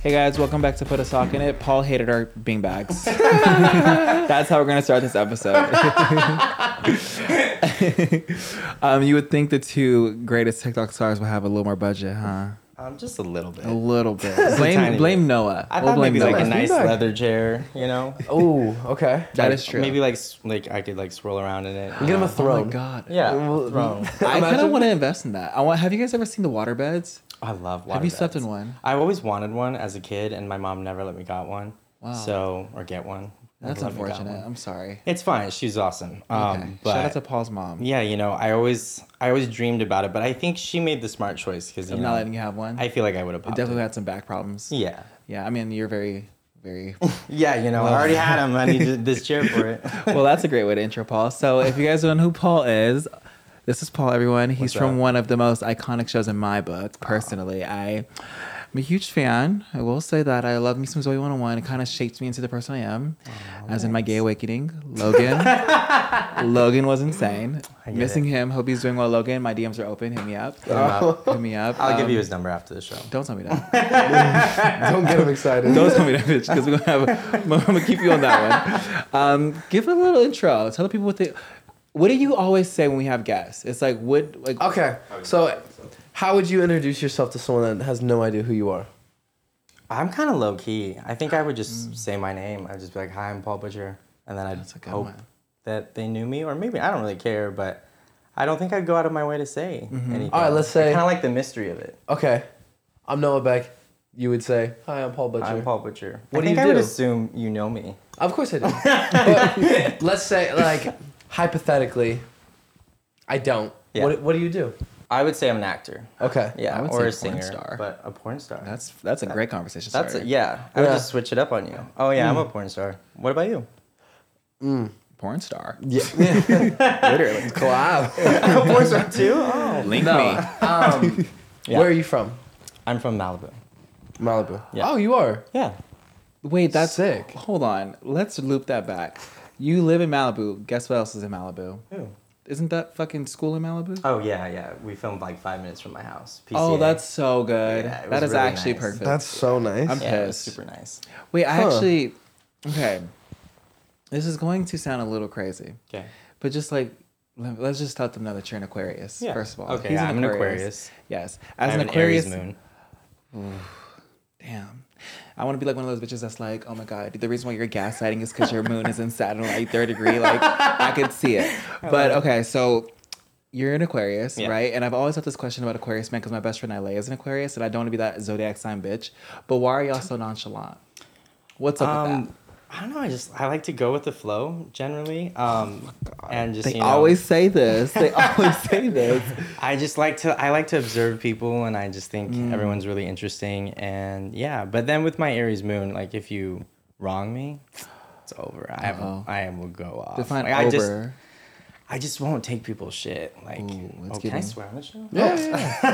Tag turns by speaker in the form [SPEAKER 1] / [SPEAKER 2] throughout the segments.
[SPEAKER 1] Hey guys, welcome back to Put a Sock in It. Paul hated our beanbags. That's how we're gonna start this episode. um, you would think the two greatest TikTok stars would have a little more budget, huh?
[SPEAKER 2] Um, just a little bit.
[SPEAKER 1] A
[SPEAKER 2] I
[SPEAKER 1] little bit.
[SPEAKER 2] tiny
[SPEAKER 1] Blame blame
[SPEAKER 2] bit.
[SPEAKER 1] Noah. I
[SPEAKER 2] thought
[SPEAKER 1] Oh, blame
[SPEAKER 2] maybe like
[SPEAKER 1] Noah.
[SPEAKER 2] a nice leather chair, you know.
[SPEAKER 3] Ooh, okay.
[SPEAKER 1] Oh, that is true.
[SPEAKER 2] Maybe like s- like I could like swirl around in it. Uh,
[SPEAKER 3] Give him a
[SPEAKER 1] Oh my
[SPEAKER 3] throne.
[SPEAKER 1] god.
[SPEAKER 2] yeah,
[SPEAKER 3] Well,
[SPEAKER 2] throne.
[SPEAKER 1] I kind of
[SPEAKER 3] Imagine-
[SPEAKER 1] want to invest in that. I want. Have you guys ever seen the water beds?
[SPEAKER 2] I love. Water
[SPEAKER 1] Have you slept
[SPEAKER 2] beds.
[SPEAKER 1] in one?
[SPEAKER 2] I always wanted one as a kid, and my mom never let me got one.
[SPEAKER 1] Wow.
[SPEAKER 2] So or get one. Never
[SPEAKER 1] That's
[SPEAKER 2] let me got
[SPEAKER 1] unfortunate.
[SPEAKER 2] one.
[SPEAKER 1] I'm sorry.
[SPEAKER 2] It's fine. She's awesome. Um,
[SPEAKER 1] Okay.
[SPEAKER 2] but
[SPEAKER 1] Shout out to Paul's mom.
[SPEAKER 2] yeah, you know, I always I always dreamed about it, but I think she made the smart choice because you
[SPEAKER 1] I'm
[SPEAKER 2] know
[SPEAKER 1] not letting you have one.
[SPEAKER 2] I feel like I would have
[SPEAKER 1] You
[SPEAKER 2] popped
[SPEAKER 1] definitely
[SPEAKER 2] it.
[SPEAKER 1] had some back problems.
[SPEAKER 2] Yeah.
[SPEAKER 1] Yeah. I mean, you're very, very
[SPEAKER 2] Yeah, you know, I already had him. I need this chair for it.
[SPEAKER 1] well, that's a great way to intro Paul. So, if you guys don't know who Paul is, this is Paul, everyone. He's
[SPEAKER 2] What's
[SPEAKER 1] from
[SPEAKER 2] up?
[SPEAKER 1] one of the most iconic shows in my book, personally. I, I'm a huge fan. I will say that I love me some Zoe 101. It kind of shaped me into the person I am, as in my gay awakening. Logan. Logan was insane.
[SPEAKER 2] get
[SPEAKER 1] Missing
[SPEAKER 2] it.
[SPEAKER 1] him. Hope he's doing well, Logan. My DMs are open. Hit me up. Hit me up.
[SPEAKER 2] I'll give
[SPEAKER 1] Um,
[SPEAKER 2] you his number after the show.
[SPEAKER 1] Don't tell me that.
[SPEAKER 3] Don't get him excited.
[SPEAKER 1] Don't tell me that, bitch, because we're gonna have. I'm gonna keep you on that one. Um, give a little intro. Tell the people what they. What do you always say when we have guests? It's like what, like
[SPEAKER 3] Okay. So, how would you introduce yourself to someone that has no idea who you are?
[SPEAKER 2] I'm kind of low key. I think I would just say my name. I'd just be like, "Hi, I'm Paul Butcher," and then I'd
[SPEAKER 1] a good
[SPEAKER 2] hope
[SPEAKER 1] one.
[SPEAKER 2] that they knew me, or maybe I don't really care, but I don't think I'd go out of my way to say anything.
[SPEAKER 3] All right, let's say-
[SPEAKER 2] kind of like the mystery of it.
[SPEAKER 3] Okay. I'm Noah Beck. You would say, "Hi, I'm Paul Butcher."
[SPEAKER 2] I'm Paul Butcher.
[SPEAKER 3] What
[SPEAKER 2] I
[SPEAKER 3] do
[SPEAKER 2] think
[SPEAKER 3] you
[SPEAKER 2] I would
[SPEAKER 3] do?
[SPEAKER 2] assume you know me.
[SPEAKER 3] Of course I do. but let's say, like, hypothetically, I don't.
[SPEAKER 2] Yeah.
[SPEAKER 3] What, what do you do?
[SPEAKER 2] I would say I'm an actor.
[SPEAKER 3] Okay.
[SPEAKER 2] Yeah,
[SPEAKER 1] I would
[SPEAKER 2] or a
[SPEAKER 1] say porn
[SPEAKER 2] singer,
[SPEAKER 1] star.
[SPEAKER 2] but a porn star.
[SPEAKER 1] that's that's a great conversation.
[SPEAKER 2] that's
[SPEAKER 1] starter.
[SPEAKER 2] a, yeah. I would
[SPEAKER 3] Yeah.
[SPEAKER 2] just switch it up on you. Oh yeah, I'm a porn star. What about you?
[SPEAKER 1] porn star.
[SPEAKER 3] Literally. Collab.
[SPEAKER 2] a porn star too. Oh.
[SPEAKER 1] Link me.
[SPEAKER 2] Yeah.
[SPEAKER 3] Where are you from?
[SPEAKER 2] I'm from Malibu.
[SPEAKER 3] Malibu.
[SPEAKER 2] Yeah.
[SPEAKER 3] Oh, you are.
[SPEAKER 2] Yeah.
[SPEAKER 1] Wait, that's
[SPEAKER 3] Sick.
[SPEAKER 1] Hold on, let's loop that back. You live in Malibu. Guess what else is in Malibu?
[SPEAKER 2] Who?
[SPEAKER 1] Isn't that fucking school in Malibu?
[SPEAKER 2] Oh yeah, yeah. We filmed like five minutes from my house. PCA.
[SPEAKER 1] Oh, that's so good.
[SPEAKER 2] Yeah, it
[SPEAKER 1] that
[SPEAKER 2] was
[SPEAKER 1] is
[SPEAKER 2] really
[SPEAKER 1] actually
[SPEAKER 2] nice.
[SPEAKER 1] perfect.
[SPEAKER 3] so nice.
[SPEAKER 1] I'm
[SPEAKER 2] yeah, it was
[SPEAKER 1] pissed.
[SPEAKER 2] super nice.
[SPEAKER 1] Wait, I actually okay. This is going to sound a little crazy.
[SPEAKER 2] Okay.
[SPEAKER 1] But just like let- let's just tell them now that you're an Aquarius.
[SPEAKER 2] Yeah.
[SPEAKER 1] First of all,
[SPEAKER 2] Okay, I'm an Aquarius.
[SPEAKER 1] Yes, as
[SPEAKER 2] I
[SPEAKER 1] an
[SPEAKER 2] have
[SPEAKER 1] Aquarius,
[SPEAKER 2] Aries moon.
[SPEAKER 1] damn. I want to be like one of those bitches that's like, oh my god, the reason why you're gaslighting is because your moon is in Saturn, like third degree. Like I could see it. But okay, so you're an Aquarius,
[SPEAKER 2] Yeah.
[SPEAKER 1] right? And I've always had this question about Aquarius man because my best friend Ileah is an Aquarius, and I don't want to be that zodiac sign bitch. But why are y'all so nonchalant? What's up with that?
[SPEAKER 2] Um, I don't know. I just I like to go with the flow generally, um, and just
[SPEAKER 1] Oh They
[SPEAKER 2] you know,
[SPEAKER 1] always say this. They always say this.
[SPEAKER 2] I just like to I like to observe people, and I just think
[SPEAKER 1] Mm.
[SPEAKER 2] everyone's really interesting, and yeah. But then with my Aries moon, like if you wrong me, it's over. I
[SPEAKER 1] Uh-oh.
[SPEAKER 2] have, I will go off.
[SPEAKER 1] Define
[SPEAKER 2] Like,
[SPEAKER 1] over.
[SPEAKER 2] I just I just won't take people's shit. Like,
[SPEAKER 1] let's
[SPEAKER 2] oh,
[SPEAKER 1] get
[SPEAKER 2] can I
[SPEAKER 1] in.
[SPEAKER 2] swear on the show?
[SPEAKER 3] He's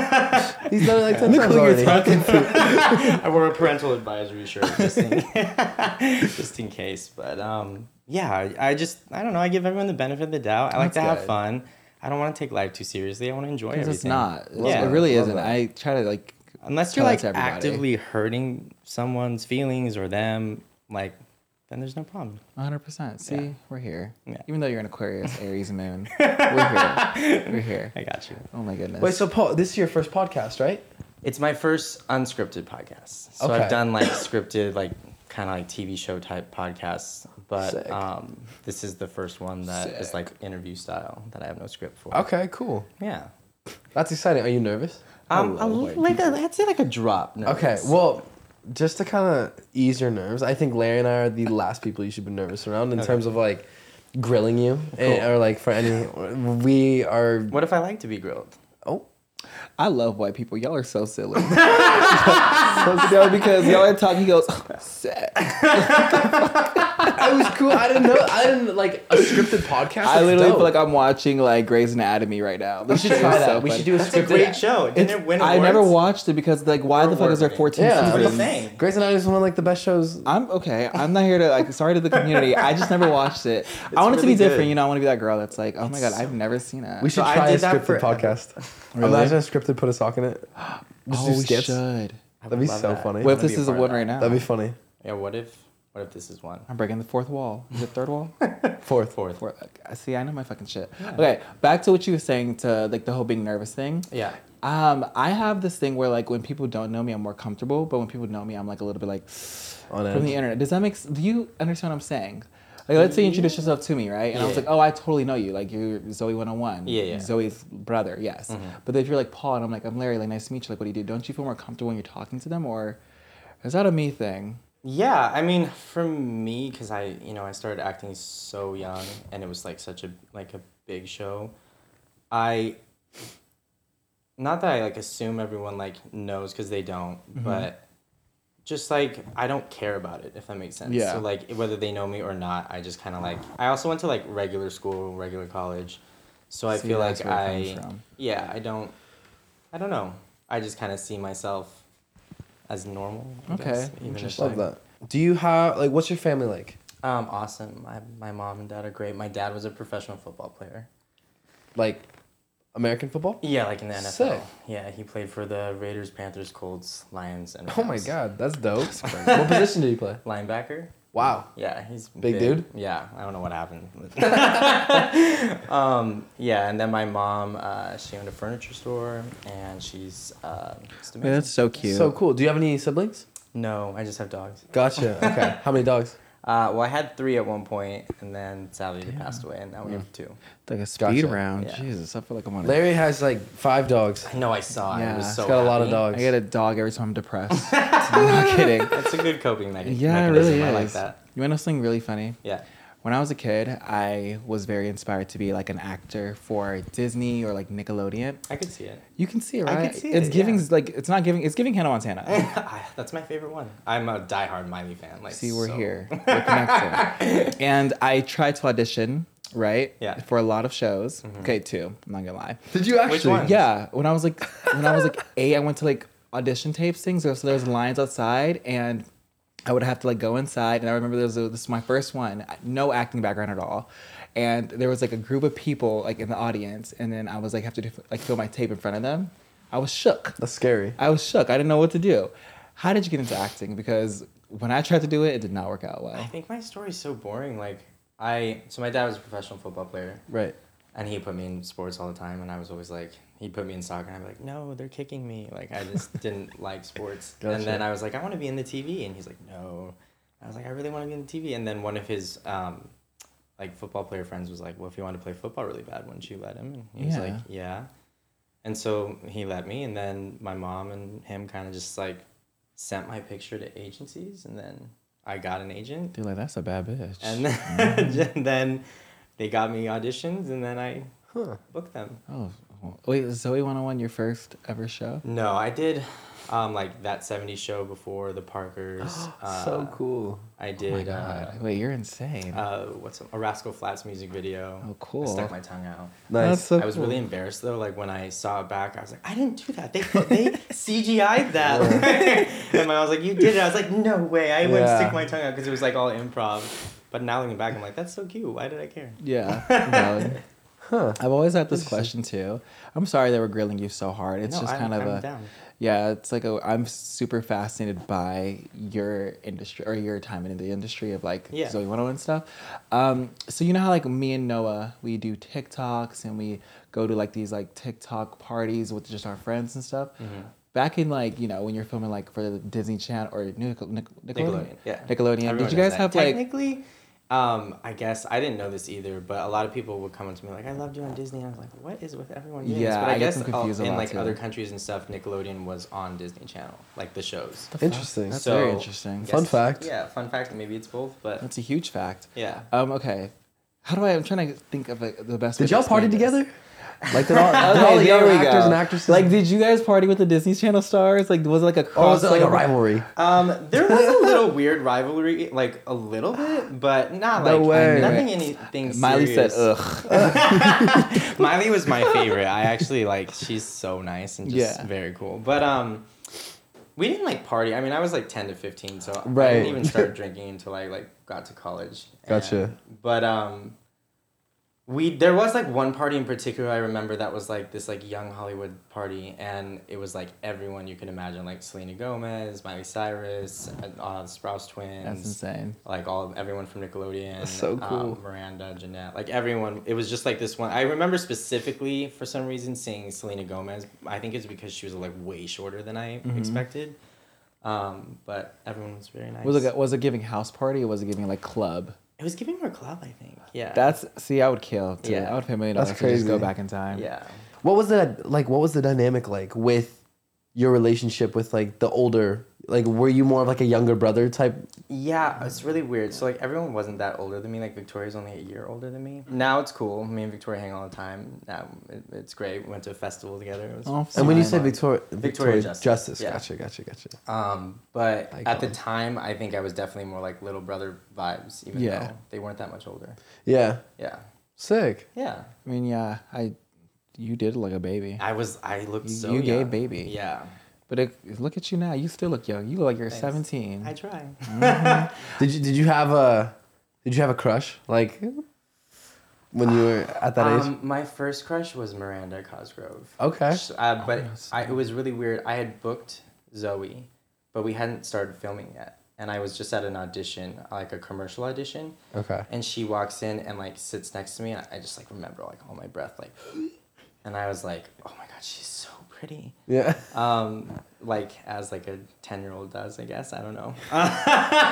[SPEAKER 3] done it like 10 times already.
[SPEAKER 2] I wore a parental advisory shirt just in, just in case. But um, yeah, I, I just I don't know. I give everyone the benefit of the doubt. I like
[SPEAKER 1] That's
[SPEAKER 2] to have
[SPEAKER 1] good.
[SPEAKER 2] fun. I don't want to take life too seriously. I want to enjoy everything.
[SPEAKER 1] It's not. It's-
[SPEAKER 2] Yeah.
[SPEAKER 1] it really
[SPEAKER 3] Love
[SPEAKER 1] isn't.
[SPEAKER 3] that.
[SPEAKER 1] I try to like.
[SPEAKER 2] Unless you're
[SPEAKER 1] tell that
[SPEAKER 2] like
[SPEAKER 1] to everybody.
[SPEAKER 2] actively hurting someone's feelings or them, like then there's no problem.
[SPEAKER 1] 100%. See,
[SPEAKER 2] Yeah.
[SPEAKER 1] we're here.
[SPEAKER 2] Yeah.
[SPEAKER 1] Even though you're an Aquarius, Aries moon, we're here. We're here.
[SPEAKER 2] I got you.
[SPEAKER 1] Oh my goodness.
[SPEAKER 3] Wait, so Paul, this is your first podcast, right?
[SPEAKER 2] It's my first unscripted podcast. So
[SPEAKER 3] Okay.
[SPEAKER 2] I've done like scripted, like kind of like TV show type podcasts, but
[SPEAKER 3] Sick.
[SPEAKER 2] um, this is the first one that is like interview style that I have no script for.
[SPEAKER 3] Okay, cool. Oh,
[SPEAKER 2] Yeah.
[SPEAKER 3] That's exciting. Are you nervous?
[SPEAKER 2] Um, a little, like a, I'd say like a drop. No,
[SPEAKER 3] Okay, well, just to kind of ease your nerves, I think Larry and I are the last people you should be nervous around in terms of like grilling you and, or like for any. We are.
[SPEAKER 2] what if I like to be grilled?
[SPEAKER 3] Oh.
[SPEAKER 1] I love white people. Y'all are so silly. so silly because y'all are talking, he goes, "Oh, "Sex."
[SPEAKER 3] I was cool. I didn't know. I didn't like a scripted podcast.
[SPEAKER 1] I
[SPEAKER 3] That's
[SPEAKER 1] literally
[SPEAKER 3] dope.
[SPEAKER 1] feel like I'm watching like Grey's Anatomy right now. This
[SPEAKER 3] should
[SPEAKER 1] shit
[SPEAKER 3] try
[SPEAKER 1] is
[SPEAKER 3] that.
[SPEAKER 1] so
[SPEAKER 3] We
[SPEAKER 1] funny.
[SPEAKER 3] should do a
[SPEAKER 2] That's a
[SPEAKER 3] scripted.
[SPEAKER 2] great show. Didn't it win
[SPEAKER 1] I never
[SPEAKER 2] awards?
[SPEAKER 1] watched it because like why the fuck is there
[SPEAKER 2] Award-winning.
[SPEAKER 1] 14
[SPEAKER 3] Yeah.
[SPEAKER 2] That's
[SPEAKER 3] That's
[SPEAKER 2] the
[SPEAKER 1] seasons?
[SPEAKER 2] thing.
[SPEAKER 3] Grey's Anatomy is one of like the best shows.
[SPEAKER 1] I'm okay. I'm not here to like. Sorry to the community. I just never watched it. I want it to be
[SPEAKER 2] really good.
[SPEAKER 1] different. You know, I want to be that girl that's like, oh my god, I've never seen it.
[SPEAKER 3] We should
[SPEAKER 2] I
[SPEAKER 3] try a
[SPEAKER 2] did that
[SPEAKER 3] scripted
[SPEAKER 2] for-
[SPEAKER 3] podcast.
[SPEAKER 1] Really?
[SPEAKER 3] Imagine a scripted put a sock in it.
[SPEAKER 1] oh,
[SPEAKER 3] Just do
[SPEAKER 1] we
[SPEAKER 3] skits.
[SPEAKER 1] should.
[SPEAKER 3] That'd be
[SPEAKER 2] love
[SPEAKER 3] so
[SPEAKER 2] that.
[SPEAKER 3] funny.
[SPEAKER 1] What if
[SPEAKER 2] wanna
[SPEAKER 1] this
[SPEAKER 2] be a
[SPEAKER 1] is the
[SPEAKER 2] part of
[SPEAKER 1] one
[SPEAKER 2] that.
[SPEAKER 1] right now?
[SPEAKER 3] That'd be funny.
[SPEAKER 2] Yeah. What if? What if this is one?
[SPEAKER 1] I'm breaking the fourth wall. Is it third wall?
[SPEAKER 3] Fourth.
[SPEAKER 2] Fourth.
[SPEAKER 1] Or, like, I see, I know my fucking shit. Okay, back to what you were saying to like the whole being nervous thing.
[SPEAKER 2] Yeah.
[SPEAKER 1] Um, I have this thing where like when people don't know me, I'm more comfortable, but when people know me, I'm like a little bit like
[SPEAKER 3] On
[SPEAKER 1] from the
[SPEAKER 3] edge.
[SPEAKER 1] internet. Does that make? s- Do you understand what I'm saying? Like, let's say you introduce yourself to me, right? And I was
[SPEAKER 2] Yeah.
[SPEAKER 1] like, oh, I totally know you. Like, you're Zoe 101.
[SPEAKER 2] Yeah, Mm-hmm. yeah.
[SPEAKER 1] Zoe's brother, yes. But if you're like Paul and I'm like, I'm Larry, like, nice to meet you. Like, what do you do? Don't you feel more comfortable when you're talking to them? Or is that a me thing?
[SPEAKER 2] Yeah, I mean, for me, because I, you know, I started acting so young, and it was like such a like a big show. I, not that I like assume everyone like knows because they don't,
[SPEAKER 1] Mm-hmm.
[SPEAKER 2] but just like I don't care about it if that makes sense.
[SPEAKER 1] Yeah.
[SPEAKER 2] So like whether they know me or not, I just kind of like. I also went to like regular school, regular college, so I
[SPEAKER 1] So
[SPEAKER 2] feel
[SPEAKER 1] that's
[SPEAKER 2] like
[SPEAKER 1] where it
[SPEAKER 2] I,
[SPEAKER 1] comes from.
[SPEAKER 2] yeah, I don't, I don't know. I just kind of see myself as normal. I
[SPEAKER 1] Okay,
[SPEAKER 2] guess, even if,
[SPEAKER 1] interesting.
[SPEAKER 3] Love that. Do you have like what's your family like?
[SPEAKER 2] um, awesome. My, my mom and dad are great. My dad was a professional football player.
[SPEAKER 3] Like American football?
[SPEAKER 2] Yeah, like in the NFL.
[SPEAKER 3] Sick.
[SPEAKER 2] Yeah, he played for the Raiders, Panthers, Colts, Lions, and
[SPEAKER 3] Oh my
[SPEAKER 2] Rams.
[SPEAKER 3] god, that's dope. what position did you play?
[SPEAKER 2] Linebacker.
[SPEAKER 3] Wow.
[SPEAKER 2] Yeah, he's
[SPEAKER 3] Big dude?
[SPEAKER 2] Yeah, I don't know what happened. um, yeah, and then my mom, uh, she owned a furniture store, and she's uh, just amazing.
[SPEAKER 1] that's so cute.
[SPEAKER 3] So cool. Do you have any siblings?
[SPEAKER 2] no, I just have dogs.
[SPEAKER 3] Gotcha. Okay. How many dogs?
[SPEAKER 2] Uh, well, I had three at one point, and then sadly they passed away, and now we have two.
[SPEAKER 1] like a speed
[SPEAKER 3] Gotcha.
[SPEAKER 1] round.
[SPEAKER 2] Yeah.
[SPEAKER 1] Jesus, I feel like I'm on a
[SPEAKER 3] Larry has like five dogs.
[SPEAKER 2] No, I saw. it.
[SPEAKER 1] Yeah,
[SPEAKER 2] I was
[SPEAKER 1] it's
[SPEAKER 2] so
[SPEAKER 3] He's got a lot of
[SPEAKER 2] happy.
[SPEAKER 3] dogs.
[SPEAKER 1] I get a dog every time I'm depressed. I'm not kidding.
[SPEAKER 2] It's a good coping mecha- mechanism.
[SPEAKER 1] Yeah, it really is.
[SPEAKER 2] I like that.
[SPEAKER 1] You want to know something really funny?
[SPEAKER 2] Yeah.
[SPEAKER 1] When I was a kid, I was very inspired to be like an actor for Disney or like Nickelodeon.
[SPEAKER 2] I could see it.
[SPEAKER 1] You can see it,
[SPEAKER 2] I
[SPEAKER 1] right?
[SPEAKER 2] can see
[SPEAKER 1] it's
[SPEAKER 2] it,
[SPEAKER 1] giving
[SPEAKER 2] yeah.
[SPEAKER 1] like it's not giving it's giving Hannah Montana.
[SPEAKER 2] I- That's my favorite one. I'm a diehard Miley fan. Like,
[SPEAKER 1] see, we're
[SPEAKER 2] so-
[SPEAKER 1] here. We're connected. and I tried to audition, right?
[SPEAKER 2] Yeah. Mm-hmm.
[SPEAKER 1] For a lot of shows. Okay, two. I'm not gonna lie.
[SPEAKER 3] Did you actually?
[SPEAKER 2] Which one?
[SPEAKER 1] Yeah, when I was like, when I was like eight, I went to like audition tapes things. So there was lines outside, and I would have to like go inside. And I remember there was a, this is my first one, no acting background at all, and there was like a group of people like in the audience, and then I was like have to do, like fill my tape in front of them. I was shook.
[SPEAKER 3] That's scary.
[SPEAKER 1] I was shook. I didn't know what to do. How did you get into acting? Because when I tried to do it, it did not work out
[SPEAKER 2] I
[SPEAKER 1] well.
[SPEAKER 2] think my story's so boring. Like, I so my dad was a professional football player,
[SPEAKER 3] Right.
[SPEAKER 2] and he put me in sports all the time, and I was always like, he'd put me in soccer, and I'd be like, no, they're kicking me. Like, I just didn't like sports.
[SPEAKER 3] Gotcha.
[SPEAKER 2] And then I was like, I want to be in the TV, and he's like, no. I was like, I really want to be in the TV, and then one of his um, like football player friends was like, well, if you want to play football really bad, wouldn't you let him? And he was
[SPEAKER 1] Yeah.
[SPEAKER 2] like, yeah. And so he let me, and then my mom and him kind of just like sent my picture to agencies, and then I got an agent,
[SPEAKER 1] Dude, like that's a bad bitch.
[SPEAKER 2] and then, and then they got me auditions, and then I booked them.
[SPEAKER 1] oh, wait, Zoe 101, your first ever show?
[SPEAKER 2] No, I did um, like that '70s show before the Parkers. uh,
[SPEAKER 3] so cool.
[SPEAKER 2] I
[SPEAKER 1] Oh my
[SPEAKER 2] did. uh,
[SPEAKER 1] god. Wait, you're insane.
[SPEAKER 2] uh, what's a Rascal Flats music video?
[SPEAKER 1] Oh, cool.
[SPEAKER 2] I stuck my tongue out.
[SPEAKER 3] Nice.
[SPEAKER 1] That's so
[SPEAKER 2] I was
[SPEAKER 1] cool.
[SPEAKER 2] really embarrassed though. Like when I saw it back, I was like, I didn't do that. They put- they CGI'd that. and I was like, you did it. I was like, no way. I wouldn't
[SPEAKER 3] Yeah.
[SPEAKER 2] stick my tongue out because it was like all improv. But now looking back, I'm like, that's so cute. Why did I care?
[SPEAKER 1] Yeah. valid. I've always had this question too. I'm sorry they were grilling you so hard. It's
[SPEAKER 2] No,
[SPEAKER 1] just
[SPEAKER 2] I'm-
[SPEAKER 1] kind of
[SPEAKER 2] I'm
[SPEAKER 1] a
[SPEAKER 2] down.
[SPEAKER 1] yeah. It's like a, I'm super fascinated by your industry or your time in the industry of like
[SPEAKER 2] Yeah.
[SPEAKER 1] Zoe 101 stuff. Um, so you know how like me and Noah we do TikToks and we go to like these like TikTok parties with just our friends and stuff.
[SPEAKER 2] Mm-hmm.
[SPEAKER 1] Back in like you know when you're filming like for the Disney Channel or Nickel- Nic- Nickelodeon,
[SPEAKER 2] Nickelodeon. Yeah.
[SPEAKER 1] Nickelodeon.
[SPEAKER 2] Everyone
[SPEAKER 1] did you guys
[SPEAKER 2] knows that.
[SPEAKER 1] have like
[SPEAKER 2] technically? Um, I guess I didn't know this either, but a lot of people would come up to me like, "I loved you on Disney." I was like, "What is with everyone?" doing this?"
[SPEAKER 1] Yeah,
[SPEAKER 2] but
[SPEAKER 1] I
[SPEAKER 2] I,
[SPEAKER 1] get
[SPEAKER 2] guess
[SPEAKER 1] them
[SPEAKER 2] all-
[SPEAKER 1] confused a
[SPEAKER 2] in
[SPEAKER 1] lot,
[SPEAKER 2] like
[SPEAKER 1] too.
[SPEAKER 2] other countries and stuff, Nickelodeon was on Disney Channel, like the shows.
[SPEAKER 3] Interesting.
[SPEAKER 1] That's very interesting.
[SPEAKER 2] I
[SPEAKER 3] Fun
[SPEAKER 2] guess-
[SPEAKER 3] fact.
[SPEAKER 2] Yeah, fun fact. Maybe it's both, but
[SPEAKER 1] That's a huge fact.
[SPEAKER 2] Yeah.
[SPEAKER 1] Um. Okay. How do I? I'm trying to think of like, the best. way
[SPEAKER 3] Did
[SPEAKER 1] to
[SPEAKER 3] y'all
[SPEAKER 1] explain
[SPEAKER 3] party
[SPEAKER 1] this.
[SPEAKER 3] together? Like they're all, they're
[SPEAKER 1] Okay,
[SPEAKER 3] all the
[SPEAKER 1] there
[SPEAKER 3] other
[SPEAKER 1] we
[SPEAKER 3] actors
[SPEAKER 1] go.
[SPEAKER 3] and actresses.
[SPEAKER 1] Like, did you guys party with the Disney Channel stars? Like, was it like a
[SPEAKER 3] or was it like a
[SPEAKER 1] crossover?
[SPEAKER 3] rivalry?
[SPEAKER 2] Um, there was a little weird rivalry, like a little bit, but not
[SPEAKER 3] No
[SPEAKER 2] like
[SPEAKER 3] way.
[SPEAKER 2] nothing anything.
[SPEAKER 1] Miley
[SPEAKER 2] serious.
[SPEAKER 1] said, "Ugh."
[SPEAKER 2] Miley was my favorite. I actually like she's so nice and just
[SPEAKER 1] Yeah.
[SPEAKER 2] very cool. But um we didn't like party. I mean, I was like 10 to 15, so I
[SPEAKER 3] Right.
[SPEAKER 2] didn't even start drinking until I like got to college.
[SPEAKER 3] Gotcha.
[SPEAKER 2] And- but um we there was like one party in particular I remember that was like this like young Hollywood party and it was like everyone you can imagine like Selena Gomez, Miley Cyrus, uh, the Sprouse twins
[SPEAKER 1] That's insane.
[SPEAKER 2] like all everyone from Nickelodeon.
[SPEAKER 3] so cool.
[SPEAKER 2] Um, Miranda, Jeanette, like everyone. It was just like this one. I remember specifically for some reason seeing Selena Gomez. I think it's because she was like way shorter than I
[SPEAKER 1] Mm-hmm.
[SPEAKER 2] expected. Um, but everyone was very nice.
[SPEAKER 1] Was it was it giving house party or was it giving like club?
[SPEAKER 2] It was giving her club, I think. Yeah.
[SPEAKER 1] That's see, I would kill. To,
[SPEAKER 2] Yeah.
[SPEAKER 1] I would pay a million
[SPEAKER 3] That's
[SPEAKER 1] dollars to just go
[SPEAKER 3] crazy.
[SPEAKER 1] back in time.
[SPEAKER 2] yeah.
[SPEAKER 3] what was the like? What was the dynamic like with your relationship with like the older? Like, were you more of like a younger brother type?
[SPEAKER 2] Yeah, it's really weird. So like everyone wasn't that older than me. Like Victoria's only a year older than me. Now it's cool. Me and Victoria hang all the time. Now it, it's great. We went to a festival together. It was
[SPEAKER 1] Oh,
[SPEAKER 3] And when you
[SPEAKER 1] fine.
[SPEAKER 3] say Victoria, Victoria,
[SPEAKER 2] Justice.
[SPEAKER 3] Justice,
[SPEAKER 2] Yeah.
[SPEAKER 3] gotcha, gotcha, gotcha.
[SPEAKER 2] Um, but at the
[SPEAKER 3] Icon.
[SPEAKER 2] time, I think I was definitely more like little brother vibes, even
[SPEAKER 1] Yeah.
[SPEAKER 2] though they weren't that much older.
[SPEAKER 3] yeah,
[SPEAKER 2] Yeah,
[SPEAKER 3] sick.
[SPEAKER 2] yeah.
[SPEAKER 1] I mean, yeah, I, you did look a baby,
[SPEAKER 2] I was. I looked so.
[SPEAKER 1] you gay
[SPEAKER 2] young.
[SPEAKER 1] baby.
[SPEAKER 2] Yeah.
[SPEAKER 1] but it, look at you now. You still look young. You look like you're 17.
[SPEAKER 2] I try.
[SPEAKER 3] Did you did you have a did you have a crush like when you were at that age?
[SPEAKER 2] Um, my first crush was Miranda Cosgrove.
[SPEAKER 3] Okay.
[SPEAKER 2] Sh- Uh, but I, it was really weird. I had booked Zoe, but we hadn't started filming yet, and I was just at an audition, like a commercial audition.
[SPEAKER 3] Okay.
[SPEAKER 2] And she walks in and like sits next to me, and I just like remember like all my breath, like, and I was like, oh my god, she's so pretty.
[SPEAKER 3] Yeah.
[SPEAKER 2] um, like as like a 10 year old does i guess i don't know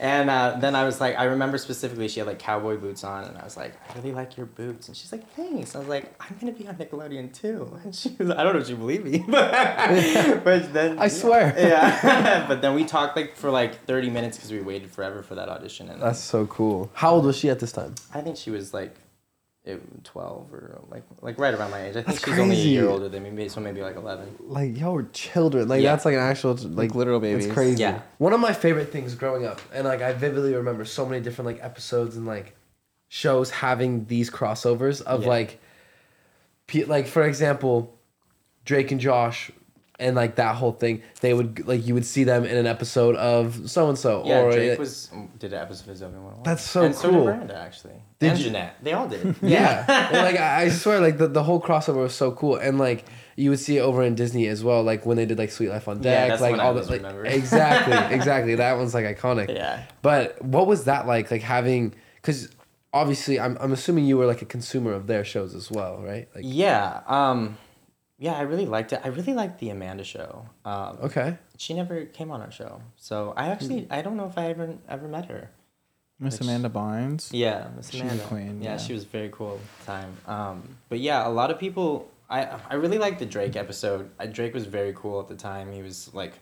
[SPEAKER 2] and uh, then i was like i remember specifically she had like cowboy boots on and i was like i really like your boots and she's like thanks i was like i'm gonna be on nickelodeon too and she was i don't know if she believed me but, but then
[SPEAKER 3] I swear.
[SPEAKER 2] yeah but then we talked like for like 30 minutes because we waited forever for that audition and
[SPEAKER 3] That's so cool. How old was she at this time?
[SPEAKER 2] i think she was like it- 12 or like like right around my age i think she's only a
[SPEAKER 3] crazy.
[SPEAKER 2] year older than me maybe- so maybe like 11
[SPEAKER 3] Like y'all were children. Like
[SPEAKER 2] Yeah.
[SPEAKER 3] that's like an actual like
[SPEAKER 1] literal babies.
[SPEAKER 3] It's crazy.
[SPEAKER 2] Yeah.
[SPEAKER 3] One of my favorite things growing up, and like I vividly remember so many different like episodes and like shows having these crossovers of
[SPEAKER 2] Yeah.
[SPEAKER 3] like, pe- like for example, Drake and Josh. And like that whole thing, they would like you would see them in an episode of so and so,
[SPEAKER 2] Yeah,
[SPEAKER 3] or
[SPEAKER 2] Drake
[SPEAKER 3] uh,
[SPEAKER 2] was did an episode of Zombie 101.
[SPEAKER 3] That's so
[SPEAKER 2] and So did
[SPEAKER 3] cool.
[SPEAKER 2] Miranda, actually.
[SPEAKER 3] Did
[SPEAKER 2] and
[SPEAKER 3] you-
[SPEAKER 2] Jeanette. They all did.
[SPEAKER 3] Yeah. And, like I I swear, like the, the whole crossover was so cool. And like you would see it over in Disney as well, like when they did like Sweet Life on
[SPEAKER 2] Yeah,
[SPEAKER 3] Deck,
[SPEAKER 2] that's
[SPEAKER 3] like
[SPEAKER 2] when I
[SPEAKER 3] all
[SPEAKER 2] always
[SPEAKER 3] the
[SPEAKER 2] remember.
[SPEAKER 3] like, Exactly, exactly. That one's like iconic.
[SPEAKER 2] Yeah.
[SPEAKER 3] But what was that like? Like having cause obviously I'm I'm assuming you were like a consumer of their shows as well, right? Like
[SPEAKER 2] yeah. Um, yeah, I really liked it. I really liked the Amanda show. Um,
[SPEAKER 3] Okay.
[SPEAKER 2] She never came on our show. So I actually, I don't know if I ever ever met her.
[SPEAKER 1] Miss Amanda Barnes.
[SPEAKER 2] Yeah, Miss
[SPEAKER 1] was a
[SPEAKER 2] Amanda.
[SPEAKER 1] queen,
[SPEAKER 2] Yeah,
[SPEAKER 1] yeah.
[SPEAKER 2] she was very cool at the time. Um, but yeah, a lot of people. I I really liked the Drake episode. Uh, Drake was very cool at the time. He was like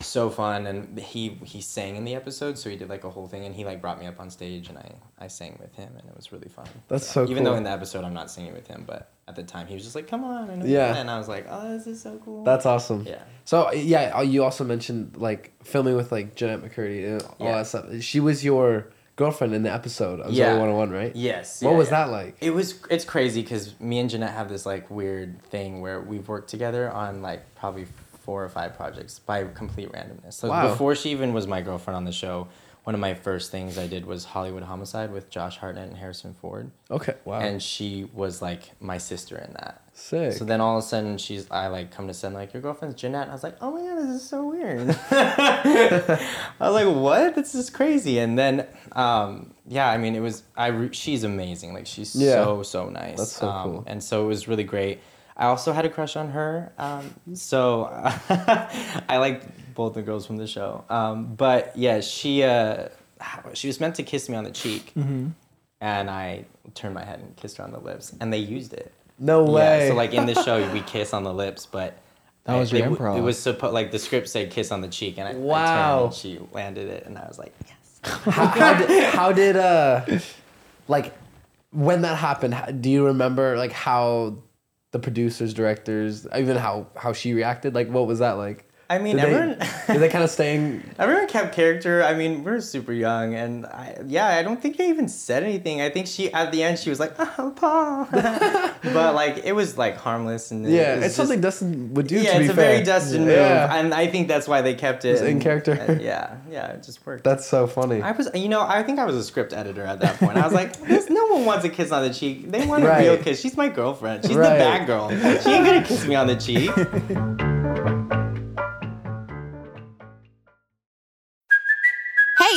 [SPEAKER 2] so fun, and he he sang in the episode, so he did like a whole thing, and he like brought me up on stage, and I I sang with him, and it was really fun.
[SPEAKER 3] That's so
[SPEAKER 2] Even though
[SPEAKER 3] cool.
[SPEAKER 2] in the episode I'm not singing with him, but at the time he was just like, "Come on," and,
[SPEAKER 3] Yeah.
[SPEAKER 2] and I was like, "Oh, this is so cool."
[SPEAKER 3] That's awesome.
[SPEAKER 2] Yeah.
[SPEAKER 3] So yeah, uh, you also mentioned like filming with like Jeanette McCurdy and all
[SPEAKER 2] Yeah.
[SPEAKER 3] that stuff. She was your girlfriend in the episode of
[SPEAKER 2] Yeah.
[SPEAKER 3] Zoe 101, right?
[SPEAKER 2] Yes,
[SPEAKER 3] What
[SPEAKER 2] yeah,
[SPEAKER 3] was
[SPEAKER 2] yeah.
[SPEAKER 3] that like?
[SPEAKER 2] It was it's crazy because me and Jeanette have this like weird thing where we've worked together on like probably four or five projects by complete randomness. So
[SPEAKER 3] Wow.
[SPEAKER 2] before she even was my girlfriend on the show, one of my first things I did was Hollywood Homicide with Josh Hartnett and Harrison Ford.
[SPEAKER 3] Okay. Wow.
[SPEAKER 2] And she was like my sister in that.
[SPEAKER 3] Sick.
[SPEAKER 2] So then all of a sudden she's I like come to send like your girlfriend's Jeanette. And I was like, oh my god, this is so weird. I was like, what? This is crazy. And then um, yeah, I mean it was I re- she's amazing. Like she's
[SPEAKER 3] Yeah.
[SPEAKER 2] so so nice.
[SPEAKER 3] That's so
[SPEAKER 2] Um,
[SPEAKER 3] cool.
[SPEAKER 2] And so it was really great. I also had a crush on her. Um, so I liked both the girls from the show. Um, but yeah, she uh, she was meant to kiss me on the cheek.
[SPEAKER 3] Mm-hmm.
[SPEAKER 2] And I turned my head and kissed her on the lips, and they used it.
[SPEAKER 3] No way.
[SPEAKER 2] Yeah, so like in the show, we kiss on the lips, but
[SPEAKER 1] That was
[SPEAKER 2] it,
[SPEAKER 1] your
[SPEAKER 2] it,
[SPEAKER 1] improv.
[SPEAKER 2] It was supposed like the script said kiss on the cheek, and I, I
[SPEAKER 3] Wow.
[SPEAKER 2] turned and she landed it, and I was like, yes.
[SPEAKER 3] how, how did, how did uh, like, when that happened? how- Do you remember like how the producers, directors, even how how she reacted? Like, what was that like?
[SPEAKER 2] I mean,
[SPEAKER 3] Did they-
[SPEAKER 2] everyone-
[SPEAKER 3] did they kind of staying
[SPEAKER 2] Everyone kept character. I mean, we are super young, and I, yeah, I don't think I even said anything. I think she at the end she was like, "Oh, Paul," but like it was like harmless and it
[SPEAKER 3] Yeah,
[SPEAKER 2] was
[SPEAKER 3] it's
[SPEAKER 2] just-
[SPEAKER 3] something Dustin would do.
[SPEAKER 2] Yeah,
[SPEAKER 3] to be
[SPEAKER 2] it's a
[SPEAKER 3] fair.
[SPEAKER 2] very Dustin move,
[SPEAKER 3] Yeah.
[SPEAKER 2] and I think that's why they kept it
[SPEAKER 3] It's in
[SPEAKER 2] and-
[SPEAKER 3] character.
[SPEAKER 2] and yeah, yeah, it just worked.
[SPEAKER 3] That's so funny.
[SPEAKER 2] I was, you know, I think I was a script editor at that point. I was like, There's, no one wants a kiss on the cheek. They want a
[SPEAKER 3] Right.
[SPEAKER 2] real kiss. She's my girlfriend. She's
[SPEAKER 3] Right.
[SPEAKER 2] the bad girl. She ain't gonna kiss me on the cheek.
[SPEAKER 4] Hey,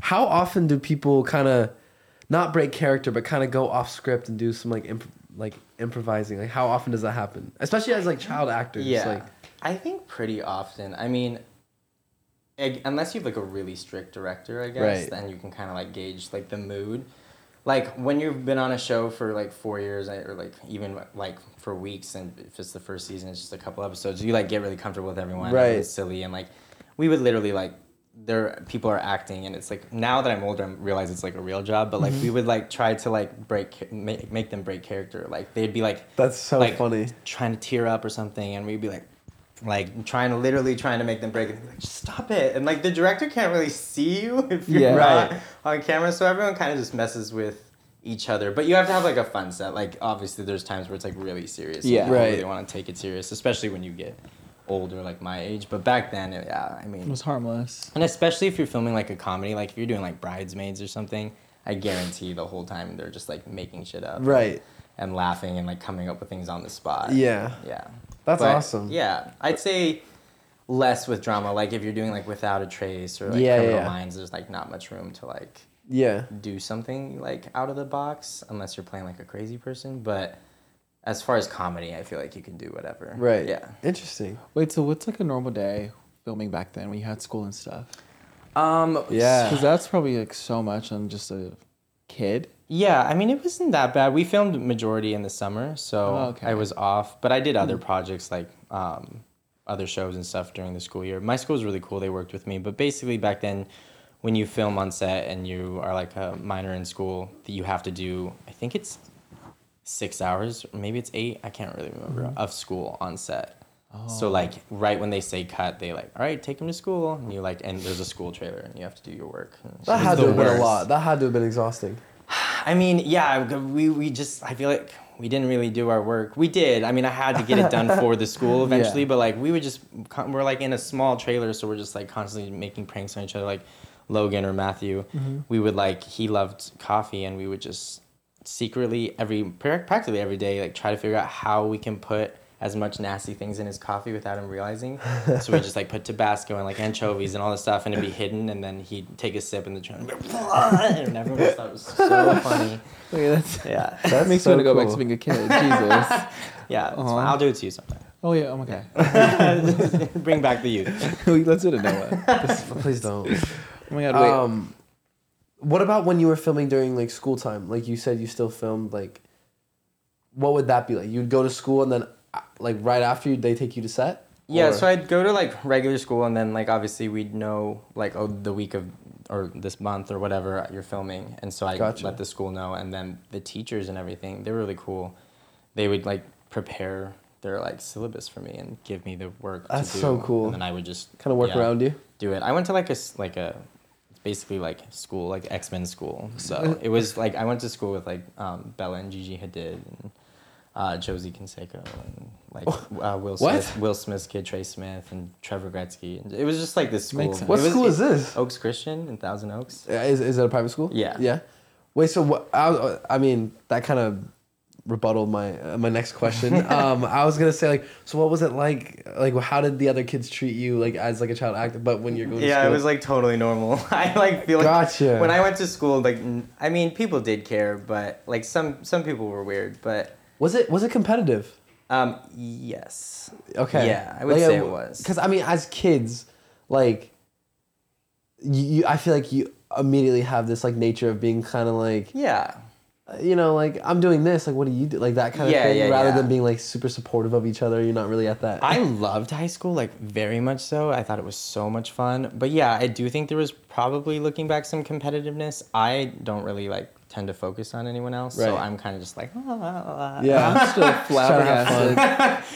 [SPEAKER 3] How often do people kind of not break character, but kind of go off script and do some like imp- like improvising? Like how often does that happen? Especially as like child actors.
[SPEAKER 2] Yeah,
[SPEAKER 3] Like,
[SPEAKER 2] I think pretty often. I mean, ag- unless you have like a really strict director, I guess,
[SPEAKER 3] Right.
[SPEAKER 2] then you can kind of like gauge like the mood. Like when you've been on a show for like four years, I- or like even like for weeks, and if it's the first season, it's just a couple episodes. You like get really comfortable with everyone, and
[SPEAKER 3] Right.
[SPEAKER 2] It's silly, and like we would literally like there people are acting, and it's like now that I'm older, I realize it's like a real job. But like
[SPEAKER 3] Mm-hmm.
[SPEAKER 2] we would like try to like break make, make them break character. Like they'd be like
[SPEAKER 3] That's so
[SPEAKER 2] like,
[SPEAKER 3] funny.
[SPEAKER 2] Trying to tear up or something, and we'd be like, like trying to literally trying to make them break it. Like, just stop it, and like the director can't really see you if you're
[SPEAKER 1] Yeah.
[SPEAKER 2] not
[SPEAKER 3] Right.
[SPEAKER 2] on camera, so everyone kind of just messes with each other. But you have to have like a fun set. Like obviously, there's times where it's like really serious. and
[SPEAKER 1] Yeah.
[SPEAKER 2] you don't
[SPEAKER 3] Right.
[SPEAKER 2] Really want to take it serious, especially when you get older, like my age. But back then, yeah, I mean,
[SPEAKER 1] It was harmless.
[SPEAKER 2] and especially if you're filming like a comedy, like if you're doing like bridesmaids or something, I guarantee the whole time they're just like making shit up.
[SPEAKER 3] Right.
[SPEAKER 2] And laughing and like coming up with things on the spot.
[SPEAKER 3] Yeah.
[SPEAKER 2] Yeah.
[SPEAKER 3] That's awesome.
[SPEAKER 2] Yeah. I'd say less with drama. Like if you're doing like without a trace or like
[SPEAKER 3] Yeah,
[SPEAKER 2] criminal
[SPEAKER 3] yeah.
[SPEAKER 2] minds, there's like not much room to like
[SPEAKER 3] yeah.
[SPEAKER 2] do something like out of the box unless you're playing like a crazy person. But as far as comedy, I feel like you can do whatever.
[SPEAKER 3] Right.
[SPEAKER 2] Yeah.
[SPEAKER 3] Interesting.
[SPEAKER 1] Wait, so what's like a normal day filming back then when you had school and stuff?
[SPEAKER 2] Um
[SPEAKER 1] Because that's probably like so much on just a kid.
[SPEAKER 2] Yeah, I mean it wasn't that bad. We filmed majority in the summer, so
[SPEAKER 1] Oh, okay. Hmm.
[SPEAKER 2] I was off. But I did other projects like um, other shows and stuff during the school year. My school was really cool. They worked with me, but basically back then, when you film on set and you are like a minor in school, that you have to do. I think it's six hours, or maybe it's eight. I can't really remember
[SPEAKER 1] Hmm.
[SPEAKER 2] of school on set.
[SPEAKER 1] Oh.
[SPEAKER 2] So like right when they say cut, they like all right, take him to school, and you like and there's a school trailer, and you have to do your work. And it's
[SPEAKER 3] That had
[SPEAKER 2] the
[SPEAKER 3] to have been a
[SPEAKER 2] worst.
[SPEAKER 3] lot. That had to have been exhausting.
[SPEAKER 2] I mean, yeah, we we just I feel like we didn't really do our work. We did. I mean, I had to get it done for the school eventually, but like we would just con- we're like in a small trailer, so we're just like constantly making pranks on each other. Like Logan or Matthew, we would like he loved coffee, and we would just secretly every pra- practically every day like try to figure out how we can put as much nasty things in his coffee without him realizing. so we just like put Tabasco and like anchovies and all this stuff, and it'd be hidden. And then he'd take a sip in the train, and be like, "What?" and everyone just thought it was so funny.
[SPEAKER 1] Wait, that's,
[SPEAKER 2] Yeah,
[SPEAKER 3] That
[SPEAKER 1] makes me want to go back to being a kid. Jesus.
[SPEAKER 2] yeah. it's fine. I'll do it to you sometime.
[SPEAKER 1] Oh yeah. Oh my god.
[SPEAKER 2] Bring back the youth.
[SPEAKER 1] Let's do it in Noah.
[SPEAKER 3] Please don't.
[SPEAKER 1] Oh my god. Wait.
[SPEAKER 3] Um, what about when you were filming during like school time? Like you said, you still filmed. Like, what would that be like? You'd go to school and then, uh, like right after, they take you to set.
[SPEAKER 2] Yeah,
[SPEAKER 3] Or-
[SPEAKER 2] so I'd go to like regular school, and then like obviously we'd know like oh the week of or this month or whatever you're filming. And so I
[SPEAKER 3] Gotcha.
[SPEAKER 2] let the school know, and then the teachers and everything. They're really cool. They would like prepare their like syllabus for me and give me the work.
[SPEAKER 3] That's
[SPEAKER 2] to do,
[SPEAKER 3] so cool.
[SPEAKER 2] And then I would just
[SPEAKER 3] Kinda work around you?
[SPEAKER 2] Do it. I went to like a s- like a it's basically like school like X Men school. So it was like I went to school with like um, Bella and Gigi Hadid. And, uh, Josie Canseco and like
[SPEAKER 3] Oh,
[SPEAKER 2] uh, Will Smith, Will Smith's kid Trey Smith and Trevor Gretzky. And it was just like this school.
[SPEAKER 1] Makes sense.
[SPEAKER 2] It
[SPEAKER 3] What
[SPEAKER 2] was-
[SPEAKER 3] school
[SPEAKER 2] it-
[SPEAKER 3] is this?
[SPEAKER 2] Oaks Christian in Thousand Oaks.
[SPEAKER 3] Uh, Is, is it a private school?
[SPEAKER 2] Yeah.
[SPEAKER 3] Yeah. Wait. So what? I, was- I mean, that kind of rebutted my uh, my next question. um, I was gonna say like, so what was it like? Like, how did the other kids treat you like as like a child actor? But when you're going, to
[SPEAKER 2] Yeah, it
[SPEAKER 3] school?
[SPEAKER 2] was like totally normal. I like feel like
[SPEAKER 3] Gotcha.
[SPEAKER 2] when I went to school. Like n- I mean, people did care, but like some some people were weird. But
[SPEAKER 3] was it was it competitive?
[SPEAKER 2] um, yes,
[SPEAKER 3] Okay.
[SPEAKER 2] Yeah, I would say it was.
[SPEAKER 3] Because I mean, as kids, like, you, you, I feel like you immediately have this like nature of being kind of like,
[SPEAKER 2] yeah,
[SPEAKER 3] you know, like I'm doing this, like what do you do, like that kind of
[SPEAKER 2] Yeah,
[SPEAKER 3] thing,
[SPEAKER 2] yeah,
[SPEAKER 3] rather
[SPEAKER 2] yeah.
[SPEAKER 3] than being like super supportive of each other. You're not really at that.
[SPEAKER 2] I loved high school, like very much so. I thought it was so much fun. But yeah, I do think there was probably looking back some competitiveness. I don't really like tend to focus on anyone else, so
[SPEAKER 3] Right.
[SPEAKER 2] I'm kind of just like, "Oh,
[SPEAKER 3] yeah.
[SPEAKER 1] I'm still flabbergasted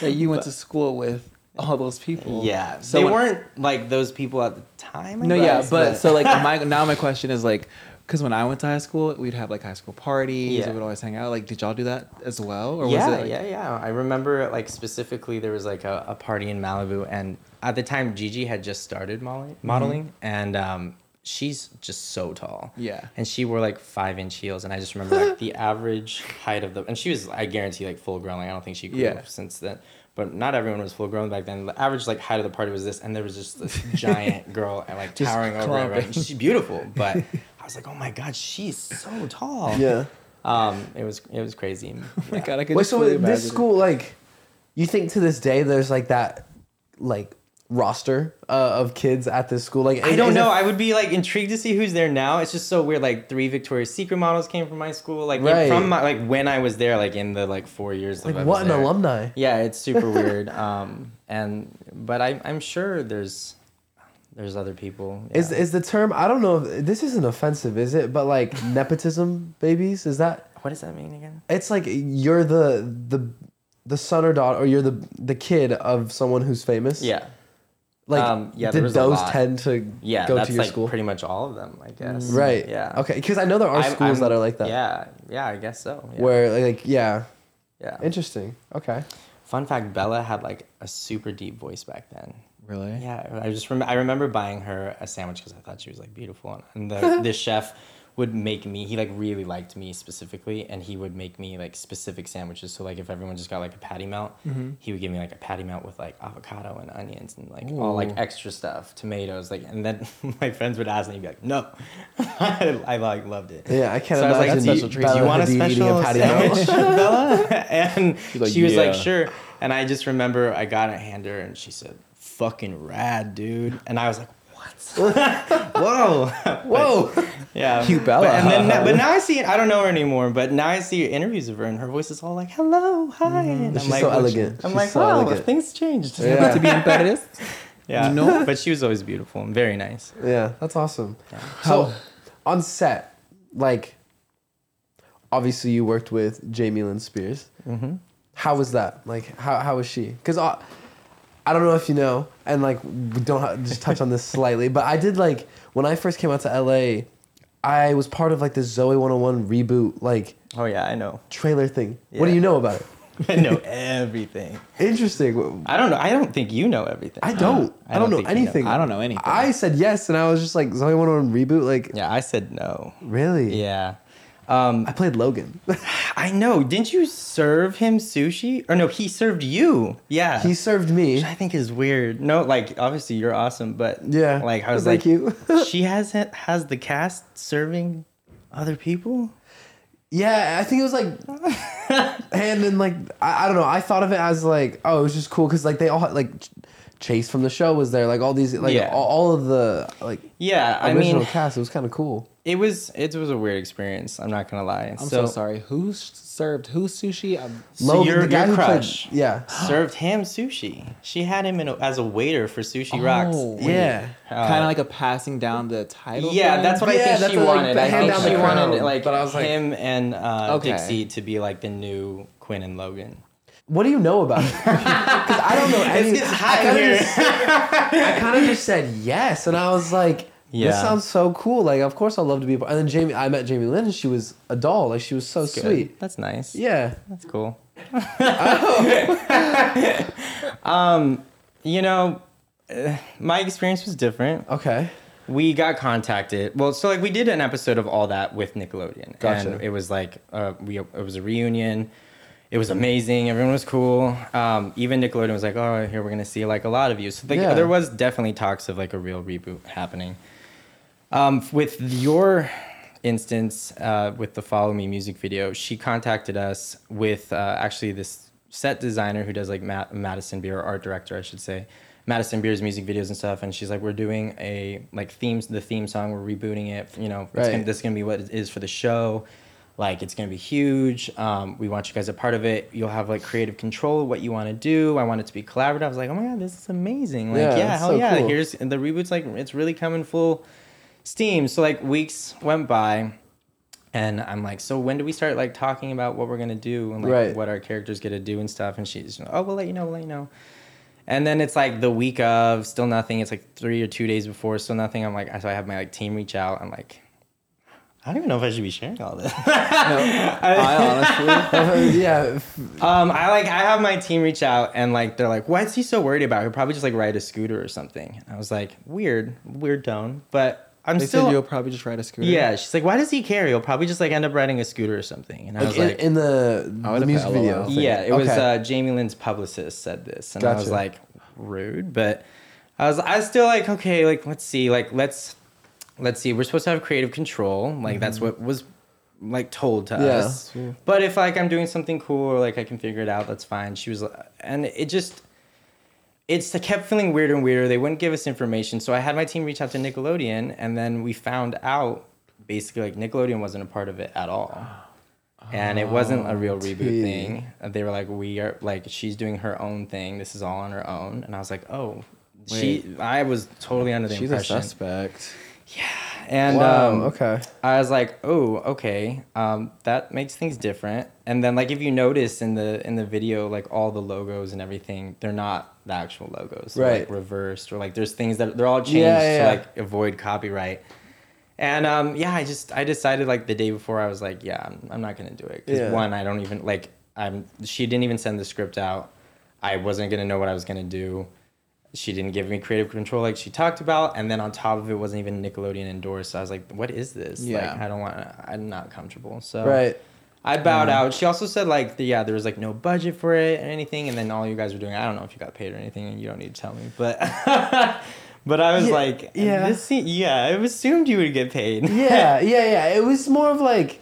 [SPEAKER 1] that you went to school with all those people.
[SPEAKER 2] yeah.
[SPEAKER 1] So
[SPEAKER 2] they
[SPEAKER 1] when-
[SPEAKER 2] weren't like those people at the time. I
[SPEAKER 1] No, yeah,
[SPEAKER 2] guess,
[SPEAKER 1] but so like my now my question is like, because when I went to high school, we'd have like high school parties.
[SPEAKER 2] Yeah.
[SPEAKER 1] We would always hang out. Like, did y'all do that as well, or
[SPEAKER 2] yeah,
[SPEAKER 1] was it? Like,
[SPEAKER 2] yeah, yeah. I remember like specifically there was like a, a party in Malibu, and at the time Gigi had just started modeling,
[SPEAKER 1] Mm-hmm.
[SPEAKER 2] modeling and um, she's just so tall.
[SPEAKER 1] Yeah.
[SPEAKER 2] and she wore like five inch heels, and I just remember like the average height of the, and she was I guarantee like full grown. Like I don't think she grew
[SPEAKER 1] Yeah.
[SPEAKER 2] up since then. But not everyone was full grown back then. The average like height of the party was this, and there was just this giant girl and like
[SPEAKER 1] Just
[SPEAKER 2] towering over everyone.
[SPEAKER 1] clumping.
[SPEAKER 2] She's beautiful, but I was like, oh my god, she's so tall.
[SPEAKER 3] yeah.
[SPEAKER 2] Um, it was it was crazy.
[SPEAKER 1] Oh my God, I could
[SPEAKER 3] Wait,
[SPEAKER 1] just
[SPEAKER 3] so
[SPEAKER 1] fully
[SPEAKER 3] this
[SPEAKER 1] imagine it.
[SPEAKER 3] school, like, you think to this day there's like that, like roster uh, of kids at this school? Like,
[SPEAKER 2] I
[SPEAKER 3] is-
[SPEAKER 2] don't
[SPEAKER 3] is it-
[SPEAKER 2] know. I would be like intrigued to see who's there now. It's just so weird. Like three Victoria's Secret models came from my school. Like
[SPEAKER 3] Right.
[SPEAKER 2] from my, like when I was there, like in the like four years. that I was
[SPEAKER 3] like, what an
[SPEAKER 2] there.
[SPEAKER 3] alumni.
[SPEAKER 2] Yeah, it's super weird. Um, and but I, I'm sure there's there's other people. Yeah.
[SPEAKER 3] Is is the term? I don't know. If, this isn't offensive, is it? But like nepotism babies, is that?
[SPEAKER 2] what does that mean again?
[SPEAKER 3] It's like you're the the the son or daughter, or you're the the kid of someone who's famous.
[SPEAKER 2] Yeah,
[SPEAKER 3] Like,
[SPEAKER 2] Um, yeah, there
[SPEAKER 3] did
[SPEAKER 2] was a
[SPEAKER 3] those
[SPEAKER 2] lot.
[SPEAKER 3] tend to
[SPEAKER 2] yeah.
[SPEAKER 3] go
[SPEAKER 2] that's
[SPEAKER 3] to your
[SPEAKER 2] like
[SPEAKER 3] school?
[SPEAKER 2] pretty much all of them, I guess.
[SPEAKER 3] right.
[SPEAKER 2] Yeah.
[SPEAKER 3] Okay. Because I know there are
[SPEAKER 2] I'm- I'm-
[SPEAKER 3] schools that are like that.
[SPEAKER 2] Yeah. Yeah. I guess so. Yeah.
[SPEAKER 3] Where like yeah,
[SPEAKER 2] yeah.
[SPEAKER 3] interesting. Okay.
[SPEAKER 2] Fun fact: Bella had like a super deep voice back then.
[SPEAKER 1] really?
[SPEAKER 2] Yeah, I just rem- I remember buying her a sandwich because I thought she was like beautiful, and the the chef would make me. He like really liked me specifically, and he would make me like specific sandwiches. So like if everyone just got like a patty melt, he would give me like a patty melt with like avocado and onions and like all like extra stuff, tomatoes, like. And then my friends would ask, and he'd be like, "No," I, I like loved it.
[SPEAKER 3] Yeah, I can't
[SPEAKER 2] So I was like,
[SPEAKER 3] imagine
[SPEAKER 2] "Do you-
[SPEAKER 3] special
[SPEAKER 2] do
[SPEAKER 3] treats.
[SPEAKER 2] you want a
[SPEAKER 3] Bella Hadid eating a
[SPEAKER 2] special
[SPEAKER 3] patty melt?
[SPEAKER 2] sandwich, Bella? And
[SPEAKER 1] like,
[SPEAKER 2] she was like,
[SPEAKER 1] "Yeah."
[SPEAKER 2] "Sure." sure. And I just remember I got a hand her and she said, fucking rad, dude. And I was like, what? Whoa.
[SPEAKER 3] Whoa.
[SPEAKER 2] Yeah.
[SPEAKER 1] Cute Bella.
[SPEAKER 2] But, and then, but now I see, I don't know her anymore, but now I see interviews of her and her voice is all like, hello, hi. And I'm
[SPEAKER 3] Mm-hmm. She's
[SPEAKER 2] like,
[SPEAKER 3] so
[SPEAKER 2] "What-
[SPEAKER 3] elegant.
[SPEAKER 2] I'm
[SPEAKER 3] She's
[SPEAKER 2] like,
[SPEAKER 3] so
[SPEAKER 2] wow,
[SPEAKER 3] elegant."
[SPEAKER 2] things changed.
[SPEAKER 3] Yeah.
[SPEAKER 2] Yeah.
[SPEAKER 1] To be in Paris? You know?
[SPEAKER 2] But she was always beautiful and very nice.
[SPEAKER 3] Yeah, that's awesome. So, on set, like, obviously you worked with Jamie Lynn Spears. Mm-hmm. How was that? Like, how how was she? Because I, I don't know if you know, and like, we don't have, just touch on this slightly, but I did like when I first came out to LA, I was part of like the Zoe 101 reboot like
[SPEAKER 2] Oh, yeah, I know.
[SPEAKER 3] trailer thing. What do
[SPEAKER 2] Yeah.
[SPEAKER 3] you know about it?
[SPEAKER 2] I know everything.
[SPEAKER 3] Interesting.
[SPEAKER 2] I don't know. I don't think you know everything.
[SPEAKER 3] I don't. I don't,
[SPEAKER 2] Uh,
[SPEAKER 3] know
[SPEAKER 2] think you
[SPEAKER 3] anything.
[SPEAKER 1] I don't know anything.
[SPEAKER 3] I said yes, and I was just like Zoe 101 reboot. Like,
[SPEAKER 2] Yeah, I said no.
[SPEAKER 3] really?
[SPEAKER 2] Yeah.
[SPEAKER 3] I played Logan.
[SPEAKER 2] I know. Didn't you serve him sushi? Or no, he served you. Yeah.
[SPEAKER 3] he served me.
[SPEAKER 2] Which I think is weird. No, like obviously you're awesome, but
[SPEAKER 3] Yeah.
[SPEAKER 2] like I was
[SPEAKER 3] Thank
[SPEAKER 2] like,
[SPEAKER 3] you.
[SPEAKER 2] she has has the cast serving other people.
[SPEAKER 3] Yeah, I think it was like, and then like I, I don't know. I thought of it as like, oh, it was just cool because like they all had, like Ch- Chase from the show was there, like all these like
[SPEAKER 2] Yeah.
[SPEAKER 3] all, all of the like
[SPEAKER 2] Yeah, I
[SPEAKER 3] original
[SPEAKER 2] mean,
[SPEAKER 3] cast. It was kind of cool.
[SPEAKER 2] It was it was a weird experience. I'm not gonna lie.
[SPEAKER 1] I'm so, sorry. Who s- served who sushi? Um,
[SPEAKER 2] So your, your crush
[SPEAKER 3] played, yeah,
[SPEAKER 2] served him sushi. She had him in a, as a waiter for Sushi Rocks.
[SPEAKER 1] Oh.
[SPEAKER 3] yeah.
[SPEAKER 1] kind of like a passing down the title.
[SPEAKER 2] Yeah,
[SPEAKER 1] thing?
[SPEAKER 2] that's what
[SPEAKER 3] Yeah,
[SPEAKER 2] I think
[SPEAKER 3] that's
[SPEAKER 2] she
[SPEAKER 3] what, like,
[SPEAKER 2] wanted.
[SPEAKER 3] the
[SPEAKER 2] I
[SPEAKER 3] hand
[SPEAKER 2] think
[SPEAKER 3] down
[SPEAKER 2] she
[SPEAKER 3] the crown.
[SPEAKER 2] wanted like,
[SPEAKER 3] But I was like-
[SPEAKER 2] him and uh,
[SPEAKER 1] Okay.
[SPEAKER 2] Dixie to be like the new Quinn and Logan.
[SPEAKER 3] What do you know about it? Because I don't know any.
[SPEAKER 2] it's hot
[SPEAKER 3] I kinda
[SPEAKER 2] here.
[SPEAKER 3] just- I kind of just said yes, and I was like, "This
[SPEAKER 2] Yeah.
[SPEAKER 3] sounds so cool! Like, of course I love to be." a part. And then Jamie, I met Jamie Lynn, and she was a doll. Like, she was so
[SPEAKER 2] Good.
[SPEAKER 3] sweet.
[SPEAKER 2] That's nice.
[SPEAKER 3] Yeah,
[SPEAKER 2] That's cool. um,
[SPEAKER 3] Oh.
[SPEAKER 2] Um, you know, uh, my experience was different.
[SPEAKER 3] Okay.
[SPEAKER 2] We got contacted. Well, so like we did an episode of all that with Nickelodeon,
[SPEAKER 3] Gotcha.
[SPEAKER 2] and it was like uh, we it was a reunion. It was amazing. Everyone was cool. Um, even Nickelodeon was like, "Oh, here we're gonna see like a lot of you." So like,
[SPEAKER 3] Yeah.
[SPEAKER 2] there was definitely talks of like a real reboot happening. Um, with your instance uh, with the follow me music video she contacted us with uh, actually this set designer who does like Matt, madison beer art director i should say madison beer's music videos and stuff and she's like we're doing a like themes the theme song we're rebooting it you know it's gonna,
[SPEAKER 3] Right.
[SPEAKER 2] this is gonna be what it is for the show like it's gonna be huge um, we want you guys a part of it you'll have like creative control of what you want to do i want it to be collaborative i was like oh my god this is amazing like
[SPEAKER 3] Yeah,
[SPEAKER 2] yeah,
[SPEAKER 3] that's
[SPEAKER 2] hell
[SPEAKER 3] so
[SPEAKER 2] yeah
[SPEAKER 3] cool.
[SPEAKER 2] here's and the reboot's like it's really coming full steam. So like weeks went by, and I'm like, so when do we start like talking about what we're gonna do and like
[SPEAKER 3] Right.
[SPEAKER 2] what our characters gonna do and stuff? And she's, oh, we'll let you know, we'll let you know. And then it's like the week of, still nothing. It's like three or two days before, still nothing. I'm like, so I have my like team reach out. I'm like, I don't even know if I should be sharing all this.
[SPEAKER 1] I honestly.
[SPEAKER 3] yeah,
[SPEAKER 2] Um, I like I have my team reach out and like they're like, "Why is he so worried about? He'll probably just like ride a scooter or something." I was like, "Weird, weird tone," but I'm
[SPEAKER 1] They
[SPEAKER 2] still
[SPEAKER 1] said you'll probably just ride a scooter.
[SPEAKER 2] Yeah, she's like, why does he care? He'll probably just like end up riding a scooter or something. And I
[SPEAKER 3] like,
[SPEAKER 2] was
[SPEAKER 3] in,
[SPEAKER 2] like,
[SPEAKER 3] in the,
[SPEAKER 1] would've
[SPEAKER 3] the music
[SPEAKER 1] felt
[SPEAKER 3] video.
[SPEAKER 1] LOL.
[SPEAKER 2] yeah, it was
[SPEAKER 3] Okay.
[SPEAKER 2] uh, Jamie Lynn's publicist said this, and I was
[SPEAKER 3] Gotcha.
[SPEAKER 2] like, rude, but I was I was still like, okay, like let's see, like let's let's see, we're supposed to have creative control, like that's what was like told to
[SPEAKER 3] Mm-hmm. Yeah.
[SPEAKER 2] us. But if like I'm doing something cool or like I can figure it out, that's fine. She was, and it just it's it kept feeling weirder and weirder. They wouldn't give us information. So I had my team reach out to Nickelodeon and then we found out basically like Nickelodeon wasn't a part of it at all. And it
[SPEAKER 1] Oh,
[SPEAKER 2] wasn't a real reboot
[SPEAKER 3] tea.
[SPEAKER 2] thing. Uh, They were like, we are like she's doing her own thing. This is all on her own. And I was like, oh, she. I was totally under the
[SPEAKER 1] She's a
[SPEAKER 2] impression.
[SPEAKER 1] suspect.
[SPEAKER 2] And
[SPEAKER 3] Wow,
[SPEAKER 2] um,
[SPEAKER 3] okay.
[SPEAKER 2] I was like, oh, okay, um, that makes things different. And then like if you notice in the in the video, like all the logos and everything, they're not the actual logos. They're,
[SPEAKER 3] Right.
[SPEAKER 2] Like reversed or like there's things that they're all changed
[SPEAKER 3] Yeah, yeah,
[SPEAKER 2] to
[SPEAKER 3] yeah.
[SPEAKER 2] like avoid copyright. And um, yeah, I just I decided like the day before I was like, yeah, I'm, I'm not gonna do it. Cause
[SPEAKER 3] Yeah.
[SPEAKER 2] one, I don't even like I'm. She didn't even send the script out. I wasn't gonna know what I was gonna do. She didn't give me creative control like she talked about, and then on top of it wasn't even Nickelodeon endorsed. So I was like, what is this?
[SPEAKER 1] Yeah.
[SPEAKER 2] Like I don't want. I'm not comfortable. So
[SPEAKER 3] Right.
[SPEAKER 2] I bowed out. She also said like, the, yeah, there was like no budget for it or anything, and then all you guys were doing. I don't know if you got paid or anything, and you don't need to tell me, but. But I was like,
[SPEAKER 3] yeah.
[SPEAKER 2] yeah, this se- yeah, I assumed you would get paid.
[SPEAKER 3] Yeah, yeah, yeah. It was more of like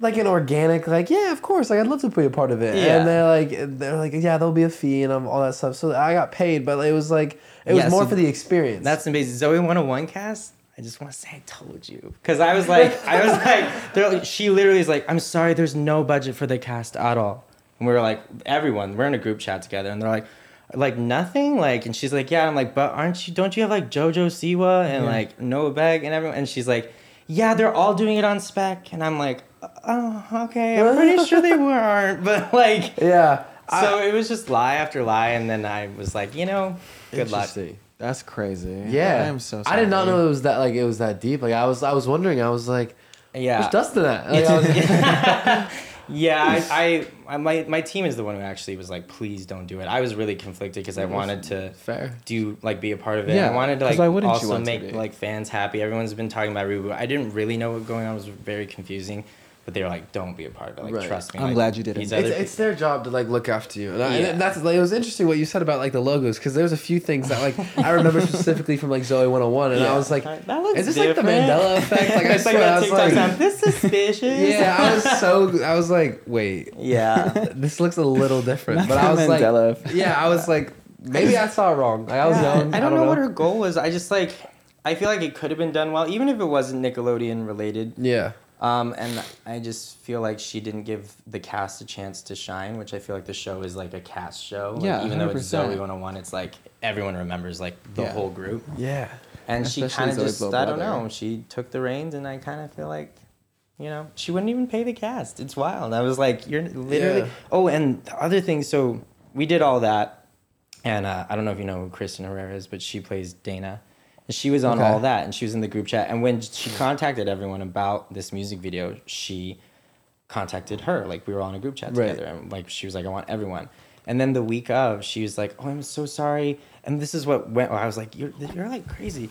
[SPEAKER 3] like an organic, like yeah, of course, like I'd love to be a part of it.
[SPEAKER 2] Yeah.
[SPEAKER 3] And they're like, they're like, yeah, there'll be a fee and um, all that stuff. So I got paid, but it was like, it was
[SPEAKER 2] Yeah,
[SPEAKER 3] more
[SPEAKER 2] so
[SPEAKER 3] for the experience.
[SPEAKER 2] That's amazing. Zoe 101 cast. I just want to say I told you because I was like, I was like, they're like, she literally is like, I'm sorry, there's no budget for the cast at all. And we were like, everyone, we're in a group chat together, and they're like, like nothing, like, and she's like, yeah, I'm like, but aren't you? Don't you have like JoJo Siwa and like Noah Beck and everyone? And she's like, yeah, they're all doing it on spec, and I'm like, oh, okay, I'm pretty sure they weren't, but like,
[SPEAKER 3] yeah. I-
[SPEAKER 2] so it was just lie after lie, and then I was like, you know, good luck.
[SPEAKER 3] Interesting.
[SPEAKER 1] That's crazy.
[SPEAKER 3] Yeah.
[SPEAKER 1] I am so sorry.
[SPEAKER 3] I did not know it was that like it was that deep. Like I was I was wondering, I was like,
[SPEAKER 2] Yeah.
[SPEAKER 3] where's Dustin at? Like, I was-
[SPEAKER 2] Yeah, I, I, I my, my team is the one who actually was like, please don't do it. I was really conflicted because I wanted to
[SPEAKER 3] fair.
[SPEAKER 2] do like be a part of it.
[SPEAKER 1] Yeah,
[SPEAKER 2] I wanted to
[SPEAKER 1] 'cause
[SPEAKER 2] like
[SPEAKER 1] why wouldn't you
[SPEAKER 2] also
[SPEAKER 1] want to
[SPEAKER 2] make
[SPEAKER 1] be?
[SPEAKER 2] like fans happy. Everyone's been talking about reboot. I didn't really know what was going on. It was very confusing. But they were like, don't be a part of it. Like,
[SPEAKER 3] Right.
[SPEAKER 2] trust me.
[SPEAKER 1] I'm
[SPEAKER 2] like,
[SPEAKER 1] glad you didn't.
[SPEAKER 2] these
[SPEAKER 1] It's-
[SPEAKER 2] other
[SPEAKER 3] it's, it's their job to like look after you, and, I,
[SPEAKER 2] Yeah.
[SPEAKER 3] and that's like it was interesting what you said about like the logos because there's a few things that like I remember specifically from like Zoe 101, and I
[SPEAKER 2] Yeah.
[SPEAKER 3] was like,
[SPEAKER 2] Like, that looks
[SPEAKER 3] is this like the
[SPEAKER 2] different.
[SPEAKER 3] Mandela effect? Like I
[SPEAKER 2] it's like
[SPEAKER 3] swear, I
[SPEAKER 2] that
[SPEAKER 3] was
[SPEAKER 2] TikTok
[SPEAKER 3] like,
[SPEAKER 2] sound. This is suspicious.
[SPEAKER 3] yeah, I was so I was like, wait,
[SPEAKER 2] Yeah.
[SPEAKER 3] this looks a little different, but I was
[SPEAKER 1] Mandela
[SPEAKER 3] like, yeah, I was like, maybe I saw it wrong. Like, I was
[SPEAKER 2] Yeah,
[SPEAKER 3] young.
[SPEAKER 2] I, don't know, what her goal was. I just like I feel like it could have been done well, even if it wasn't Nickelodeon related.
[SPEAKER 3] Yeah.
[SPEAKER 2] Um, and I just feel like she didn't give the cast a chance to shine, which I feel like the show is like a cast show. Like,
[SPEAKER 1] Yeah,
[SPEAKER 2] even though it's
[SPEAKER 1] 100%.
[SPEAKER 2] Zoe 101, it's like everyone remembers like the
[SPEAKER 1] Yeah.
[SPEAKER 2] whole group.
[SPEAKER 3] Yeah.
[SPEAKER 2] And she
[SPEAKER 1] Especially
[SPEAKER 2] kind of
[SPEAKER 1] Zoe
[SPEAKER 2] just,
[SPEAKER 1] Blow
[SPEAKER 2] I don't
[SPEAKER 1] Brother.
[SPEAKER 2] know, she took the reins, and I kind of feel like, you know, she wouldn't even pay the cast. It's wild. I was like, you're literally.
[SPEAKER 3] Yeah.
[SPEAKER 2] Oh, and the other thing, so we did all that, and uh, I don't know if you know who Kristen Herrera is, but she plays Dana. And she was on
[SPEAKER 3] Okay.
[SPEAKER 2] all that, and she was in the group chat. And when she contacted everyone about this music video, she contacted her. Like we were all in a group chat
[SPEAKER 3] Right.
[SPEAKER 2] together, and like she was like, "I want everyone." And then the week of, she was like, "Oh, I'm so sorry." And this is what went. I was like, "You're you're like crazy."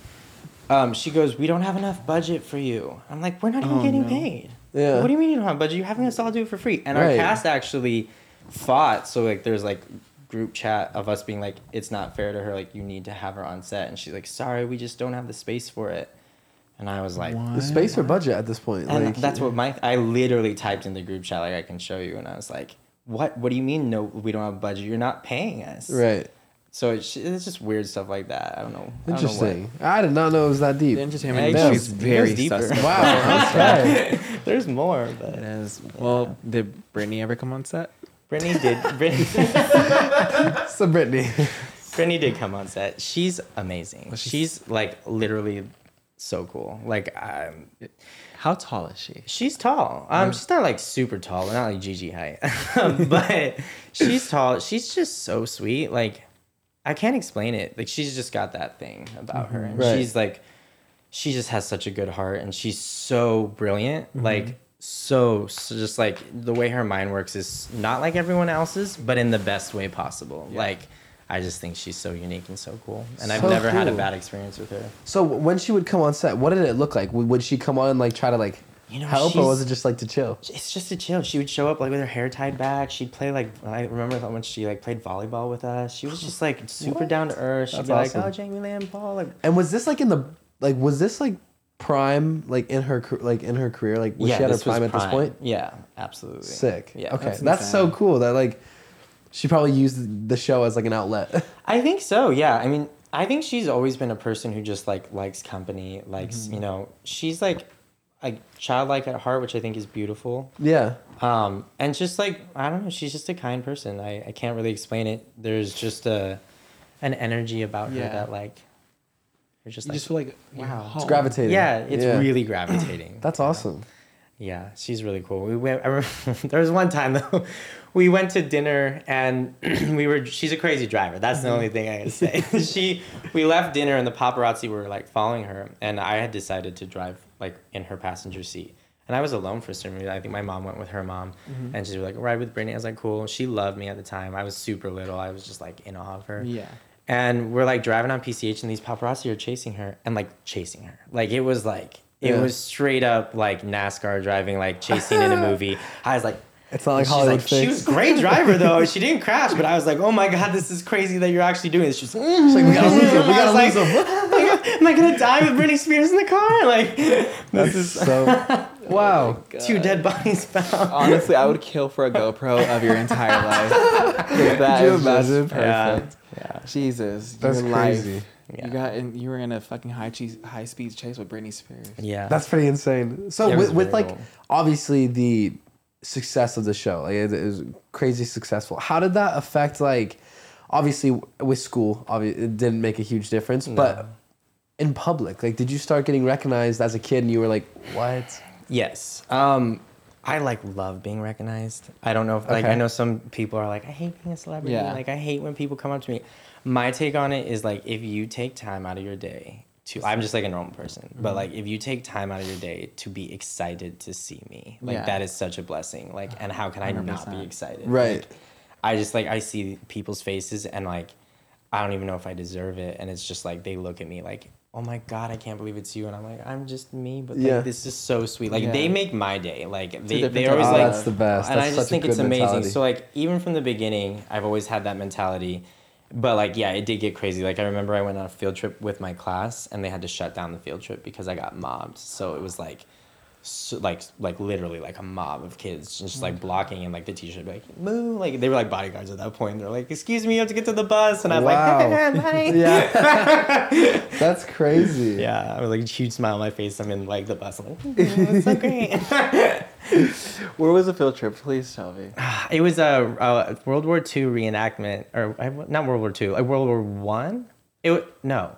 [SPEAKER 2] Um, she goes, "We don't have enough budget for you." I'm like, "We're not even getting paid."
[SPEAKER 3] Oh, Yeah.
[SPEAKER 2] What do you mean you don't have budget? You're having us all do it for free. And our
[SPEAKER 3] Right.
[SPEAKER 2] cast actually fought. So like, there's like group chat of us being like, "It's not fair to her. Like, you need to have her on set." And she's like, "Sorry, we just don't have the space for it." And I was like,
[SPEAKER 3] The space for budget at this point.
[SPEAKER 2] and
[SPEAKER 3] like
[SPEAKER 2] that's what my I literally typed in the group chat like I can show you, and I was like, "What? What do you mean? No, we don't have a budget. You're not paying us."
[SPEAKER 3] Right.
[SPEAKER 2] So it's, it's just weird stuff like that. I don't know. I don't know what-
[SPEAKER 3] Interesting. I, did not know it was that deep.
[SPEAKER 1] The entertainment
[SPEAKER 2] Hey,
[SPEAKER 1] industry
[SPEAKER 2] it
[SPEAKER 1] is
[SPEAKER 2] goes- it
[SPEAKER 1] very
[SPEAKER 2] goes deeper.
[SPEAKER 1] suspect.
[SPEAKER 3] Wow. okay.
[SPEAKER 2] There's more, but
[SPEAKER 1] It is. Well, did Brittany ever come on set?
[SPEAKER 2] Brittany did. Brittany,
[SPEAKER 3] So Brittany.
[SPEAKER 2] Brittany did come on set. She's amazing.
[SPEAKER 1] she's-
[SPEAKER 2] She's like literally so cool. Like um,
[SPEAKER 1] How tall is she?
[SPEAKER 2] She's tall. Um, she's not like super tall, but not like Gigi height. Um, but she's tall. She's just so sweet. Like, I can't explain it. Like, she's just got that thing about her, and
[SPEAKER 3] Right.
[SPEAKER 2] she's like, she just has such a good heart, and she's so brilliant.
[SPEAKER 3] Mm-hmm.
[SPEAKER 2] Like, so, so just like the way her mind works is not like everyone else's, but in the best way possible. Like, I just think she's so unique and so cool, and I've
[SPEAKER 3] So
[SPEAKER 2] never had a
[SPEAKER 3] cool.
[SPEAKER 2] bad experience with her.
[SPEAKER 3] So when she would come on set, what did it look like? Would, would she come on and like try to like
[SPEAKER 2] You know,
[SPEAKER 3] help, or was
[SPEAKER 2] she's-
[SPEAKER 3] it just like to chill?
[SPEAKER 2] it's just a chill. She would show up like with her hair tied back. She'd play like I remember that when she like played volleyball with us. She was just like super down to earth. She'd
[SPEAKER 3] That's
[SPEAKER 2] be
[SPEAKER 3] awesome.
[SPEAKER 2] like, "Oh, Jamie Lynn Paul." Like,
[SPEAKER 3] And was this like in the like was this like prime like in her car- like in her career like was she at her
[SPEAKER 2] this was
[SPEAKER 3] prime at this point?
[SPEAKER 2] Yeah, absolutely.
[SPEAKER 3] Sick.
[SPEAKER 2] Yeah.
[SPEAKER 3] Okay. That's,
[SPEAKER 2] That's-
[SPEAKER 3] so cool that like she probably used the show as like an outlet.
[SPEAKER 2] I think so. Yeah. I mean, I think she's always been a person who just like likes company. Likes
[SPEAKER 3] Mm-hmm.
[SPEAKER 2] you know, she's like like childlike at heart, which I think is beautiful.
[SPEAKER 3] yeah.
[SPEAKER 2] Um, and just like I don't know, she's just a kind person. I, I can't really explain it. There's just a an energy about her
[SPEAKER 1] Yeah.
[SPEAKER 2] that like you're just
[SPEAKER 1] You
[SPEAKER 2] like,
[SPEAKER 1] just feel like wow, it's
[SPEAKER 3] Gravitating.
[SPEAKER 2] Oh, yeah, it's really gravitating.
[SPEAKER 3] That's awesome.
[SPEAKER 2] yeah, she's really cool. We went. I remember, there was one time though, we went to dinner and we were. She's a crazy driver. That's the only thing I can say. she. We left dinner and the paparazzi were like following her, and I had decided to drive like in her passenger seat. And I was alone for some reason. I think my mom went with her mom, and she was like, "Ride with Brittany." I was like, "Cool." She loved me at the time. I was super little. I was just like in awe of her.
[SPEAKER 1] Yeah.
[SPEAKER 2] And we're like driving on PCH, and these paparazzi are chasing her and like chasing her. Like it was like it
[SPEAKER 3] Yeah.
[SPEAKER 2] was straight up like NASCAR driving, like chasing in a movie. I was like,
[SPEAKER 3] It's not like
[SPEAKER 2] she's
[SPEAKER 3] Hollywood
[SPEAKER 2] She
[SPEAKER 3] fakes.
[SPEAKER 2] was great driver though. She didn't crash, but I was like, oh my god, this is crazy that you're actually doing this. She's like, mm,
[SPEAKER 3] It's like we gotta lose him. We
[SPEAKER 2] I
[SPEAKER 3] gotta
[SPEAKER 2] was
[SPEAKER 3] lose
[SPEAKER 2] like, "Oh
[SPEAKER 3] him.
[SPEAKER 2] am I gonna die with Britney Spears in the car? Like this is
[SPEAKER 3] So wow.
[SPEAKER 2] two dead bodies found.
[SPEAKER 1] Honestly, I would kill for a GoPro of your entire life. That
[SPEAKER 3] Could you
[SPEAKER 1] is just
[SPEAKER 3] imagine?
[SPEAKER 1] Perfect. Jesus,
[SPEAKER 3] That's
[SPEAKER 1] your
[SPEAKER 3] crazy.
[SPEAKER 1] Life. You got in, you were in a fucking high cheese, high speed chase with Britney Spears.
[SPEAKER 2] Yeah,
[SPEAKER 3] That's pretty insane. So
[SPEAKER 2] It was
[SPEAKER 3] with, with
[SPEAKER 2] very
[SPEAKER 3] like
[SPEAKER 2] cool.
[SPEAKER 3] obviously the success of the show, like it, it was crazy successful. How did that affect like obviously w- with school? Obviously, it didn't make a huge difference, but in public, like did you start getting recognized as a kid and you were like, what?
[SPEAKER 2] Yes. Um, I like love being recognized. I don't know if like
[SPEAKER 3] Okay.
[SPEAKER 2] I know some people are like I hate being a celebrity.
[SPEAKER 1] Yeah.
[SPEAKER 2] Like I hate when people come up to me. My take on it is like if you take time out of your day to I'm just like a normal person, but like if you take time out of your day to be excited to see me, like
[SPEAKER 1] Yeah.
[SPEAKER 2] that is such a blessing. Like and how can I not be
[SPEAKER 1] 100%.
[SPEAKER 2] excited?
[SPEAKER 3] Right.
[SPEAKER 2] Like, I just like I see people's faces and like I don't even know if I deserve it and it's just like they look at me like oh my god I can't believe it's you and I'm like I'm just me but
[SPEAKER 3] Yeah.
[SPEAKER 2] like this is so sweet like
[SPEAKER 1] Yeah.
[SPEAKER 2] they make my day like they
[SPEAKER 1] different
[SPEAKER 2] they
[SPEAKER 1] type
[SPEAKER 2] always
[SPEAKER 1] of
[SPEAKER 2] like
[SPEAKER 1] love. That's
[SPEAKER 3] the best.
[SPEAKER 2] and
[SPEAKER 3] Oh, That's
[SPEAKER 2] I
[SPEAKER 3] such
[SPEAKER 2] just
[SPEAKER 3] a
[SPEAKER 2] think
[SPEAKER 3] good
[SPEAKER 2] it's amazing
[SPEAKER 3] mentality.
[SPEAKER 2] so like even from the beginning I've always had that mentality but like yeah it did get crazy like I remember I went on a field trip with my class and they had to shut down the field trip because I got mobbed so it was like so, like like literally like a mob of kids just
[SPEAKER 3] Mm.
[SPEAKER 2] like blocking and like the teacher would be like move like they were like bodyguards at that point they're like excuse me you have to get to the bus and I'm
[SPEAKER 3] Wow.
[SPEAKER 2] like hi.
[SPEAKER 3] Yeah. That's crazy.
[SPEAKER 2] yeah I was like a huge smile on my face I'm in like the bus I'm like "Mhm, it's so great
[SPEAKER 1] Where was the field trip? Please tell me.
[SPEAKER 2] it was a, a World War II reenactment or I- not World War II like World War One it wa- no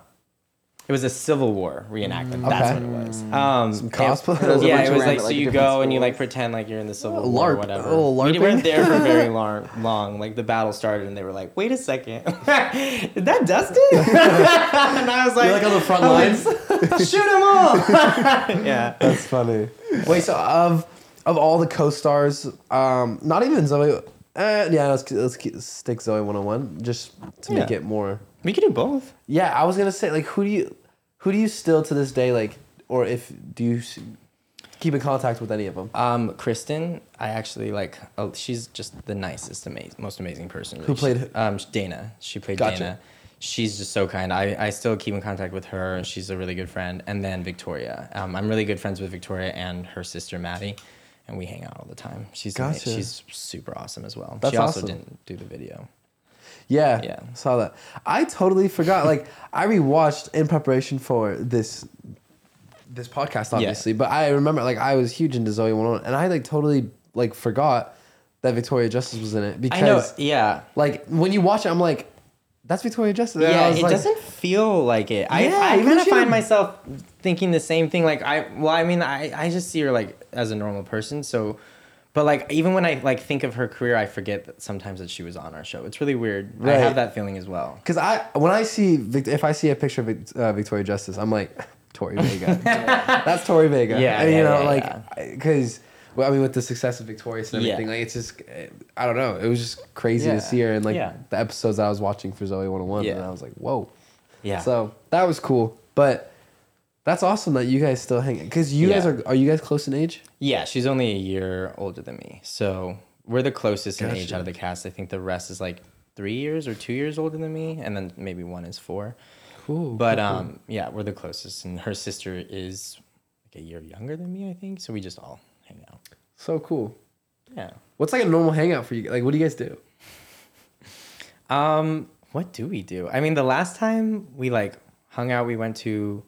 [SPEAKER 2] it was a Civil War reenactment that's
[SPEAKER 3] Mm. Okay.
[SPEAKER 2] what it was um Some
[SPEAKER 3] cosplay? There's
[SPEAKER 1] a
[SPEAKER 2] yeah
[SPEAKER 1] bunch
[SPEAKER 2] it
[SPEAKER 1] of
[SPEAKER 2] was like
[SPEAKER 1] random,
[SPEAKER 2] so
[SPEAKER 1] like,
[SPEAKER 2] you
[SPEAKER 1] different
[SPEAKER 2] go and you
[SPEAKER 1] schools.
[SPEAKER 2] like pretend like you're in the Civil
[SPEAKER 3] Oh,
[SPEAKER 2] War or
[SPEAKER 3] LARP.
[SPEAKER 2] whatever
[SPEAKER 3] Oh,
[SPEAKER 2] we weren't
[SPEAKER 3] LARPing?
[SPEAKER 2] there for very long long like the battle started and they were like wait a second is that Dustin and I was like
[SPEAKER 3] like on the front
[SPEAKER 2] I was
[SPEAKER 3] lines.
[SPEAKER 2] like, shoot them all yeah
[SPEAKER 3] That's funny. Wait, so of of all the co-stars, um, not even Zoe. Uh, yeah, let's let's keep, stick Zoe 101 just to make
[SPEAKER 2] Yeah.
[SPEAKER 3] it more.
[SPEAKER 2] we could do both
[SPEAKER 3] Yeah, I was gonna say like who do you who do you still to this day like or if do you s- keep in contact with any of them
[SPEAKER 2] Um, Kristen, I actually like. Oh, she's just the nicest, amazing, most amazing person.
[SPEAKER 3] Who played
[SPEAKER 2] She,
[SPEAKER 3] who?
[SPEAKER 2] um, Dana. She played
[SPEAKER 3] Gotcha.
[SPEAKER 2] Dana. She's just so kind. I, I still keep in contact with her, and she's a really good friend. And then Victoria. Um, I'm really good friends with Victoria and her sister Maddie, and we hang out all the time. She's ama-
[SPEAKER 3] Gotcha.
[SPEAKER 2] she's super awesome as well.
[SPEAKER 3] That's
[SPEAKER 2] she also
[SPEAKER 3] awesome.
[SPEAKER 2] didn't do the video.
[SPEAKER 3] Yeah,
[SPEAKER 2] Yeah.
[SPEAKER 3] saw that. I totally forgot. Like I rewatched in preparation for this this podcast, obviously, but I remember like I was huge into Zoe 101, and I like totally like forgot that Victoria Justice was in it because
[SPEAKER 2] I know. Yeah.
[SPEAKER 3] like when you watch it, I'm like, that's Victoria Justice. And I
[SPEAKER 2] Yeah,
[SPEAKER 3] was
[SPEAKER 2] it
[SPEAKER 3] like,
[SPEAKER 2] doesn't feel like it. I,
[SPEAKER 3] Yeah,
[SPEAKER 2] I
[SPEAKER 3] even
[SPEAKER 2] kind of
[SPEAKER 3] she
[SPEAKER 2] find
[SPEAKER 3] didn't-
[SPEAKER 2] myself thinking the same thing. Like I, well, I mean, I, I just see her like as a normal person. So, but like even when I like think of her career, I forget that sometimes that she was on our show. It's really weird. I
[SPEAKER 3] Right.
[SPEAKER 2] have that feeling as well.
[SPEAKER 3] Because I when I see Vic- if I see a picture of Vic- uh, Victoria Justice, I'm like Tori Vega. That's Tori Vega.
[SPEAKER 2] Yeah,
[SPEAKER 3] and, you
[SPEAKER 2] yeah,
[SPEAKER 3] know,
[SPEAKER 2] yeah,
[SPEAKER 3] like because well, I mean, with the success of Victorious and
[SPEAKER 2] Yeah.
[SPEAKER 3] everything, like it's just eh, I don't know. It was just crazy
[SPEAKER 1] Yeah.
[SPEAKER 3] to see her and like
[SPEAKER 2] Yeah.
[SPEAKER 3] the episodes I was watching for Zoe 101, and
[SPEAKER 2] Yeah.
[SPEAKER 3] I was like, whoa.
[SPEAKER 2] Yeah.
[SPEAKER 3] So that was cool, but that's awesome that you guys still hang because you guys
[SPEAKER 2] Yeah.
[SPEAKER 3] are are you guys close in age?
[SPEAKER 2] Yeah, she's only a year older than me. So we're the closest in age
[SPEAKER 3] Gotcha.
[SPEAKER 2] out of the cast. I think the rest is like three years or two years older than me, and then maybe one is four. Cool. But um, yeah, we're the closest, and her sister is like a year younger than me, I think. So we just all hang out.
[SPEAKER 3] So cool.
[SPEAKER 2] Yeah.
[SPEAKER 3] What's like a normal hangout for you? Like, what do you guys do?
[SPEAKER 2] Um, what do we do? I mean, the last time we like hung out, we went to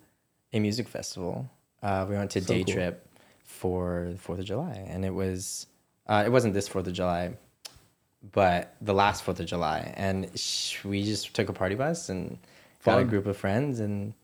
[SPEAKER 2] a music festival. Uh, we went to day
[SPEAKER 3] cool.
[SPEAKER 2] trip for the Fourth of July, and it was uh, it wasn't this Fourth of July, but the last Fourth of July, and sh- we just took a party bus and got a
[SPEAKER 3] Fun.
[SPEAKER 2] group of friends and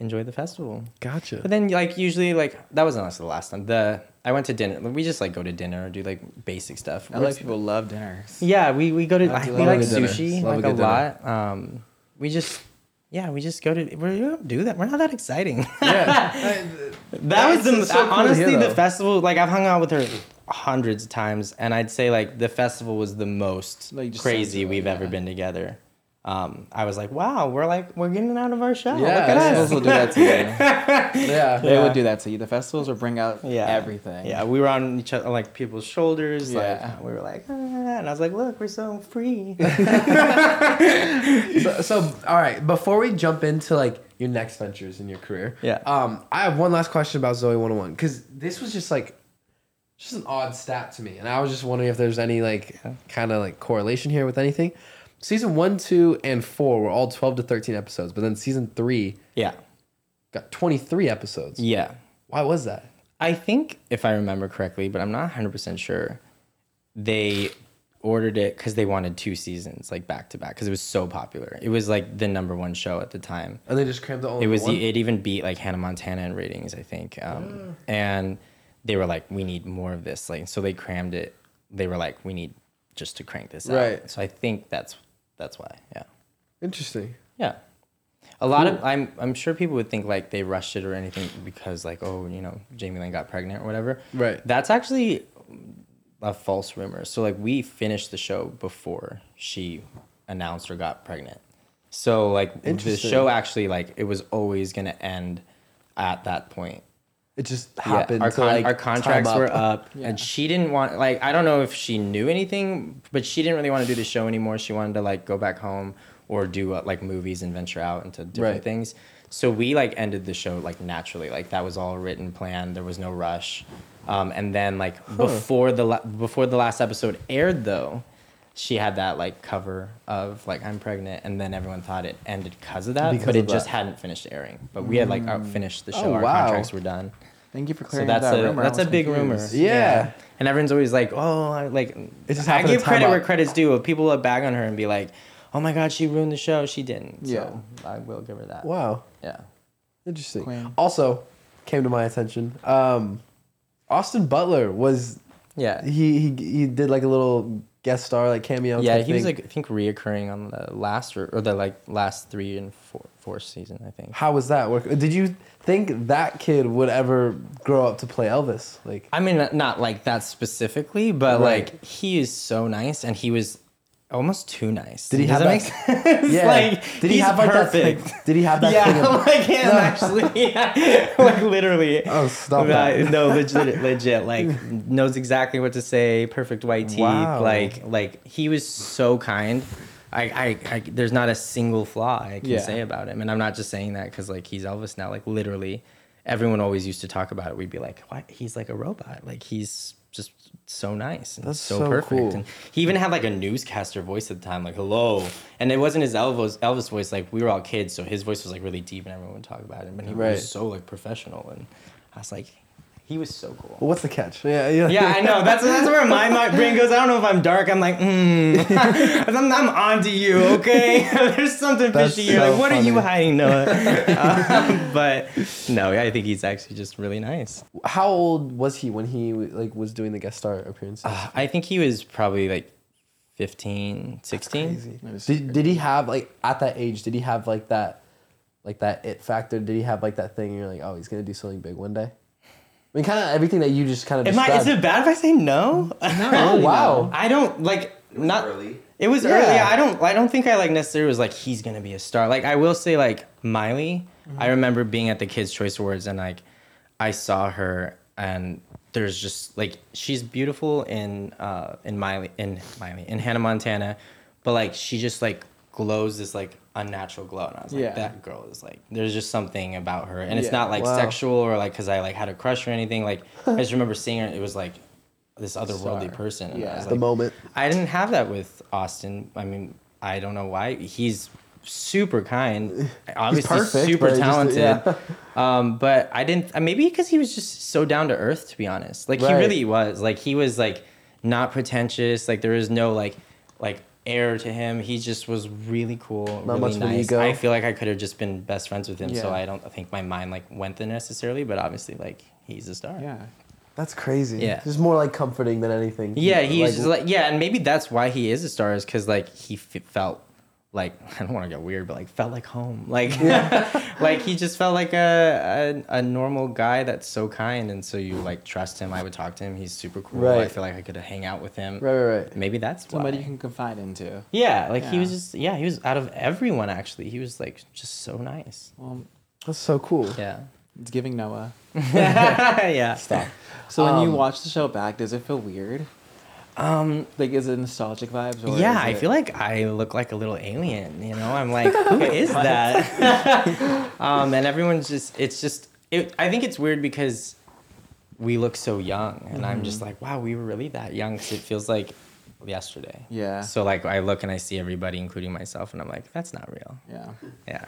[SPEAKER 2] enjoyed the festival.
[SPEAKER 3] Gotcha.
[SPEAKER 2] But then, like usually, like that wasn't us the last time. The I went to dinner. We just like go to dinner and do like basic stuff.
[SPEAKER 1] I
[SPEAKER 2] We're-
[SPEAKER 1] like people love dinners.
[SPEAKER 2] yeah, we, we go to
[SPEAKER 1] I do
[SPEAKER 2] we
[SPEAKER 1] love
[SPEAKER 2] like
[SPEAKER 1] a good dinner.
[SPEAKER 2] sushi
[SPEAKER 3] Love a
[SPEAKER 2] like a,
[SPEAKER 3] good dinner.
[SPEAKER 2] lot. Um, we just yeah, we just go to we're, we don't do that. We're not that exciting. that was the
[SPEAKER 3] it's so cool to
[SPEAKER 2] honestly
[SPEAKER 3] hear,
[SPEAKER 2] the
[SPEAKER 3] though.
[SPEAKER 2] festival. Like I've hung out with her hundreds of times, and I'd say like the festival was the most
[SPEAKER 1] Like, you just
[SPEAKER 2] crazy
[SPEAKER 1] sense it,
[SPEAKER 2] we've ever
[SPEAKER 1] yeah.
[SPEAKER 2] been together. Um, I was like, wow, we're like we're getting out of our shell.
[SPEAKER 3] Yeah,
[SPEAKER 2] Look at
[SPEAKER 3] that's
[SPEAKER 2] us.
[SPEAKER 1] Festivals will do that to you.
[SPEAKER 3] Yeah.
[SPEAKER 1] They would do that to you. The festivals will bring out
[SPEAKER 2] Yeah,
[SPEAKER 1] everything.
[SPEAKER 2] Yeah, we were on each other like people's shoulders.
[SPEAKER 1] Yeah.
[SPEAKER 2] like we were like, ah, and I was like, look, we're so free.
[SPEAKER 3] so, so all right before we jump into like your next ventures in your career
[SPEAKER 2] Yeah.
[SPEAKER 3] um i have one last question about zoe 101 because this was just like just an odd stat to me and i was just wondering if there's any like kind of like correlation here with anything season one two and four were all 12 to 13 episodes but then season three
[SPEAKER 2] yeah,
[SPEAKER 3] got 23 episodes
[SPEAKER 2] yeah.
[SPEAKER 3] why was that
[SPEAKER 2] I think, if I remember correctly, but I'm not 100% sure, they ordered it because they wanted two seasons, like back to back, because it was so popular. It was like the number one show at the time.
[SPEAKER 3] and they just crammed the only
[SPEAKER 2] It was,
[SPEAKER 3] Oh, one?
[SPEAKER 2] it even beat like Hannah Montana in ratings, I think. Um,
[SPEAKER 3] Ah.
[SPEAKER 2] and they were like, we need more of this. Like, so they crammed it. They were like, we need just to crank this out.
[SPEAKER 3] Right.
[SPEAKER 2] So I think that's, that's why. Yeah.
[SPEAKER 3] interesting
[SPEAKER 2] Yeah. A lot of I'm I'm sure people would think like they rushed it or anything because like oh you know Jamie Lynn got pregnant or whatever.
[SPEAKER 3] Right.
[SPEAKER 2] That's actually a false rumor. So like we finished the show before she announced or got pregnant. So like the
[SPEAKER 3] Interesting.
[SPEAKER 2] show actually like it was always gonna end at that point.
[SPEAKER 3] it just
[SPEAKER 2] Yeah,
[SPEAKER 3] happened
[SPEAKER 2] our,
[SPEAKER 3] to,
[SPEAKER 2] con-
[SPEAKER 3] like,
[SPEAKER 2] our
[SPEAKER 3] time
[SPEAKER 2] contracts
[SPEAKER 3] up.
[SPEAKER 2] were up and she didn't want like i don't know if she knew anything but she didn't really want to do the show anymore she wanted to like go back home or do uh, like movies and venture out into different
[SPEAKER 3] Right.
[SPEAKER 2] things. So we like ended the show like naturally, like that was all written, planned. There was no rush. Um, and then like before the la- before the last episode aired, though, she had that like cover of like I'm pregnant, and then everyone thought it ended because of that,
[SPEAKER 3] Because
[SPEAKER 2] but it
[SPEAKER 3] of
[SPEAKER 2] just
[SPEAKER 3] that.
[SPEAKER 2] hadn't finished airing. But we had like out- finished the show.
[SPEAKER 3] Oh,
[SPEAKER 2] Our
[SPEAKER 3] wow.
[SPEAKER 2] contracts were done.
[SPEAKER 1] Thank you for
[SPEAKER 2] So
[SPEAKER 1] clearing up
[SPEAKER 2] that's
[SPEAKER 1] that
[SPEAKER 2] a
[SPEAKER 1] rumor. I
[SPEAKER 2] that's a
[SPEAKER 1] was
[SPEAKER 2] big rumor.
[SPEAKER 1] confused.
[SPEAKER 3] Yeah.
[SPEAKER 2] And everyone's always like, oh, I, like
[SPEAKER 3] It just
[SPEAKER 2] I
[SPEAKER 3] happened to
[SPEAKER 2] give
[SPEAKER 3] time
[SPEAKER 2] credit where
[SPEAKER 3] up.
[SPEAKER 2] credit's due. People will bag on her and be like, oh my god, she ruined the show. She didn't. So
[SPEAKER 1] Yeah.
[SPEAKER 2] I will give her that.
[SPEAKER 3] Wow.
[SPEAKER 2] Yeah.
[SPEAKER 3] Interesting.
[SPEAKER 1] Queen.
[SPEAKER 3] Also, came to my attention. Um, Austin Butler was
[SPEAKER 2] Yeah.
[SPEAKER 3] he he he did like a little guest star like cameo.
[SPEAKER 2] yeah,
[SPEAKER 3] type
[SPEAKER 2] he was
[SPEAKER 3] thing.
[SPEAKER 2] like I think reoccurring on the last or, or the like last three and four fourth season, I think.
[SPEAKER 3] How was that work? Did you think that kid would ever grow up to play Elvis? Like,
[SPEAKER 2] I mean, not like that specifically, but
[SPEAKER 3] Right.
[SPEAKER 2] like he is so nice, and he was almost too nice.
[SPEAKER 3] Did he
[SPEAKER 2] Does
[SPEAKER 3] have
[SPEAKER 2] that
[SPEAKER 3] that-
[SPEAKER 2] make sense?
[SPEAKER 3] yeah.
[SPEAKER 2] like,
[SPEAKER 3] did he
[SPEAKER 2] he's
[SPEAKER 3] have like
[SPEAKER 2] perfect.
[SPEAKER 3] that? Like, did he have that?
[SPEAKER 2] yeah,
[SPEAKER 3] thing of-
[SPEAKER 2] like him actually. Yeah. like literally.
[SPEAKER 3] Oh, stop
[SPEAKER 2] Like,
[SPEAKER 3] that.
[SPEAKER 2] No, legit, legit. Like knows exactly what to say. Perfect white teeth.
[SPEAKER 3] Wow.
[SPEAKER 2] Like, like he was so kind. I, I, I, there's not a single flaw I can
[SPEAKER 1] Yeah.
[SPEAKER 2] say about him, and I'm not just saying that because like he's Elvis now. Like literally, everyone always used to talk about it. We'd be like, "What? He's like a robot. Like he's just so nice and
[SPEAKER 3] That's
[SPEAKER 2] so,
[SPEAKER 3] so
[SPEAKER 2] perfect."
[SPEAKER 3] cool.
[SPEAKER 2] And he even had like a newscaster voice at the time, like "Hello," and it wasn't his Elvis Elvis voice. Like we were all kids, so his voice was like really deep, and everyone would talk about him. But he
[SPEAKER 3] Right.
[SPEAKER 2] was so like professional, and I was like, he was so cool.
[SPEAKER 3] What's the catch? Yeah, yeah.
[SPEAKER 2] Yeah, I know. That's that's where my, my brain goes. I don't know if I'm dark. I'm like, hmm. I'm, I'm onto you, okay? There's something
[SPEAKER 3] That's
[SPEAKER 2] fishy. You're like,
[SPEAKER 3] so
[SPEAKER 2] what are you
[SPEAKER 3] funny.
[SPEAKER 2] hiding, Noah? Um, but no, I think he's actually just really nice.
[SPEAKER 3] How old was he when he like was doing the guest star appearances?
[SPEAKER 2] I think he was probably like 15, 16.
[SPEAKER 3] Did, did he have like at that age? Did he have like that, like that it factor? Did he have like that thing? You're like, oh, he's gonna do something big one day. I mean, kind of everything that you just kind of
[SPEAKER 2] Am I,
[SPEAKER 3] described.
[SPEAKER 2] is it bad if I say no?
[SPEAKER 3] oh wow!
[SPEAKER 2] I don't like not
[SPEAKER 5] early.
[SPEAKER 2] It was
[SPEAKER 3] Yeah.
[SPEAKER 2] early. I don't I don't think I like necessarily was like he's gonna be a star. Like I will say like Miley.
[SPEAKER 1] Mm-hmm.
[SPEAKER 2] I remember being at the Kids Choice Awards and like I saw her and there's just like she's beautiful in uh in Miley in Miley in Hannah Montana, but like she just like glows this like unnatural glow and I was like
[SPEAKER 1] Yeah.
[SPEAKER 2] that girl is like there's just something about her and it's
[SPEAKER 1] Yeah.
[SPEAKER 2] not like
[SPEAKER 3] Wow.
[SPEAKER 2] sexual or like because I like had a crush or anything like I just remember seeing her it was like this otherworldly
[SPEAKER 1] Star.
[SPEAKER 2] person and I
[SPEAKER 1] Yeah.
[SPEAKER 2] was
[SPEAKER 3] The
[SPEAKER 2] like,
[SPEAKER 3] moment.
[SPEAKER 2] I didn't have that with Austin. I mean, I don't know why. He's super kind, obviously
[SPEAKER 3] perfect,
[SPEAKER 2] super
[SPEAKER 3] but it just-
[SPEAKER 2] talented.
[SPEAKER 3] yeah.
[SPEAKER 2] um, but I didn't. uh, Maybe because he was just so down to earth. To be honest, like he
[SPEAKER 3] Right.
[SPEAKER 2] really was. Like he was like not pretentious. Like there is no like like air to him. He just was really cool, really
[SPEAKER 3] much of an
[SPEAKER 2] nice.
[SPEAKER 3] ego.
[SPEAKER 2] I feel like I could have just been best friends with him. So
[SPEAKER 1] Yeah.
[SPEAKER 2] I don't think my mind like went there necessarily. But obviously, like he's a star.
[SPEAKER 1] Yeah.
[SPEAKER 3] That's crazy.
[SPEAKER 2] Yeah.
[SPEAKER 3] Just more like comforting than anything.
[SPEAKER 2] Yeah, he's like, just like yeah, and maybe that's why he is a star is because like he f- felt like I don't want to go weird, but like felt like home, like like he just felt like a, a a normal guy that's so kind, and so you like trust him. I would talk to him. He's super cool. I
[SPEAKER 3] Right.
[SPEAKER 2] feel like I could hang out with him.
[SPEAKER 3] Right, right, right.
[SPEAKER 2] Maybe that's
[SPEAKER 1] Somebody
[SPEAKER 2] why.
[SPEAKER 1] you can confide into.
[SPEAKER 2] yeah, like he
[SPEAKER 1] Yeah.
[SPEAKER 2] was just yeah he was out of everyone actually he was like just so nice.
[SPEAKER 1] Well,
[SPEAKER 3] That's so cool.
[SPEAKER 2] Yeah,
[SPEAKER 1] it's giving Noah.
[SPEAKER 2] yeah. Stop.
[SPEAKER 1] So when
[SPEAKER 2] Um,
[SPEAKER 1] you watch the show back, does it feel weird? Um, like is it nostalgic vibes? Or
[SPEAKER 2] Yeah,
[SPEAKER 1] is
[SPEAKER 2] I
[SPEAKER 1] it-
[SPEAKER 2] feel like I look like a little alien. You know, I'm like, who is that? um, and everyone's just, it's just, it, I think it's weird because we look so young, and I'm
[SPEAKER 1] Mm-hmm.
[SPEAKER 2] just like, wow, we were really that young because it feels like yesterday.
[SPEAKER 1] Yeah.
[SPEAKER 2] So like, I look and I see everybody, including myself, and I'm like, that's not real.
[SPEAKER 1] Yeah.
[SPEAKER 2] Yeah.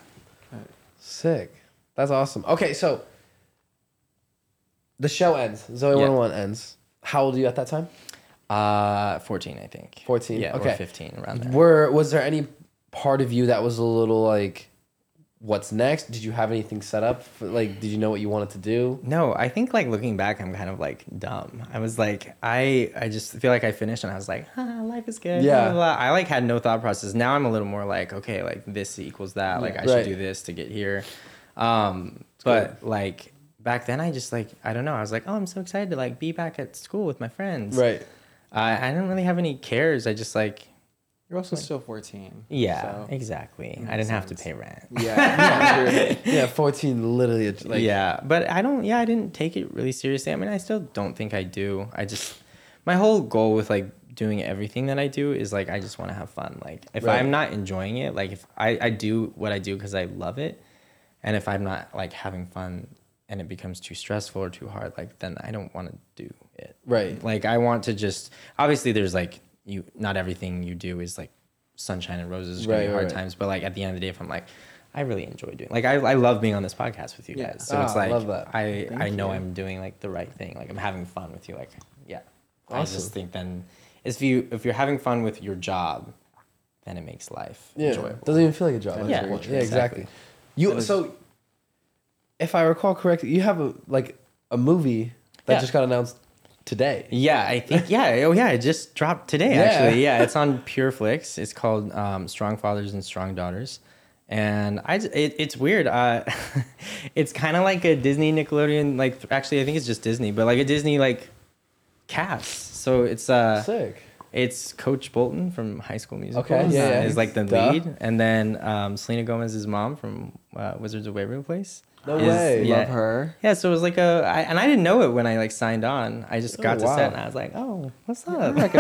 [SPEAKER 3] Sick. That's awesome. Okay, so the show ends. Zoe
[SPEAKER 2] Yeah.
[SPEAKER 3] 101 ends. How old are you at that time?
[SPEAKER 2] Uh, 14, I think.
[SPEAKER 3] 14?
[SPEAKER 2] Yeah.
[SPEAKER 3] Okay.
[SPEAKER 2] Or 15 around there.
[SPEAKER 3] Were was there any part of you that was a little like what's next? Did you have anything set up? For, like did you know what you wanted to do?
[SPEAKER 2] No, I think like looking back, I'm kind of like dumb. I was like, I I just feel like I finished and I was like, ah, life is good. blah,
[SPEAKER 3] Yeah.
[SPEAKER 2] blah, blah." I like had no thought process. Now I'm a little more like, okay, like this equals that. like I
[SPEAKER 3] Right.
[SPEAKER 2] should do this to get here. Um, but like back then, I just like I don't know. I was like, oh, I'm so excited to like be back at school with my friends.
[SPEAKER 3] Right.
[SPEAKER 2] I I didn't really have any cares. I just like
[SPEAKER 1] You're also still 14.
[SPEAKER 2] yeah,
[SPEAKER 1] so-
[SPEAKER 2] exactly. I didn't have to pay rent.
[SPEAKER 1] Yeah. yeah, true.
[SPEAKER 3] Yeah, 14 literally like
[SPEAKER 2] yeah but i don't yeah i didn't take it really seriously i mean i still don't think i do i just my whole goal with like doing everything that I do is like I just want to have fun. Like if
[SPEAKER 3] Right.
[SPEAKER 2] I'm not enjoying it, like if I I do what I do because I love it, and if I'm not like having fun and it becomes too stressful or too hard, like then I don't want to do it.
[SPEAKER 3] Right.
[SPEAKER 2] Like I want to just obviously there's like you not everything you do is like sunshine and roses. There's gonna
[SPEAKER 3] Right,
[SPEAKER 2] be
[SPEAKER 3] right,
[SPEAKER 2] hard
[SPEAKER 3] right.
[SPEAKER 2] times, but like at the end of the day, if I'm like. I really enjoy doing. Like I, I love being on this podcast with you
[SPEAKER 1] Yeah.
[SPEAKER 2] guys. So it's
[SPEAKER 3] Ah, I
[SPEAKER 2] like
[SPEAKER 3] love that.
[SPEAKER 2] I I know I'm doing like the right thing. Like I'm having fun with you. Like yeah. I just think then if you if you're having fun with your job, then it makes life
[SPEAKER 3] Yeah.
[SPEAKER 2] enjoyable.
[SPEAKER 3] Doesn't even feel like a job.
[SPEAKER 2] Yeah.
[SPEAKER 3] Yeah, yeah,
[SPEAKER 2] Exactly.
[SPEAKER 3] exactly. You so if I recall correctly, you have a like a movie that
[SPEAKER 2] Yeah.
[SPEAKER 3] just got announced today.
[SPEAKER 2] Yeah, I think yeah. Oh yeah, it just dropped today
[SPEAKER 3] Yeah.
[SPEAKER 2] actually. Yeah, it's on PureFlix. It's called um, Strong Fathers and Strong Daughters. And I, j- it, it's weird. Uh, it's kind of like a Disney Nickelodeon, like th- actually, I think it's just Disney, but like a Disney like cast. So it's uh,
[SPEAKER 3] Sick.
[SPEAKER 2] It's Coach Bolton from High School Musical.
[SPEAKER 3] Okay, yeah,
[SPEAKER 2] uh,
[SPEAKER 3] yeah.
[SPEAKER 2] Is like the
[SPEAKER 3] Duh.
[SPEAKER 2] lead, and then um, Selena Gomez's mom from uh, Wizards of Waverly Place.
[SPEAKER 3] No
[SPEAKER 2] is-
[SPEAKER 3] way.
[SPEAKER 1] Love her.
[SPEAKER 2] Yeah, so it was like a, I, and I didn't know it when I like signed on. I just got
[SPEAKER 3] Oh,
[SPEAKER 2] to
[SPEAKER 3] wow.
[SPEAKER 2] set and I was like, oh, what's up?
[SPEAKER 3] There's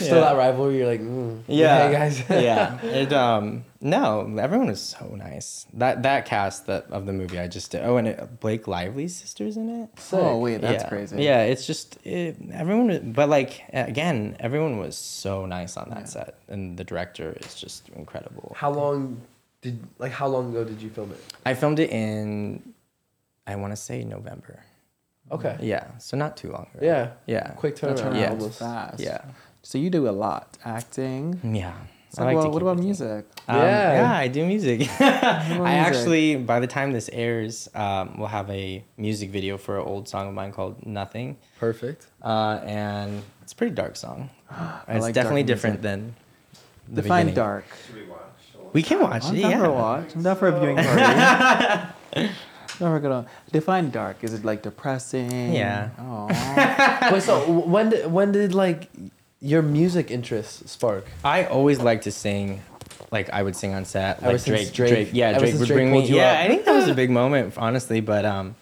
[SPEAKER 3] still
[SPEAKER 2] Yeah.
[SPEAKER 3] that rivalry. You're like, mm,
[SPEAKER 2] yeah,
[SPEAKER 3] hey guys.
[SPEAKER 2] yeah. It um no, everyone was so nice. That that cast that of the movie I just did. Oh, and it, Blake Lively's sisters in it.
[SPEAKER 1] Oh wait, that's
[SPEAKER 2] yeah.
[SPEAKER 1] crazy.
[SPEAKER 2] Yeah, it's just it, everyone, was- but like again, everyone was so nice on that set, and the director is just incredible.
[SPEAKER 3] How long did like how long ago did you film it?
[SPEAKER 2] I filmed it in, I want to say November.
[SPEAKER 3] Okay.
[SPEAKER 2] Yeah, so not too long. ago.
[SPEAKER 3] Yeah.
[SPEAKER 2] yeah,
[SPEAKER 3] Quick
[SPEAKER 1] That
[SPEAKER 3] turnaround.
[SPEAKER 1] turned
[SPEAKER 2] Yeah.
[SPEAKER 1] out
[SPEAKER 3] Almost.
[SPEAKER 1] fast.
[SPEAKER 2] Yeah.
[SPEAKER 1] So you do a lot acting.
[SPEAKER 2] Yeah.
[SPEAKER 1] So,
[SPEAKER 2] I like to
[SPEAKER 1] well, what
[SPEAKER 2] keep
[SPEAKER 1] about
[SPEAKER 2] it deep.
[SPEAKER 1] music?
[SPEAKER 2] Um,
[SPEAKER 3] Yeah.
[SPEAKER 2] yeah. I do music. I actually, by the time this airs, um, we'll have a music video for an old song of mine called Nothing.
[SPEAKER 3] Perfect.
[SPEAKER 2] Uh, and it's a pretty dark song. It's
[SPEAKER 1] like dark
[SPEAKER 2] definitely
[SPEAKER 1] music.
[SPEAKER 2] different than the
[SPEAKER 1] Define
[SPEAKER 2] beginning.
[SPEAKER 1] dark.
[SPEAKER 2] We can watch
[SPEAKER 1] I'm
[SPEAKER 2] it,
[SPEAKER 1] down for
[SPEAKER 2] yeah.
[SPEAKER 1] a watch. I'm down for a viewing party. Now we're gonna define dark. Is it like depressing?
[SPEAKER 2] Yeah.
[SPEAKER 1] Oh,
[SPEAKER 3] Wait, so w- when did when did like your music interests spark?
[SPEAKER 2] I always like to sing. Like I would sing on set,
[SPEAKER 3] Ever
[SPEAKER 2] like
[SPEAKER 3] since
[SPEAKER 2] Drake,
[SPEAKER 3] Drake-
[SPEAKER 2] Drake, yeah,
[SPEAKER 3] ever
[SPEAKER 2] Drake
[SPEAKER 3] since
[SPEAKER 2] would
[SPEAKER 3] Drake
[SPEAKER 2] bring me.
[SPEAKER 3] pulled you
[SPEAKER 2] Yeah,
[SPEAKER 3] up.
[SPEAKER 2] I think that was a big moment, honestly. But um,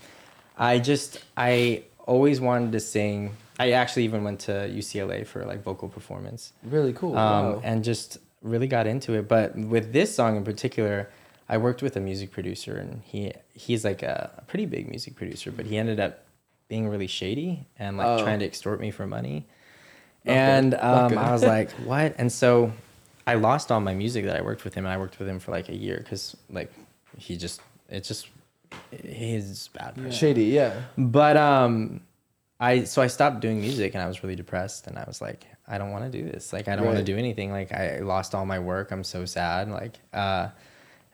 [SPEAKER 2] I just I always wanted to sing. I actually even went to UCLA for like vocal performance.
[SPEAKER 3] Really cool.
[SPEAKER 2] um,
[SPEAKER 3] wow.
[SPEAKER 2] and just really got into it. But with this song in particular, I worked with a music producer, and he he's like a, a pretty big music producer, but he ended up being really shady and like
[SPEAKER 3] Oh.
[SPEAKER 2] trying to extort me for money. And um, I was like, what? And so I lost all my music that I worked with him, and I worked with him for like a year because like he just it just he's a bad. person.
[SPEAKER 3] Shady, yeah.
[SPEAKER 2] But um, I so I stopped doing music and I was really depressed and I was like, I don't want to do this. Like I don't want to
[SPEAKER 3] Right.
[SPEAKER 2] do anything. Like I lost all my work. I'm so sad. Like uh,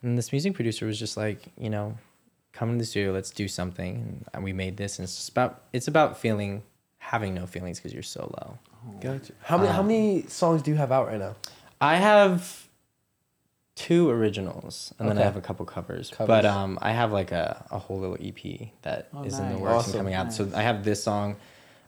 [SPEAKER 2] and this music producer was just like, you know, come to the studio. Let's do something. And we made this. And it's just about it's about feeling having no feelings because you're so low.
[SPEAKER 3] Gotcha. How many how many songs do you have out right now?
[SPEAKER 2] I have two originals and then I
[SPEAKER 3] Okay.
[SPEAKER 2] have a couple covers.
[SPEAKER 3] Covers.
[SPEAKER 2] But um, I have like a, a whole little EP that is in
[SPEAKER 1] Oh,
[SPEAKER 2] the
[SPEAKER 1] nice.
[SPEAKER 2] works
[SPEAKER 3] Awesome.
[SPEAKER 2] and coming out. So I have this song.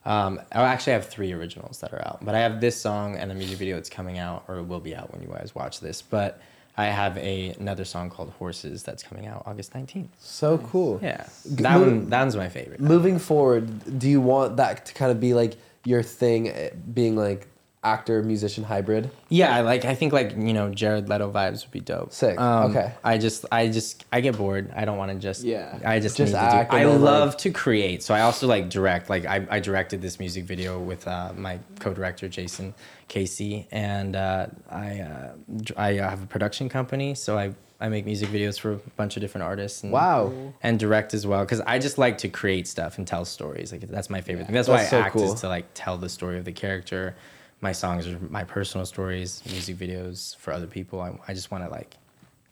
[SPEAKER 2] Um, I actually have three originals that are out, but I have this song and the music video that's coming out or will be out when you guys watch this. But I have a, another song called Horses that's coming out August 19th.
[SPEAKER 3] So cool.
[SPEAKER 2] Yeah. That one, that one's my favorite.
[SPEAKER 3] Moving forward, do you want that to kind of be like your thing eh, being like actor musician hybrid?
[SPEAKER 2] Yeah, I like I think like you know Jared Leto vibes would be dope. Um,
[SPEAKER 3] Sick, okay.
[SPEAKER 2] I just I just I get bored. I don't want to just
[SPEAKER 1] Yeah.
[SPEAKER 2] I just
[SPEAKER 3] Just
[SPEAKER 2] need
[SPEAKER 3] act
[SPEAKER 2] To do,
[SPEAKER 3] and
[SPEAKER 2] I
[SPEAKER 3] then, like-
[SPEAKER 2] love to create, so I also like direct. Like I, I directed this music video with uh, my co-director Jason Casey, and uh, I uh, dr- I uh, have a production company, so I I make music videos for a bunch of different artists. And,
[SPEAKER 3] Wow.
[SPEAKER 2] And direct as well, because I just like to create stuff and tell stories. Like that's my favorite thing. That's, why I
[SPEAKER 3] That's so
[SPEAKER 2] act
[SPEAKER 3] cool.
[SPEAKER 2] is to like tell the story of the character. My songs are my personal stories, music videos for other people. I, I just want to like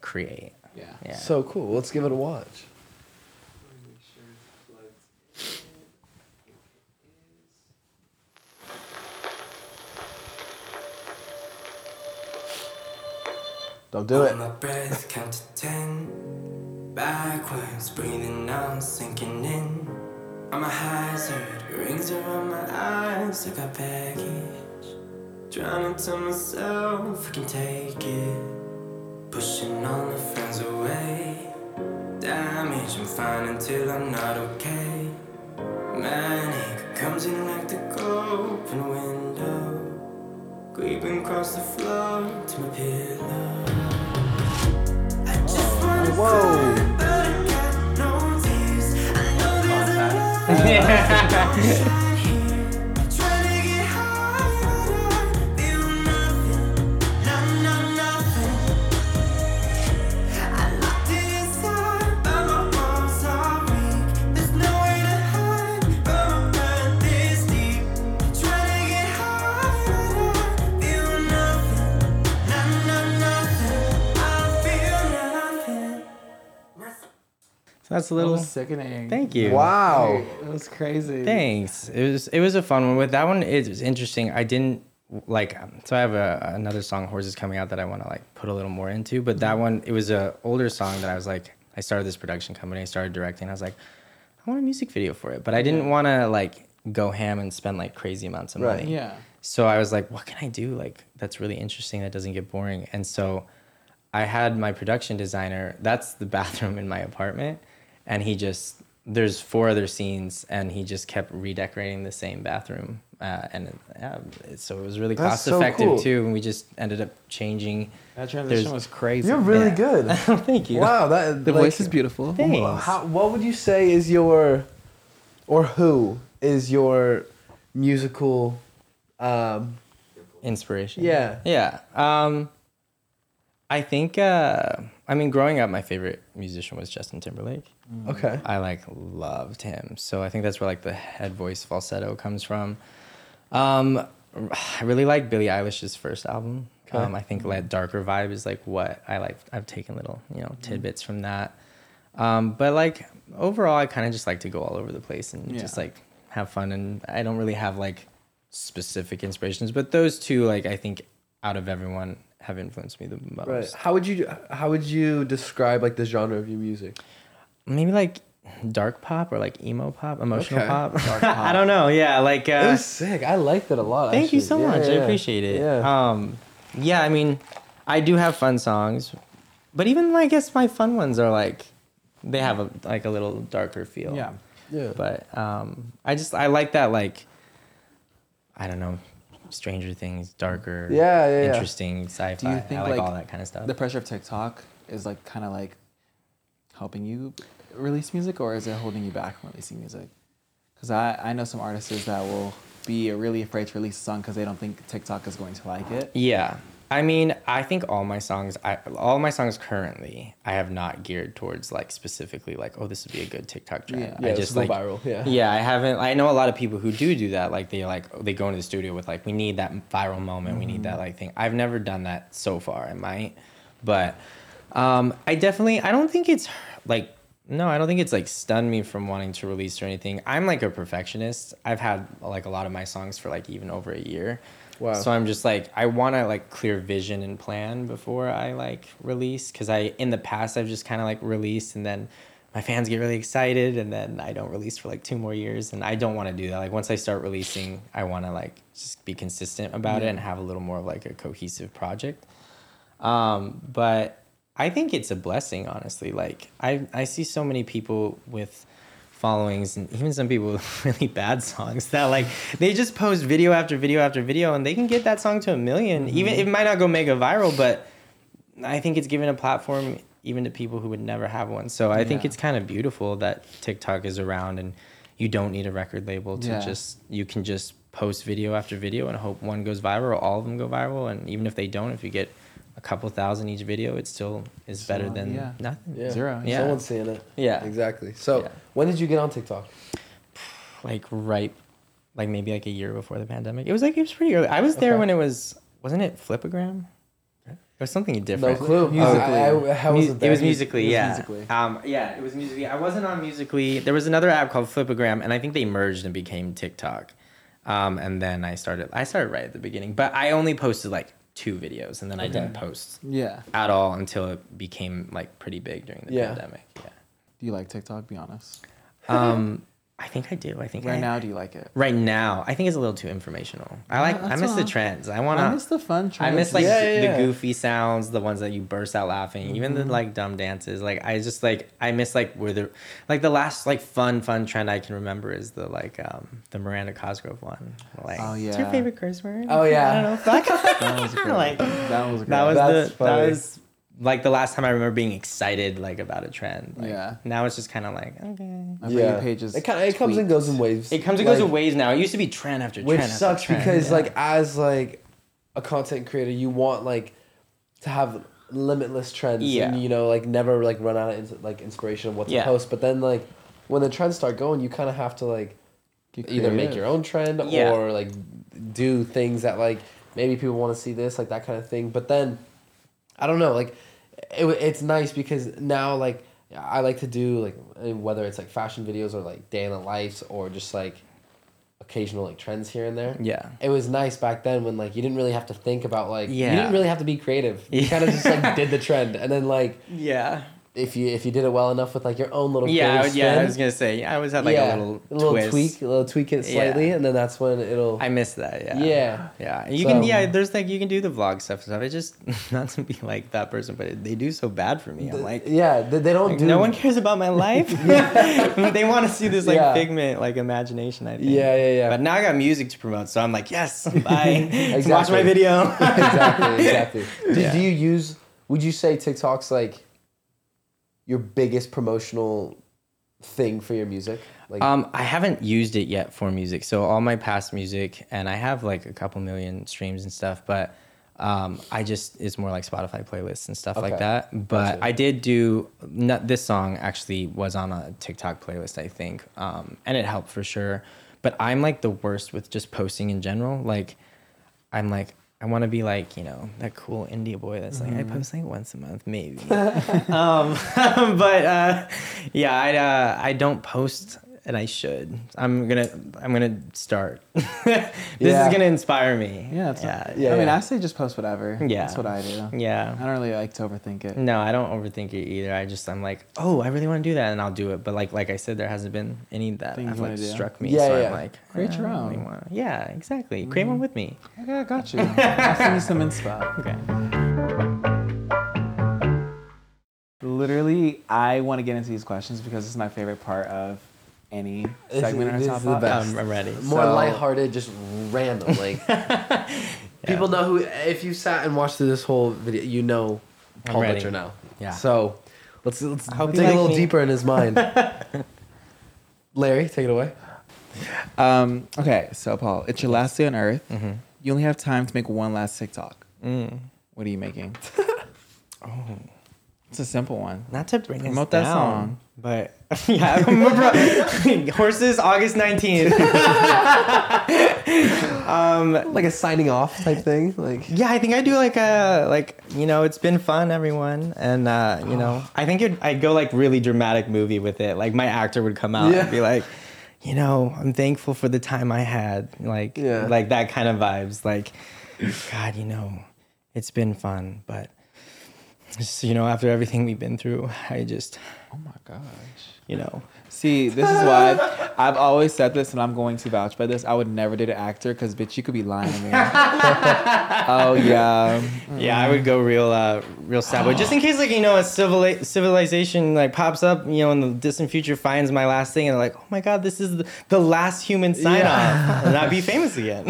[SPEAKER 2] create.
[SPEAKER 1] yeah.
[SPEAKER 2] Yeah.
[SPEAKER 3] So cool. Let's give it a watch. Don't do it.
[SPEAKER 1] Oh,
[SPEAKER 5] Hold my breath, count to ten. Backwards, breathing out, sinking in. I'm a hazard, rings around my eyes, I got baggage. Drowning to myself, I can take it. Pushing all my friends away. Damage, I'm fine until I'm not okay. Manic, come comes in like the open window, creeping across the floor to my pillow. I just wanna
[SPEAKER 3] Whoa.
[SPEAKER 5] cry, but I got no tears. I know there's a light outside here. I'm trying to get high, but I feel nothing. No, no, nothing. I locked it inside, but my walls are weak. There's nowhere to hide, but my mind is deep. Trying to get high, but I feel nothing. No, no, nothing. I feel nothing.
[SPEAKER 2] that's a little.
[SPEAKER 1] Sickening.
[SPEAKER 2] Thank you.
[SPEAKER 3] Wow.
[SPEAKER 1] It was crazy.
[SPEAKER 2] Thanks. It was it was a fun one. With that one, it was interesting. I didn't like. um, So I have a, another song, "Horses," coming out that I want to like put a little more into. But that one, it was a older song that I was like, I started this production company, I started directing. I was like, I want a music video for it, but I didn't want to like go ham and spend like crazy amounts of
[SPEAKER 3] Right.
[SPEAKER 2] money.
[SPEAKER 1] Yeah.
[SPEAKER 2] So I was like, what can I do? Like, that's really interesting. That doesn't get boring. And so I had my production designer, that's the bathroom in my apartment. And he just, there's four other scenes, and he just kept redecorating the same bathroom. Uh, and uh, so it was really
[SPEAKER 3] That's
[SPEAKER 2] cost
[SPEAKER 3] so
[SPEAKER 2] effective
[SPEAKER 3] cool.
[SPEAKER 2] too. And we just ended up changing.
[SPEAKER 1] That transition
[SPEAKER 2] There's-
[SPEAKER 1] was crazy.
[SPEAKER 3] You're really
[SPEAKER 2] Yeah.
[SPEAKER 3] good.
[SPEAKER 2] Thank you.
[SPEAKER 3] Wow, that
[SPEAKER 1] the
[SPEAKER 3] like,
[SPEAKER 1] voice is beautiful.
[SPEAKER 3] Well,
[SPEAKER 2] Thanks.
[SPEAKER 3] How, what would you say is your, or who is your musical? Um,
[SPEAKER 2] inspiration.
[SPEAKER 3] Yeah.
[SPEAKER 2] Yeah. Um, I think, uh, I mean, growing up, my favorite musician was Justin Timberlake.
[SPEAKER 1] Mm.
[SPEAKER 3] okay.
[SPEAKER 2] I like loved him. So I think that's where like the head voice falsetto comes from. Um, I really like Billie Eilish's first album. Um, I think that darker vibe is like what I like. I've taken little you
[SPEAKER 3] Mm-hmm.
[SPEAKER 2] know tidbits from that. Um, but like overall, I kind of just like to go all over the place and just
[SPEAKER 1] Yeah.
[SPEAKER 2] like have fun. And I don't really have like specific inspirations, but those two like I think out of everyone have influenced me the most.
[SPEAKER 3] Right. How would you how would you describe like the genre of your music?
[SPEAKER 2] maybe like dark pop or like emo pop, emotional
[SPEAKER 3] Okay.
[SPEAKER 2] pop. I don't know. Yeah, like uh,
[SPEAKER 3] It was sick. I liked it a lot.
[SPEAKER 2] thank you
[SPEAKER 3] actually.
[SPEAKER 2] so
[SPEAKER 3] Yeah,
[SPEAKER 2] much.
[SPEAKER 3] yeah,
[SPEAKER 2] I
[SPEAKER 3] yeah.
[SPEAKER 2] appreciate it.
[SPEAKER 3] Yeah.
[SPEAKER 2] Yeah. Um, yeah, I mean, I do have fun songs, but even I guess my fun ones are like they have a like a little darker feel.
[SPEAKER 1] Yeah.
[SPEAKER 3] yeah.
[SPEAKER 2] But um, I just I like that like I don't know. Stranger Things, darker,
[SPEAKER 3] Yeah, yeah, yeah.
[SPEAKER 2] interesting sci-fi.
[SPEAKER 1] Do you think
[SPEAKER 2] I
[SPEAKER 1] like,
[SPEAKER 2] like, all that kind of stuff.
[SPEAKER 1] The pressure of TikTok is like kind of like helping you release music, or is it holding you back from releasing music? Because I I know some artists that will be really afraid to release a song because they don't think TikTok is going to like it.
[SPEAKER 2] Yeah. I mean, I think all my songs, I, all my songs currently, I have not geared towards like specifically like, oh, this would be a good TikTok trend.
[SPEAKER 1] Yeah.
[SPEAKER 3] Yeah,
[SPEAKER 2] I
[SPEAKER 3] this
[SPEAKER 2] just
[SPEAKER 3] will
[SPEAKER 2] like
[SPEAKER 3] go viral. Yeah.
[SPEAKER 2] yeah. I haven't. I know a lot of people who do do that. Like they like they go into the studio with like, we need that viral moment. We need
[SPEAKER 3] Mm.
[SPEAKER 2] that like thing. I've never done that so far. I might, but um, I definitely. I don't think it's like no. I don't think it's like stunned me from wanting to release or anything. I'm like a perfectionist. I've had like a lot of my songs for like even over a year.
[SPEAKER 3] Wow.
[SPEAKER 2] So I'm just like I want to like clear vision and plan before I like release because I in the past I've just kind of like released and then my fans get really excited and then I don't release for like two more years and I don't want to do that. Like once I start releasing, I want to like just be consistent about it and have a little more of like a cohesive project. Um, but I think it's a blessing, honestly. Like I, I see so many people with followings and even some people with really bad songs that like they just post video after video after video and they can get that song to a 1000000 Even it might not go mega viral, but I think it's given a platform even to people who would never have one. So I think
[SPEAKER 1] Yeah.
[SPEAKER 2] it's kind of beautiful that TikTok is around and you don't need a record label to
[SPEAKER 1] Yeah.
[SPEAKER 2] just you can just post video after video and hope one goes viral or all of them go viral and even if they don't if you get a couple thousand each video it still is better
[SPEAKER 1] Still,
[SPEAKER 2] than
[SPEAKER 1] yeah.
[SPEAKER 2] nothing
[SPEAKER 3] Yeah.
[SPEAKER 1] Zero.
[SPEAKER 2] Yeah.
[SPEAKER 3] Someone's seeing it.
[SPEAKER 2] Yeah.
[SPEAKER 3] Exactly. So
[SPEAKER 2] Yeah.
[SPEAKER 3] when did you get on TikTok?
[SPEAKER 2] like right like maybe like a year before the pandemic it was like it was pretty early i was there
[SPEAKER 3] Okay.
[SPEAKER 2] when it was wasn't it flipagram it was something
[SPEAKER 3] No
[SPEAKER 2] different
[SPEAKER 3] clue. I, I, how was
[SPEAKER 2] Mu-
[SPEAKER 3] it? There?
[SPEAKER 2] was musically,
[SPEAKER 1] was
[SPEAKER 2] yeah.
[SPEAKER 1] Musical.ly.
[SPEAKER 2] Um, yeah, it was musically. I wasn't on musically. There was another app called Flipagram, and I think they merged and became TikTok. Um, and then I started. I started right at the beginning, but I only posted like two videos, and then I didn't post
[SPEAKER 1] Yeah.
[SPEAKER 2] at all until it became like pretty big during the
[SPEAKER 3] Yeah.
[SPEAKER 2] pandemic. Yeah.
[SPEAKER 1] Do you like TikTok? Be honest.
[SPEAKER 2] I think I do. I think
[SPEAKER 1] Right
[SPEAKER 2] I,
[SPEAKER 1] now, do you like it?
[SPEAKER 2] Right now, I think it's a little too informational. I like. I
[SPEAKER 1] that's
[SPEAKER 2] miss the
[SPEAKER 1] all.
[SPEAKER 2] trends. I want to.
[SPEAKER 1] I miss the fun
[SPEAKER 2] I miss
[SPEAKER 1] trends.
[SPEAKER 2] like
[SPEAKER 3] Yeah,
[SPEAKER 2] the-
[SPEAKER 3] yeah, yeah. Mm-hmm.
[SPEAKER 2] the goofy sounds, the ones that you burst out laughing, even the like dumb dances. Like I just like I miss like where the like the last like fun fun trend I can remember is the like um the Miranda Cosgrove one. Like
[SPEAKER 1] Oh,
[SPEAKER 2] it's your
[SPEAKER 1] yeah.
[SPEAKER 2] favorite curse word?
[SPEAKER 3] Oh, yeah.
[SPEAKER 2] I don't know. Fuck.
[SPEAKER 1] That was great.
[SPEAKER 2] like
[SPEAKER 1] that was great.
[SPEAKER 2] that was
[SPEAKER 3] That's
[SPEAKER 2] the
[SPEAKER 3] funny.
[SPEAKER 2] that was like the last time I remember being excited like about a trend. Like,
[SPEAKER 1] Yeah.
[SPEAKER 2] Now it's just kind of like okay.
[SPEAKER 1] My
[SPEAKER 3] yeah.
[SPEAKER 1] For You page is
[SPEAKER 3] it kind it comes and
[SPEAKER 1] tweaked.
[SPEAKER 3] goes in waves.
[SPEAKER 2] It comes and goes
[SPEAKER 3] Like,
[SPEAKER 2] in waves now. It used to be trend after trend.
[SPEAKER 3] which
[SPEAKER 2] after
[SPEAKER 3] sucks
[SPEAKER 2] trend,
[SPEAKER 3] because
[SPEAKER 2] yeah.
[SPEAKER 3] like as like a content creator you want like to have limitless trends
[SPEAKER 2] Yeah.
[SPEAKER 3] and you know like never like run out of ins- like inspiration of what to
[SPEAKER 2] Yeah.
[SPEAKER 3] post but then like when the trends start going you kind of have to like
[SPEAKER 1] Get
[SPEAKER 3] either make
[SPEAKER 1] creative.
[SPEAKER 3] your own trend
[SPEAKER 2] Yeah.
[SPEAKER 3] or like do things that like maybe people want to see this like that kind of thing but then I don't know, like it, it's nice because now like I like to do like eh, whether it's like fashion videos or like day in the lives or just like occasional like trends here and there.
[SPEAKER 2] Yeah.
[SPEAKER 3] It was nice back then when like you didn't really have to think about like you
[SPEAKER 2] Yeah.
[SPEAKER 3] didn't really have to be creative. You
[SPEAKER 2] Yeah.
[SPEAKER 3] kind of just like did the trend and then like
[SPEAKER 2] yeah.
[SPEAKER 3] if you if you did it well enough with like your own little
[SPEAKER 2] Yeah, I-
[SPEAKER 3] creative
[SPEAKER 2] yeah. I
[SPEAKER 3] spin,
[SPEAKER 2] was gonna say I always had like
[SPEAKER 3] yeah,
[SPEAKER 2] a little, twist.
[SPEAKER 3] tweak, a little tweak it
[SPEAKER 2] Yeah.
[SPEAKER 3] slightly and then that's when it'll
[SPEAKER 2] I miss that. Yeah.
[SPEAKER 3] Yeah.
[SPEAKER 2] Yeah. And You can.
[SPEAKER 3] So-
[SPEAKER 2] Yeah. There's like you can do the vlog stuff and stuff. It just not to be like that person, but it, they do so bad for me. I'm like.
[SPEAKER 3] yeah, they, they don't
[SPEAKER 2] like,
[SPEAKER 3] do
[SPEAKER 2] no one cares about my life. they want to see this like
[SPEAKER 3] Yeah.
[SPEAKER 2] figment, like imagination. I think.
[SPEAKER 3] Yeah, yeah, yeah.
[SPEAKER 2] But now I got music to promote, so I'm like, yes, bye. Watch
[SPEAKER 3] Exactly.
[SPEAKER 2] my video.
[SPEAKER 3] exactly, exactly. Do,
[SPEAKER 2] Yeah.
[SPEAKER 3] do you use? Would you say TikTok's like your biggest promotional thing for your music? Like,
[SPEAKER 2] Um, I haven't used it yet for music. So all my past music, and I have like a couple million streams and stuff, but um, I just it's more like Spotify playlists and stuff
[SPEAKER 3] Okay.
[SPEAKER 2] like that. But I did do not, this song actually was on a TikTok playlist, I think, um, and it helped for sure. But I'm like the worst with just posting in general. Like I'm like. I want to be like you know that cool indie boy that's like
[SPEAKER 1] Mm-hmm.
[SPEAKER 2] I post like once a month maybe, Um, but uh, yeah, I uh, I don't post and I should. I'm gonna I'm gonna start. this
[SPEAKER 3] Yeah.
[SPEAKER 2] is gonna inspire me.
[SPEAKER 1] Yeah, that's
[SPEAKER 2] yeah,
[SPEAKER 1] I mean,
[SPEAKER 3] yeah.
[SPEAKER 1] I say just post whatever.
[SPEAKER 2] Yeah.
[SPEAKER 1] that's what I do.
[SPEAKER 2] Yeah.
[SPEAKER 1] I don't really like to overthink it.
[SPEAKER 2] No, I don't overthink it either. I just I'm like, oh, I really want to do that, and I'll do it. But like like I said, there hasn't been any that
[SPEAKER 1] Things
[SPEAKER 2] have
[SPEAKER 1] you
[SPEAKER 2] like
[SPEAKER 1] wanna do.
[SPEAKER 2] struck me.
[SPEAKER 3] Yeah,
[SPEAKER 2] so
[SPEAKER 3] yeah.
[SPEAKER 2] I'm like, "Uh,
[SPEAKER 1] Create your
[SPEAKER 2] I don't really
[SPEAKER 1] own. Mm-hmm.
[SPEAKER 2] wanna- Yeah, exactly. Create one with me.
[SPEAKER 1] Yeah, I got you. I'll send you some inspo.
[SPEAKER 2] Okay.
[SPEAKER 1] Literally, I want to get into these questions because this is my favorite part of any
[SPEAKER 3] This
[SPEAKER 1] segment
[SPEAKER 3] is-
[SPEAKER 1] on
[SPEAKER 3] this
[SPEAKER 1] Top
[SPEAKER 3] is the
[SPEAKER 1] Box.
[SPEAKER 3] best.
[SPEAKER 2] I'm, I'm ready.
[SPEAKER 3] more
[SPEAKER 1] so-
[SPEAKER 3] lighthearted, just random. Like, people know who. If you sat and watched through this whole video, you know Paul
[SPEAKER 2] ready.
[SPEAKER 3] Butcher now.
[SPEAKER 2] Yeah.
[SPEAKER 3] So let's let's dig
[SPEAKER 2] hope you
[SPEAKER 3] a
[SPEAKER 2] like
[SPEAKER 3] little
[SPEAKER 2] me.
[SPEAKER 3] deeper in his mind. Larry, take it away.
[SPEAKER 1] Um, okay, so Paul, it's your last day on Earth.
[SPEAKER 3] Mm-hmm.
[SPEAKER 1] You only have time to make one last TikTok.
[SPEAKER 3] Mm.
[SPEAKER 1] What are you making? oh, it's a simple one.
[SPEAKER 2] Not to bring
[SPEAKER 1] Promote
[SPEAKER 2] us
[SPEAKER 1] that
[SPEAKER 2] down,
[SPEAKER 1] song.
[SPEAKER 2] but yeah, bro- horses August 19th.
[SPEAKER 3] Like a signing off type thing. Like,
[SPEAKER 2] yeah i think i do like a like you know it's been fun everyone and uh you know
[SPEAKER 1] Oh.
[SPEAKER 2] i think it, i'd go like really dramatic movie with it like my actor would come out
[SPEAKER 3] Yeah.
[SPEAKER 2] and be like you know i'm thankful for the time i had like
[SPEAKER 3] Yeah.
[SPEAKER 2] like that kind of vibes like god you know it's been fun but just, you know after everything we've been through i just
[SPEAKER 1] Oh my gosh.
[SPEAKER 2] you know
[SPEAKER 1] See, this is why I've always said this, and I'm going to vouch by this. I would never date an actor because, bitch, you could be lying to me. oh yeah,
[SPEAKER 2] Mm. Yeah, I would go real, uh, real sad. just in case, like you know, a civili- civilization like pops up, you know, in the distant future, finds my last thing, and they're like, oh my god, this is the, the last human sign off, and I'd be famous again.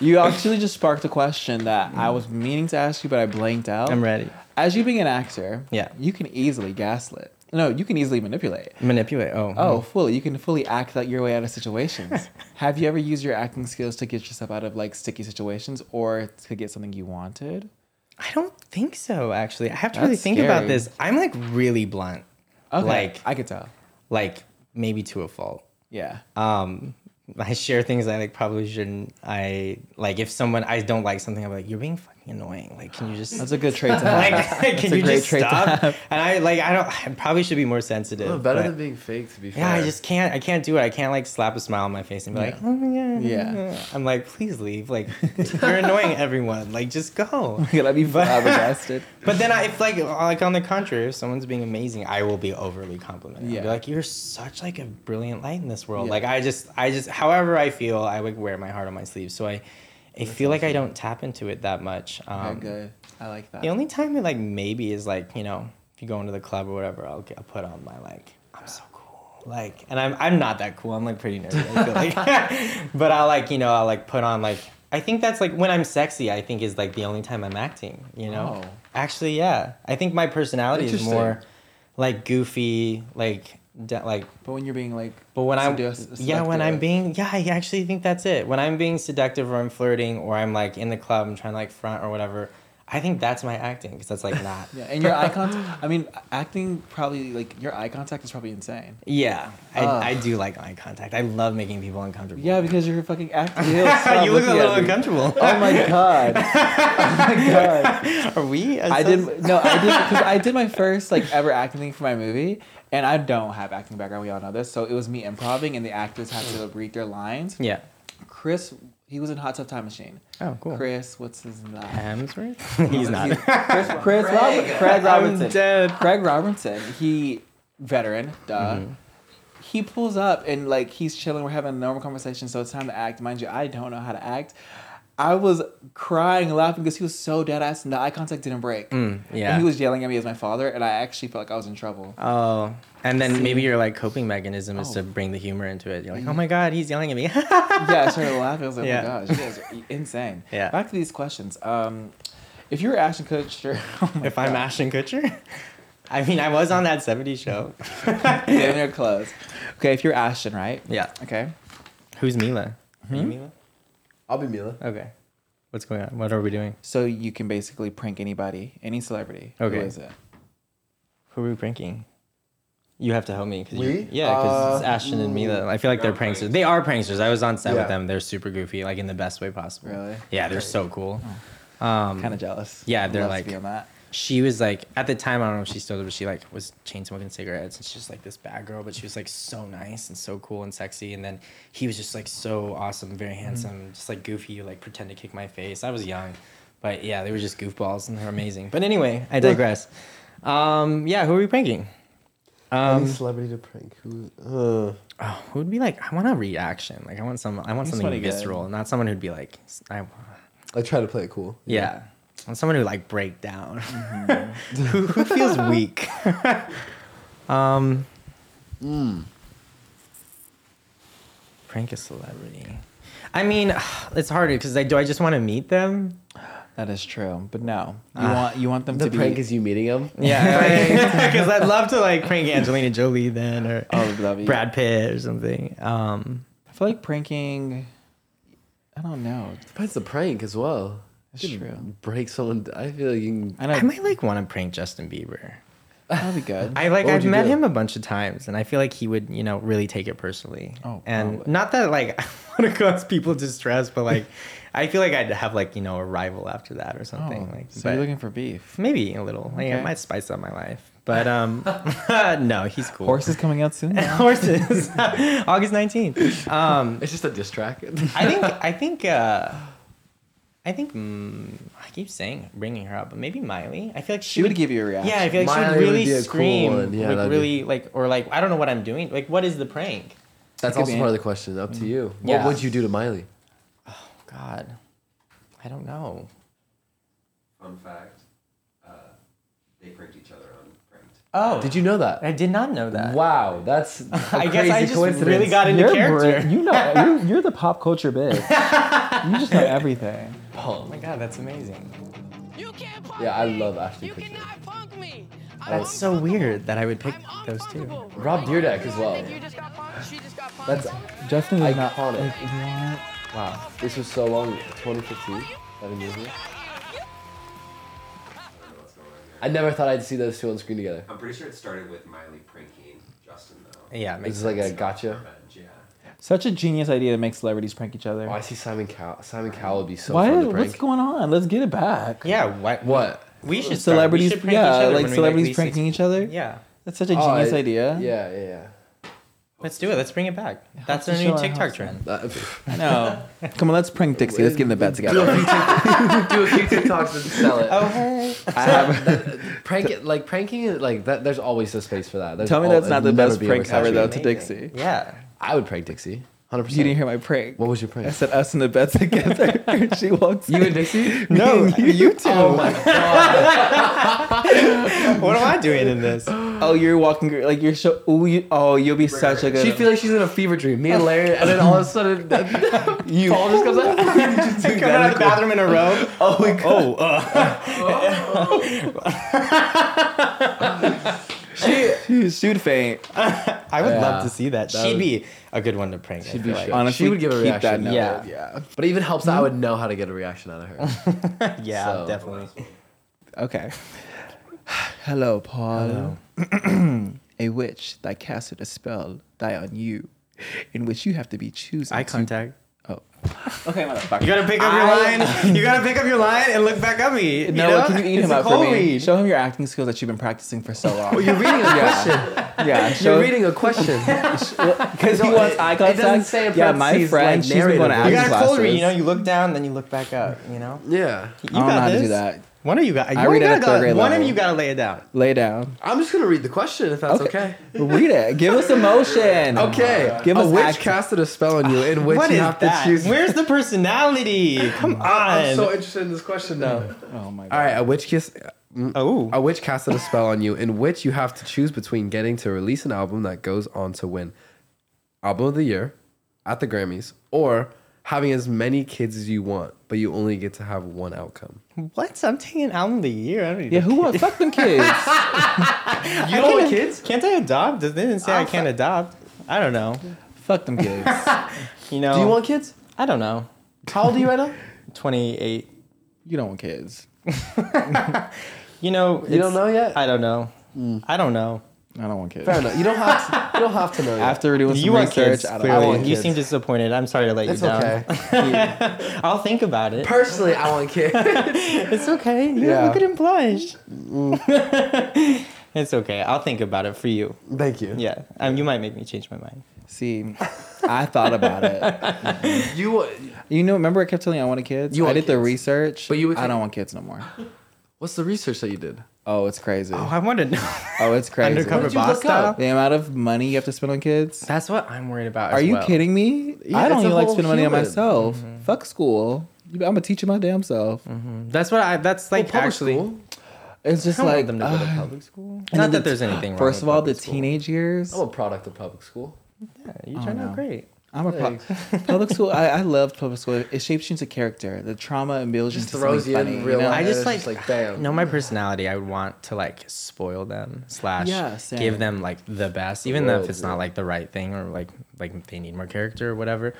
[SPEAKER 1] you actually just sparked a question that I was meaning to ask you, but I blanked out.
[SPEAKER 2] I'm ready.
[SPEAKER 1] As you being an actor,
[SPEAKER 2] Yeah.
[SPEAKER 1] you can easily gaslit. No, you can easily manipulate.
[SPEAKER 2] Manipulate. Oh,
[SPEAKER 1] Oh, fully. You can fully act out your way out of situations. Have you ever used your acting skills to get yourself out of like sticky situations or to get something you wanted?
[SPEAKER 2] I don't think so. Actually, I have to really
[SPEAKER 1] That's
[SPEAKER 2] think about
[SPEAKER 1] scary.
[SPEAKER 2] this. I'm like really blunt,
[SPEAKER 1] Okay.
[SPEAKER 2] Like-
[SPEAKER 1] I could tell.
[SPEAKER 2] like maybe to a fault.
[SPEAKER 1] Yeah.
[SPEAKER 2] um I share things I like probably shouldn't. I like if someone I don't like something, I'm like, you're being fucking fucking annoying. Like, can you just
[SPEAKER 1] That's a good trait to have.
[SPEAKER 2] like,
[SPEAKER 1] That's
[SPEAKER 2] can
[SPEAKER 1] a
[SPEAKER 2] you
[SPEAKER 1] great
[SPEAKER 2] just
[SPEAKER 1] trait to
[SPEAKER 2] stop?
[SPEAKER 1] have.
[SPEAKER 2] And I like, I don't. I probably should be more sensitive.
[SPEAKER 3] Oh, better
[SPEAKER 2] but-
[SPEAKER 3] than being fake, to be fair.
[SPEAKER 2] yeah, I just can't. I can't do it. I can't like slap a smile on my face and be like, oh yeah,
[SPEAKER 1] Yeah.
[SPEAKER 2] I'm like, please leave. Like, you're annoying everyone. Like, just go.
[SPEAKER 1] Could I be flabbergasted?
[SPEAKER 2] But then, I, if like like on the contrary, if someone's being amazing, I will be overly complimented. I'll be
[SPEAKER 1] Yeah.
[SPEAKER 2] like, "You're such like a brilliant light in this world."
[SPEAKER 1] Yeah.
[SPEAKER 2] Like I just, I just, however I feel, I like wear my heart on my sleeve. So I, I feel like I don't tap into it that much. Um,
[SPEAKER 1] okay, good. I like that.
[SPEAKER 2] The only time it like maybe is like you know if you go into the club or whatever, I'll, get, I'll put on my like I'm so cool like, and I'm I'm not that cool. I'm like pretty nerdy. I feel like, but I like you know I like put on like I think that's like when I'm sexy. I think is like the only time I'm acting. You know,
[SPEAKER 1] Oh.
[SPEAKER 2] actually yeah. I think my personality is
[SPEAKER 3] Interesting.
[SPEAKER 2] more like goofy like de- like
[SPEAKER 1] but when you're being like,
[SPEAKER 2] but when I'm
[SPEAKER 1] seduce-
[SPEAKER 2] yeah, when I'm
[SPEAKER 1] seductive,
[SPEAKER 2] being yeah, I actually think that's it. When I'm being seductive or I'm flirting or I'm like in the club and trying to like front or whatever, I think that's my acting because that's like not.
[SPEAKER 1] yeah, and your eye contact. I mean, acting probably like your eye contact is probably insane.
[SPEAKER 2] Yeah, I,
[SPEAKER 1] Ugh.
[SPEAKER 2] I do like eye contact. I love making people uncomfortable.
[SPEAKER 1] Yeah, because you're fucking acting.
[SPEAKER 2] you look a little uncomfortable.
[SPEAKER 1] Oh my god! Oh my god!
[SPEAKER 2] Are we?
[SPEAKER 1] I did no, I did because I did my first like ever acting thing for my movie, and I don't have acting background. We all know this, so it was me improvising, and the actors had to read their lines.
[SPEAKER 2] Yeah.
[SPEAKER 1] Chris, he was in Hot Tub Time Machine.
[SPEAKER 2] Oh, cool.
[SPEAKER 1] Chris, what's his name?
[SPEAKER 2] Hemsworth? He's not.
[SPEAKER 1] Chris, Chris Robert, Craig Robinson.
[SPEAKER 2] dead.
[SPEAKER 1] Craig Robinson. He veteran, duh.
[SPEAKER 2] Mm-hmm.
[SPEAKER 1] He pulls up and like he's chilling. We're having a normal conversation, so it's time to act. Mind you, I don't know how to act. I was crying, laughing because he was so dead ass, and the eye contact didn't break.
[SPEAKER 2] Mm, yeah.
[SPEAKER 1] and he was yelling at me as my father, and I actually felt like I was in trouble.
[SPEAKER 2] Oh, and then maybe your like coping mechanism is to
[SPEAKER 1] Oh. Mm-hmm.
[SPEAKER 2] bring the humor into it. You're like, oh my god, he's yelling at me.
[SPEAKER 1] yeah, I started laughing. I was like,
[SPEAKER 2] Yeah.
[SPEAKER 1] oh my gosh, you guys are insane.
[SPEAKER 2] Yeah.
[SPEAKER 1] Back to these questions. Um, if you were Ashton Kutcher, oh my
[SPEAKER 2] if I'm Ashton Kutcher. I mean, I was on that 70s show.
[SPEAKER 1] damn near close. Okay, if you're Ashton, right?
[SPEAKER 2] Yeah.
[SPEAKER 1] Okay.
[SPEAKER 2] Who's Mila? Are you Mila?
[SPEAKER 3] I'll be Mila.
[SPEAKER 2] Okay. What's going on? What are we doing?
[SPEAKER 1] So you can basically prank anybody, any celebrity.
[SPEAKER 2] Okay.
[SPEAKER 1] Who is it?
[SPEAKER 2] Who are we pranking? You have to help me. 'cause you-
[SPEAKER 3] We? Uh,
[SPEAKER 2] yeah, because it's Ashton and Mila. I feel like they're pranksters. They are pranksters. I was on set
[SPEAKER 3] Yeah.
[SPEAKER 2] with them. They're super goofy, like in the best way possible.
[SPEAKER 1] Really?
[SPEAKER 2] Yeah, they're so cool.
[SPEAKER 1] kind of jealous.
[SPEAKER 2] Um, yeah,
[SPEAKER 1] I'd
[SPEAKER 2] they're
[SPEAKER 1] love to
[SPEAKER 2] like-
[SPEAKER 1] be on that.
[SPEAKER 2] she was like at the time I don't know if she still does, but she like was chain smoking cigarettes and she's like this bad girl, but she was like so nice and so cool and sexy. And then he was just like so awesome, very handsome, just like goofy, like pretend to kick my face. I was young, but yeah, they were just goofballs and they're amazing. But anyway, I digress. um, yeah, who are we pranking? Um,
[SPEAKER 3] Any celebrity to prank? Who? Uh,
[SPEAKER 2] Oh, who would be like? I want a reaction. Like I want some. I want something
[SPEAKER 1] somebody good.
[SPEAKER 2] visceral, not someone who'd be like, s- I.
[SPEAKER 3] I try to play it cool.
[SPEAKER 2] Yeah. I want someone who like break down. who, who feels weak? um
[SPEAKER 1] Hmm.
[SPEAKER 2] prank a celebrity. I mean, it's harder because I do I just want to meet them?
[SPEAKER 1] That is true, but no, you
[SPEAKER 2] Ah,
[SPEAKER 1] want you want them
[SPEAKER 3] The
[SPEAKER 1] to
[SPEAKER 3] prank
[SPEAKER 1] be.
[SPEAKER 3] is you meeting him.
[SPEAKER 2] Yeah. Because I'd love to like prank Angelina Jolie then or
[SPEAKER 1] I would love you.
[SPEAKER 2] Brad Pitt or something. Um
[SPEAKER 1] I feel like pranking. I don't know.
[SPEAKER 3] Depends the prank as well.
[SPEAKER 1] That's
[SPEAKER 3] You
[SPEAKER 1] true.
[SPEAKER 3] can Break someone. I feel like you can.
[SPEAKER 1] I
[SPEAKER 2] I
[SPEAKER 1] know
[SPEAKER 2] might like want to prank Justin Bieber.
[SPEAKER 1] that'd be good.
[SPEAKER 2] I like
[SPEAKER 3] What would
[SPEAKER 2] I've
[SPEAKER 3] you
[SPEAKER 2] met
[SPEAKER 3] do?
[SPEAKER 2] him a bunch of times, and I feel like he would you know really take it personally.
[SPEAKER 1] Oh,
[SPEAKER 2] and
[SPEAKER 1] probably.
[SPEAKER 2] not that like I want to cause people distress, but like I feel like I'd have like you know a rival after that or
[SPEAKER 1] Oh,
[SPEAKER 2] something. like
[SPEAKER 1] so
[SPEAKER 2] but
[SPEAKER 1] you're looking for beef?
[SPEAKER 2] maybe a little. Like, it
[SPEAKER 1] Okay.
[SPEAKER 2] might spice up my life, but um, no, he's cool.
[SPEAKER 1] Horse is coming out soon. now.
[SPEAKER 2] Horses. August nineteenth. Um,
[SPEAKER 3] It's just a diss track.
[SPEAKER 2] I think I think uh, I think mm, I keep saying bringing her up, but maybe Miley. I feel like she,
[SPEAKER 1] She would give you a reaction.
[SPEAKER 2] Yeah, I feel like she
[SPEAKER 3] Miley
[SPEAKER 2] would
[SPEAKER 3] would
[SPEAKER 2] really
[SPEAKER 3] be a cool
[SPEAKER 2] scream,
[SPEAKER 3] one. Yeah,
[SPEAKER 2] like
[SPEAKER 3] that'd be-
[SPEAKER 2] really like or like I don't know what I'm doing. Like what is the prank?
[SPEAKER 3] That's
[SPEAKER 1] could
[SPEAKER 3] also
[SPEAKER 1] be
[SPEAKER 3] part of
[SPEAKER 1] any-
[SPEAKER 3] the question. Up to you.
[SPEAKER 2] Mm. Yeah.
[SPEAKER 3] What would you do to Miley?
[SPEAKER 2] God, I don't know.
[SPEAKER 5] Fun fact, uh, they pranked each other on pranked.
[SPEAKER 2] Oh,
[SPEAKER 3] Did you know that?
[SPEAKER 2] I did not know that.
[SPEAKER 3] Wow, that's.
[SPEAKER 2] I guess I just really got into
[SPEAKER 1] You're
[SPEAKER 2] character.
[SPEAKER 1] Brit- you know, you're, you're the pop culture bitch. you just know everything.
[SPEAKER 2] Oh my God, that's amazing.
[SPEAKER 6] You can't punk
[SPEAKER 3] Yeah, I
[SPEAKER 6] me.
[SPEAKER 3] love Ashton
[SPEAKER 6] You
[SPEAKER 3] Kutcher.
[SPEAKER 6] cannot punk me.
[SPEAKER 2] That's so weird that I would pick those two.
[SPEAKER 3] Rob Dyrdek as well.
[SPEAKER 6] You just got punked. She just got punked.
[SPEAKER 3] That's
[SPEAKER 1] Justin is not
[SPEAKER 3] Iconic.
[SPEAKER 1] Like, what?
[SPEAKER 3] wow. This was so long. 2015. That amazing. I never thought I'd see those two on screen together.
[SPEAKER 5] I'm pretty sure it started with Miley pranking Justin though.
[SPEAKER 2] Yeah, it
[SPEAKER 3] This
[SPEAKER 2] makes
[SPEAKER 3] is like a
[SPEAKER 2] sense.
[SPEAKER 3] gotcha.
[SPEAKER 5] Revenge, yeah.
[SPEAKER 1] Such a genius idea to make celebrities prank each other.
[SPEAKER 3] Oh, I see Simon Cowell. Simon Cowell would be so
[SPEAKER 1] Why-
[SPEAKER 3] fun to
[SPEAKER 1] what's
[SPEAKER 3] prank.
[SPEAKER 1] going on? Let's get it back.
[SPEAKER 2] Yeah, what?
[SPEAKER 3] What?
[SPEAKER 2] We should start-
[SPEAKER 1] celebrities,
[SPEAKER 2] We should prank
[SPEAKER 1] yeah,
[SPEAKER 2] each other
[SPEAKER 1] like
[SPEAKER 2] when we,
[SPEAKER 1] celebrities
[SPEAKER 2] we see-
[SPEAKER 1] pranking each other.
[SPEAKER 2] Yeah,
[SPEAKER 1] that's such a
[SPEAKER 3] Oh,
[SPEAKER 1] genius
[SPEAKER 3] I-
[SPEAKER 1] idea.
[SPEAKER 3] Yeah, yeah, yeah.
[SPEAKER 2] let's do it. Let's bring it back. That's
[SPEAKER 1] to
[SPEAKER 2] our
[SPEAKER 1] show
[SPEAKER 2] new
[SPEAKER 1] our
[SPEAKER 2] TikTok
[SPEAKER 1] house.
[SPEAKER 2] trend.
[SPEAKER 3] That-
[SPEAKER 1] No, come on, let's prank Dixie. Let's get in the bed together.
[SPEAKER 3] do a few TikToks and sell it.
[SPEAKER 2] Oh hey,
[SPEAKER 3] I have prank it like pranking it like that. There's always a space for that. There's
[SPEAKER 1] Tell me
[SPEAKER 3] al-
[SPEAKER 1] that's not Oh, the
[SPEAKER 3] it'll never
[SPEAKER 1] best
[SPEAKER 3] be
[SPEAKER 1] prank ever though to
[SPEAKER 3] oversaturated.
[SPEAKER 1] Dixie.
[SPEAKER 2] yeah.
[SPEAKER 3] I would prank Dixie, hundred
[SPEAKER 1] You didn't
[SPEAKER 3] percent.
[SPEAKER 1] hear my prank.
[SPEAKER 3] What was your prank?
[SPEAKER 1] I said us in the bed together. and she walks.
[SPEAKER 3] You
[SPEAKER 1] in.
[SPEAKER 3] and Dixie?
[SPEAKER 1] No, you two. Oh,
[SPEAKER 2] What am I doing in this?
[SPEAKER 1] Oh, you're walking like you're so. Oh, you, oh, you'll be such a good.
[SPEAKER 3] She'd feel like she's in a fever dream. Me and Larry, and then all of a sudden, you Paul just comes out. You just do
[SPEAKER 2] Coming out of the bathroom in a row. Oh, oh,
[SPEAKER 1] uh, she, she would faint.
[SPEAKER 2] I would
[SPEAKER 3] Yeah.
[SPEAKER 2] love to see that.
[SPEAKER 3] That
[SPEAKER 2] She'd
[SPEAKER 3] would-
[SPEAKER 2] be a good one to prank. She'd
[SPEAKER 3] be shook.
[SPEAKER 1] Honestly,
[SPEAKER 3] she would give a
[SPEAKER 1] keep
[SPEAKER 3] reaction.
[SPEAKER 1] that
[SPEAKER 3] yeah,
[SPEAKER 1] note.
[SPEAKER 3] yeah. But it even helps that I would know how to get a reaction out of her.
[SPEAKER 2] Yeah,
[SPEAKER 3] So-
[SPEAKER 2] definitely.
[SPEAKER 1] Okay. Hello, Paul. a witch that casted a spell die on you, in which you have to be choosing.
[SPEAKER 2] Eye
[SPEAKER 1] to-
[SPEAKER 2] contact.
[SPEAKER 1] Oh. Okay, motherfucker.
[SPEAKER 2] You gotta pick up your line. You gotta pick up your line and look back at me. You
[SPEAKER 1] No,
[SPEAKER 2] know?
[SPEAKER 1] can you eat
[SPEAKER 2] It's
[SPEAKER 1] him
[SPEAKER 2] a
[SPEAKER 1] up for
[SPEAKER 2] cold
[SPEAKER 1] me?
[SPEAKER 2] read.
[SPEAKER 1] Show him your acting skills that you've been practicing for so long.
[SPEAKER 3] You're reading a question.
[SPEAKER 1] yeah,
[SPEAKER 3] You're
[SPEAKER 1] show
[SPEAKER 3] reading a question.
[SPEAKER 1] because he wants eye
[SPEAKER 3] it doesn't
[SPEAKER 1] contact.
[SPEAKER 3] say in
[SPEAKER 1] yeah, my
[SPEAKER 3] parentheses,
[SPEAKER 1] friend,
[SPEAKER 3] like,
[SPEAKER 1] she's been going to
[SPEAKER 3] narrative.
[SPEAKER 2] You
[SPEAKER 1] acting
[SPEAKER 2] got a cold read.
[SPEAKER 1] classes.
[SPEAKER 2] You know, you look down, then you look back up. You know.
[SPEAKER 3] yeah,
[SPEAKER 2] You
[SPEAKER 1] I don't
[SPEAKER 2] got
[SPEAKER 1] know how to do
[SPEAKER 2] this.
[SPEAKER 1] that.
[SPEAKER 2] One of you got. You
[SPEAKER 1] I
[SPEAKER 2] only
[SPEAKER 1] read it at
[SPEAKER 2] gotta go-
[SPEAKER 1] third grade
[SPEAKER 2] One of
[SPEAKER 1] level.
[SPEAKER 2] you gotta lay it down.
[SPEAKER 1] Lay down.
[SPEAKER 3] I'm just gonna read the question if that's okay.
[SPEAKER 1] Read it. Give us emotion.
[SPEAKER 3] Okay.
[SPEAKER 1] Give
[SPEAKER 3] a
[SPEAKER 1] us
[SPEAKER 3] witch
[SPEAKER 1] action.
[SPEAKER 3] casted a spell on you in Oh, which
[SPEAKER 2] What
[SPEAKER 3] you
[SPEAKER 2] is
[SPEAKER 3] have
[SPEAKER 2] that?
[SPEAKER 3] to choose.
[SPEAKER 2] Where's the personality? Come on.
[SPEAKER 3] I'm so interested in this question now.
[SPEAKER 1] Oh my
[SPEAKER 3] All
[SPEAKER 1] god.
[SPEAKER 3] right, a witch kiss.
[SPEAKER 2] oh.
[SPEAKER 3] A witch casted a spell on you in which you have to choose between getting to release an album that goes on to win album of the year at the Grammys or having as many kids as you want, but you only get to have one outcome.
[SPEAKER 2] What? I'm taking album of the year. I don't need
[SPEAKER 1] Yeah,
[SPEAKER 2] to-
[SPEAKER 1] who wants? Fuck them kids.
[SPEAKER 2] You don't want kids? Can't I adopt? They didn't say I can't adopt. I don't know.
[SPEAKER 1] Fuck them kids.
[SPEAKER 2] You know.
[SPEAKER 3] Do you want kids?
[SPEAKER 2] I don't know.
[SPEAKER 3] How old are you right now?
[SPEAKER 2] 28.
[SPEAKER 1] You don't want kids.
[SPEAKER 2] You know.
[SPEAKER 3] You Mm. don't know yet.
[SPEAKER 2] I don't know. I don't know.
[SPEAKER 1] I don't want kids.
[SPEAKER 3] Fair enough. You don't have to. You don't have to know. Yet.
[SPEAKER 1] After doing some
[SPEAKER 2] You want
[SPEAKER 1] research,
[SPEAKER 2] kids?
[SPEAKER 1] I
[SPEAKER 2] clearly.
[SPEAKER 1] don't
[SPEAKER 2] you seem disappointed. I'm sorry to let
[SPEAKER 3] it's
[SPEAKER 2] you down.
[SPEAKER 3] okay.
[SPEAKER 2] I'll think about it.
[SPEAKER 3] Personally, I want kids.
[SPEAKER 2] It's okay. You
[SPEAKER 3] Yeah.
[SPEAKER 2] look at him blush. Mm. it's okay. I'll think about it for you.
[SPEAKER 3] Thank you.
[SPEAKER 2] Yeah. Um, you might make me change my mind.
[SPEAKER 1] See, I thought about it.
[SPEAKER 3] You. wa-
[SPEAKER 1] You know, remember I kept telling you I wanted kids.
[SPEAKER 3] You
[SPEAKER 1] I
[SPEAKER 3] want
[SPEAKER 1] did the
[SPEAKER 3] kids.
[SPEAKER 1] research,
[SPEAKER 3] But you would
[SPEAKER 1] I
[SPEAKER 3] think-
[SPEAKER 1] don't want kids no more.
[SPEAKER 3] What's the research that you did?
[SPEAKER 1] Oh, it's crazy.
[SPEAKER 2] Oh,
[SPEAKER 1] Oh,
[SPEAKER 2] I want to know.
[SPEAKER 1] it's crazy.
[SPEAKER 2] Undercover
[SPEAKER 3] did you
[SPEAKER 2] boss
[SPEAKER 3] look
[SPEAKER 2] style.
[SPEAKER 3] up?
[SPEAKER 1] The amount of money you have to spend on kids.
[SPEAKER 2] That's what I'm worried about.
[SPEAKER 1] Are
[SPEAKER 2] as
[SPEAKER 1] you
[SPEAKER 2] well.
[SPEAKER 1] kidding me?
[SPEAKER 3] Yeah,
[SPEAKER 1] I don't
[SPEAKER 3] it's a
[SPEAKER 1] even like
[SPEAKER 3] whole
[SPEAKER 1] spending money on
[SPEAKER 3] human.
[SPEAKER 1] myself. Fuck school. I'm gonna teach you my damn self.
[SPEAKER 2] That's what I. That's like
[SPEAKER 3] public
[SPEAKER 2] actually.
[SPEAKER 3] school.
[SPEAKER 1] It's just
[SPEAKER 2] I don't
[SPEAKER 1] like
[SPEAKER 2] want them to go to
[SPEAKER 1] ugh.
[SPEAKER 2] public
[SPEAKER 1] And
[SPEAKER 2] school. Not
[SPEAKER 1] then
[SPEAKER 2] that
[SPEAKER 1] the-
[SPEAKER 2] there's anything wrong.
[SPEAKER 1] First
[SPEAKER 2] with
[SPEAKER 1] of all, the
[SPEAKER 2] public school.
[SPEAKER 1] teenage years.
[SPEAKER 3] I'm a product of public school.
[SPEAKER 2] You turned
[SPEAKER 1] no.
[SPEAKER 2] out great.
[SPEAKER 1] I'm a pro- public school. I, I loved public school. It shapes you into character. The trauma and builds you
[SPEAKER 3] Just
[SPEAKER 1] into
[SPEAKER 3] throws
[SPEAKER 1] something
[SPEAKER 3] you in
[SPEAKER 1] funny,
[SPEAKER 3] real
[SPEAKER 1] know?
[SPEAKER 3] life.
[SPEAKER 2] I
[SPEAKER 3] Yeah,
[SPEAKER 2] just
[SPEAKER 3] it's
[SPEAKER 2] like,
[SPEAKER 3] just like, bam.
[SPEAKER 2] know my personality. I would want to like spoil them slash
[SPEAKER 1] Yeah, same.
[SPEAKER 2] give them like the best, even though if
[SPEAKER 3] world,
[SPEAKER 2] it's
[SPEAKER 3] yeah.
[SPEAKER 2] not like the right thing or like like they need more character or whatever.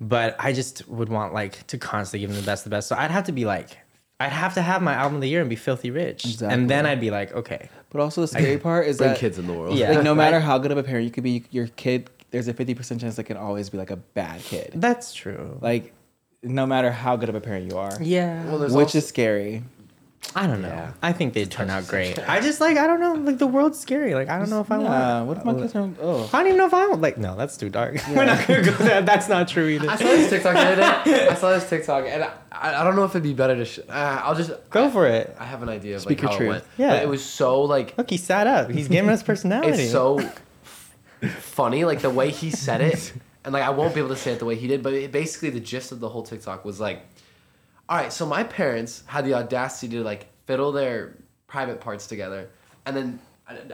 [SPEAKER 2] But I just would want like to constantly give them the best, the best. So I'd have to be like, I'd have to have my album of the year and be filthy rich, and then
[SPEAKER 1] Exactly.
[SPEAKER 2] I'd be like, okay,
[SPEAKER 1] But also the scary part is
[SPEAKER 3] Bring
[SPEAKER 1] that
[SPEAKER 3] kids in the world.
[SPEAKER 2] Yeah.
[SPEAKER 1] like no
[SPEAKER 2] Right.
[SPEAKER 1] matter how good of a parent you could be, your kid there's a fifty percent chance they can always be like a bad kid.
[SPEAKER 2] that's true. Like,
[SPEAKER 1] Like no matter how good of a parent you are,
[SPEAKER 2] yeah,
[SPEAKER 3] Well, there's
[SPEAKER 1] which
[SPEAKER 3] also-
[SPEAKER 1] is scary.
[SPEAKER 2] I don't know. I think they'd turn out great. I just like I don't know. Like the world's scary. Like I don't know if I
[SPEAKER 1] Uh,
[SPEAKER 2] want.
[SPEAKER 1] what if my kids are? Oh,
[SPEAKER 2] I don't even know if I want. Like no, that's too dark. We're not gonna go there. That's not true either.
[SPEAKER 3] I saw this TikTok the other day. I saw this TikTok, and I, I don't know if it'd be better to. Sh- uh, I'll just
[SPEAKER 2] Go for it.
[SPEAKER 3] I have an idea of
[SPEAKER 1] Speak
[SPEAKER 3] like
[SPEAKER 1] your
[SPEAKER 3] how
[SPEAKER 1] truth.
[SPEAKER 3] it went.
[SPEAKER 2] Yeah.
[SPEAKER 3] but it was so like
[SPEAKER 2] Look, he sat up. He's giving us personality.
[SPEAKER 3] it's so funny, like the way he said it, and like I won't be able to say it the way he did, but it, basically the gist of the whole TikTok was like, all right, so my parents had the audacity to like fiddle their private parts together, and then. I-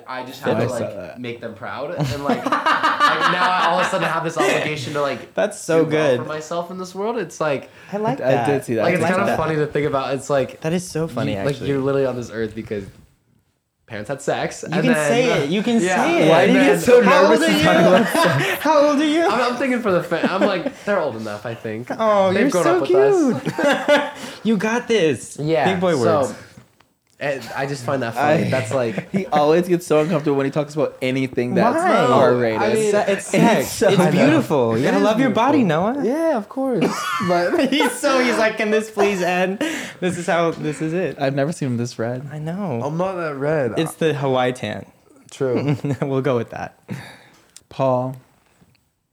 [SPEAKER 3] I just had to
[SPEAKER 1] I saw
[SPEAKER 3] like
[SPEAKER 1] that.
[SPEAKER 3] make them proud, and like, like now I all of a sudden have this obligation to like
[SPEAKER 2] That's so
[SPEAKER 3] do well
[SPEAKER 2] good.
[SPEAKER 3] for myself in this world. It's like
[SPEAKER 2] I like
[SPEAKER 1] I
[SPEAKER 2] that.
[SPEAKER 1] did see that.
[SPEAKER 3] like
[SPEAKER 1] I
[SPEAKER 3] it's
[SPEAKER 1] like
[SPEAKER 3] kind of
[SPEAKER 1] that.
[SPEAKER 3] funny to think about. It's like
[SPEAKER 2] That is so funny.
[SPEAKER 3] you-
[SPEAKER 2] actually,
[SPEAKER 3] like you're literally on this earth because parents had sex.
[SPEAKER 2] you can
[SPEAKER 3] uh,
[SPEAKER 2] say it. You can say it.
[SPEAKER 3] Why do you get so
[SPEAKER 2] How old
[SPEAKER 3] nervous?
[SPEAKER 2] are you? How old are you?
[SPEAKER 3] I'm, I'm thinking for the. Fa- I'm like they're old enough. I think.
[SPEAKER 2] Oh,
[SPEAKER 3] They've
[SPEAKER 2] you're
[SPEAKER 3] grown
[SPEAKER 2] so
[SPEAKER 3] up with us.
[SPEAKER 2] cute. you got this.
[SPEAKER 3] Yeah.
[SPEAKER 2] Big boy words.
[SPEAKER 3] So, And I just find that funny.
[SPEAKER 1] I-
[SPEAKER 3] That's like
[SPEAKER 1] He always gets so uncomfortable when he talks about anything that's
[SPEAKER 2] Why?
[SPEAKER 1] R-rated.
[SPEAKER 3] I mean,
[SPEAKER 2] It's sex.
[SPEAKER 1] so-
[SPEAKER 2] it's
[SPEAKER 1] I know.
[SPEAKER 2] beautiful. You
[SPEAKER 3] It
[SPEAKER 2] gotta
[SPEAKER 3] is
[SPEAKER 2] love your body, Noah.
[SPEAKER 3] yeah, of course. But
[SPEAKER 2] he's so he's like, can this please end? This is how this is it.
[SPEAKER 1] I've never seen him this red.
[SPEAKER 2] I know.
[SPEAKER 3] I'm not that red.
[SPEAKER 2] It's the Hawaii tan.
[SPEAKER 3] true.
[SPEAKER 2] we'll go with that.
[SPEAKER 1] Paul,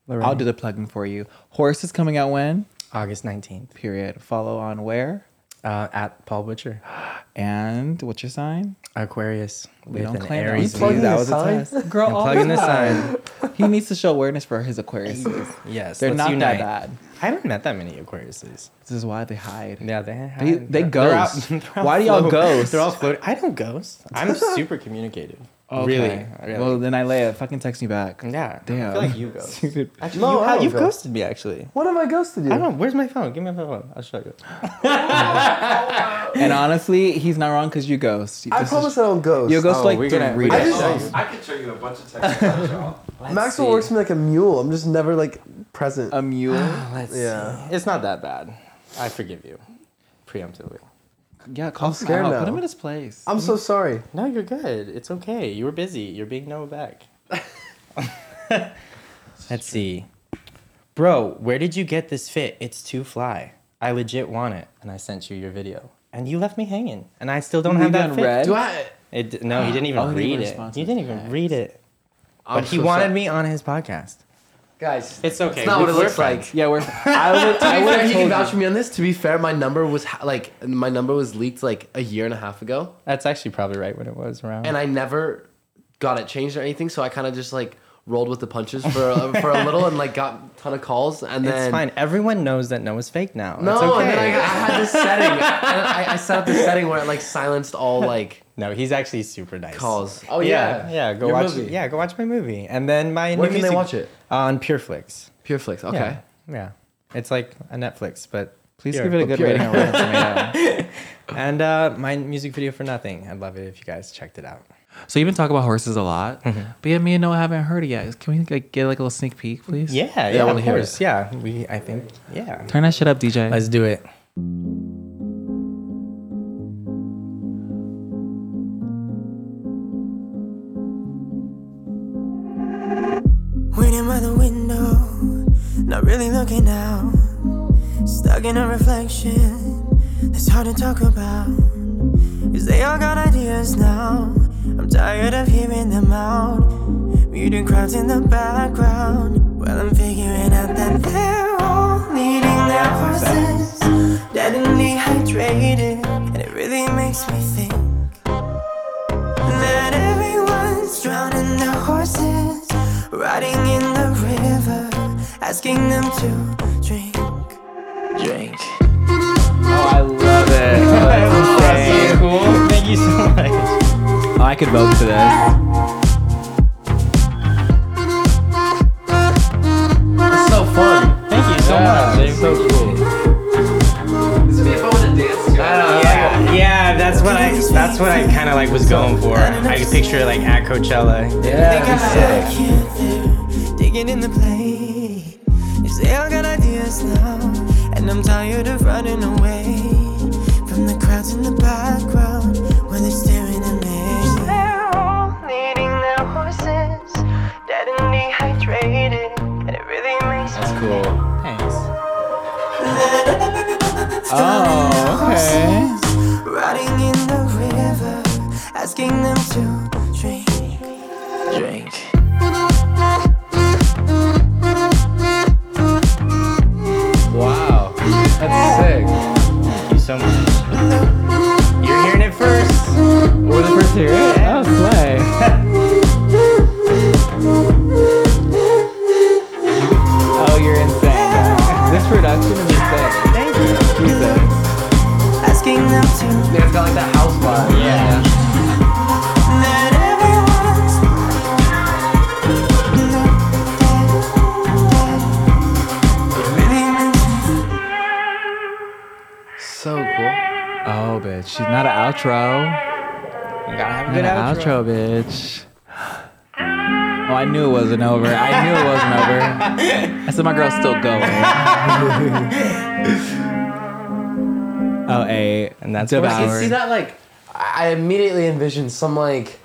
[SPEAKER 1] I'll do the plugging for you. Horse is coming out when?
[SPEAKER 2] August nineteenth
[SPEAKER 1] Period. Follow on where?
[SPEAKER 2] uh, at Paul Butcher
[SPEAKER 1] And what's your sign?
[SPEAKER 2] Aquarius.
[SPEAKER 1] We
[SPEAKER 2] with
[SPEAKER 1] don't
[SPEAKER 2] an
[SPEAKER 1] claim that.
[SPEAKER 2] Aries
[SPEAKER 1] We
[SPEAKER 2] moon.
[SPEAKER 3] plugging
[SPEAKER 1] that
[SPEAKER 3] the
[SPEAKER 1] was
[SPEAKER 3] sign?
[SPEAKER 1] a test. Girl, all
[SPEAKER 2] Plugging
[SPEAKER 1] the
[SPEAKER 2] the sign.
[SPEAKER 1] time. He needs to show awareness for his Aquariuses.
[SPEAKER 2] Yes,
[SPEAKER 1] They're
[SPEAKER 2] let's
[SPEAKER 1] not
[SPEAKER 2] unite.
[SPEAKER 1] that bad.
[SPEAKER 2] I haven't met that many Aquariuses.
[SPEAKER 1] This is why they hide.
[SPEAKER 2] Yeah, they
[SPEAKER 1] They,
[SPEAKER 2] hide.
[SPEAKER 1] they
[SPEAKER 2] They're out-
[SPEAKER 1] ghost.
[SPEAKER 2] they're all
[SPEAKER 1] Why do y'all
[SPEAKER 2] float-
[SPEAKER 1] ghost?
[SPEAKER 2] They're all floating. I don't ghost. I'm super communicative. Really, really.
[SPEAKER 1] Well, then I lay it. Fucking text me back.
[SPEAKER 2] yeah.
[SPEAKER 1] Damn.
[SPEAKER 2] I feel like you ghost. Actually,
[SPEAKER 3] No,
[SPEAKER 2] you,
[SPEAKER 3] I
[SPEAKER 2] have,
[SPEAKER 3] don't
[SPEAKER 2] you've
[SPEAKER 3] ghost.
[SPEAKER 2] ghosted me actually.
[SPEAKER 3] What have I ghosted you?
[SPEAKER 2] I don't. Where's my phone? Give me my phone. I'll show you.
[SPEAKER 1] And honestly, he's not wrong because you ghost.
[SPEAKER 3] I
[SPEAKER 1] This is-
[SPEAKER 3] promise I don't ghost.
[SPEAKER 1] You'll ghost
[SPEAKER 2] Oh,
[SPEAKER 1] like
[SPEAKER 2] we're gonna-
[SPEAKER 1] three.
[SPEAKER 2] we're
[SPEAKER 3] I just-
[SPEAKER 7] Oh, I could show you a bunch of texts about y'all.
[SPEAKER 3] Maxwell works for me like a mule. I'm just never like present.
[SPEAKER 2] Um,
[SPEAKER 1] a mule.
[SPEAKER 2] Let's
[SPEAKER 3] Yeah.
[SPEAKER 2] see. It's not that bad. I forgive you, preemptively.
[SPEAKER 1] Yeah, call him
[SPEAKER 3] scared
[SPEAKER 1] out.
[SPEAKER 3] now.
[SPEAKER 1] Put him in his place.
[SPEAKER 3] I'm so sorry.
[SPEAKER 2] No, you're good. It's okay. You were busy. You're being Noah back. Let's see. Bro, where did you get this fit? It's too fly. I legit want it. And I sent you your video. And you left me hanging. And I still don't have
[SPEAKER 1] Leave
[SPEAKER 2] that
[SPEAKER 1] it
[SPEAKER 2] fit.
[SPEAKER 1] unread?
[SPEAKER 2] Do I? It, d- no, he didn't even
[SPEAKER 1] Oh, he didn't
[SPEAKER 2] read it.
[SPEAKER 1] respond to
[SPEAKER 2] He
[SPEAKER 1] the
[SPEAKER 2] didn't even
[SPEAKER 1] text.
[SPEAKER 2] read it.
[SPEAKER 3] I'm
[SPEAKER 2] But he
[SPEAKER 3] so
[SPEAKER 2] wanted
[SPEAKER 3] sorry.
[SPEAKER 2] me on his podcast.
[SPEAKER 3] guys.
[SPEAKER 2] It's okay.
[SPEAKER 3] It's not what it
[SPEAKER 2] We're
[SPEAKER 3] looks
[SPEAKER 2] friends.
[SPEAKER 3] like.
[SPEAKER 1] yeah, we're. I would.
[SPEAKER 3] To
[SPEAKER 1] I
[SPEAKER 3] be
[SPEAKER 1] would
[SPEAKER 3] fair,
[SPEAKER 1] have
[SPEAKER 3] he can
[SPEAKER 1] told
[SPEAKER 3] vouch
[SPEAKER 1] you.
[SPEAKER 3] for me on this. To be fair, my number was ha- like my number was leaked like a year and a half ago,
[SPEAKER 2] That's actually probably right when it was around.
[SPEAKER 3] and I never got it changed or anything. So I kind of just like rolled with the punches for a, for a little and like got a ton of calls. And
[SPEAKER 2] it's
[SPEAKER 3] then
[SPEAKER 2] fine. Everyone knows that Noah's fake now.
[SPEAKER 3] No,
[SPEAKER 2] it's
[SPEAKER 3] and
[SPEAKER 2] okay.
[SPEAKER 3] then I, I had this setting. and I, I set up this setting where it like silenced all like
[SPEAKER 2] no, he's actually super nice.
[SPEAKER 3] calls. Oh
[SPEAKER 2] yeah, yeah. Go watch. Yeah, go watch my movie, and then my. new
[SPEAKER 3] Where can they
[SPEAKER 2] music-
[SPEAKER 3] watch it?
[SPEAKER 2] on PureFlix.
[SPEAKER 3] Pure Flix. Okay.
[SPEAKER 2] Yeah, yeah. It's like a Netflix, but
[SPEAKER 1] Please
[SPEAKER 2] pure.
[SPEAKER 1] give it a good
[SPEAKER 3] Pure.
[SPEAKER 1] rating on Rotten Tomato.
[SPEAKER 2] And uh, my music video for nothing. I'd love it if you guys checked it out.
[SPEAKER 1] so you've been talking about horses a lot,
[SPEAKER 2] Mm-hmm.
[SPEAKER 1] but yeah, me and Noah haven't heard it yet. Can we like, get like a little sneak peek, please?
[SPEAKER 2] Yeah, yeah.
[SPEAKER 3] wanna
[SPEAKER 2] of
[SPEAKER 3] hear
[SPEAKER 2] course. Yeah, we. I think. Yeah.
[SPEAKER 1] Turn that shit up, DJ.
[SPEAKER 2] Let's do it.
[SPEAKER 5] Waiting by the window, not really looking out. Stuck in a reflection that's hard to talk about. Cause they all got ideas now. I'm tired of hearing them out. Muted crowds in the background. Well, I'm figuring out that they're all leading their horses, deadly hydrated. And it really makes me think that everyone's drowning their horses, riding in the river, asking them to drink. Drink.
[SPEAKER 2] Oh,
[SPEAKER 1] I love it.
[SPEAKER 2] cool. Thank you so much.
[SPEAKER 1] I could vote for this.
[SPEAKER 3] It's so fun.
[SPEAKER 2] Thank you so much.
[SPEAKER 3] It's so cool.
[SPEAKER 7] This would be fun to dance to.
[SPEAKER 2] Yeah, yeah, that's what I that's what I kind of like was going for. I picture like at Coachella.
[SPEAKER 5] I can't there, digging in the play. Cause they all got ideas now, and I'm tired of running away from the crowds in the background when they're staring at me. They're all leading their horses, dead and dehydrated, and it really makes me
[SPEAKER 2] Thanks.
[SPEAKER 1] Oh, okay.
[SPEAKER 5] Riding in the river, asking them to drink. Drink.
[SPEAKER 3] Wow. That's sick.
[SPEAKER 2] Thank you so much. You're hearing it first.
[SPEAKER 1] We're the first here. Oh, slay. oh, you're insane. guys. This production is insane.
[SPEAKER 2] Thank you.
[SPEAKER 5] Asking them to
[SPEAKER 3] Yeah, it's got like that house vibe.
[SPEAKER 2] Yeah.
[SPEAKER 5] let everyone's
[SPEAKER 3] So cool.
[SPEAKER 1] Oh, bitch. She's not an outro.
[SPEAKER 2] You gotta have a
[SPEAKER 1] Not
[SPEAKER 2] good
[SPEAKER 1] an
[SPEAKER 2] outro.
[SPEAKER 1] outro, bitch. Oh, I knew it wasn't over. I knew it wasn't over. I said, my girl's still going.
[SPEAKER 2] Oh, a and that's
[SPEAKER 1] Oh, Devour.
[SPEAKER 3] See that like I I immediately envisioned some like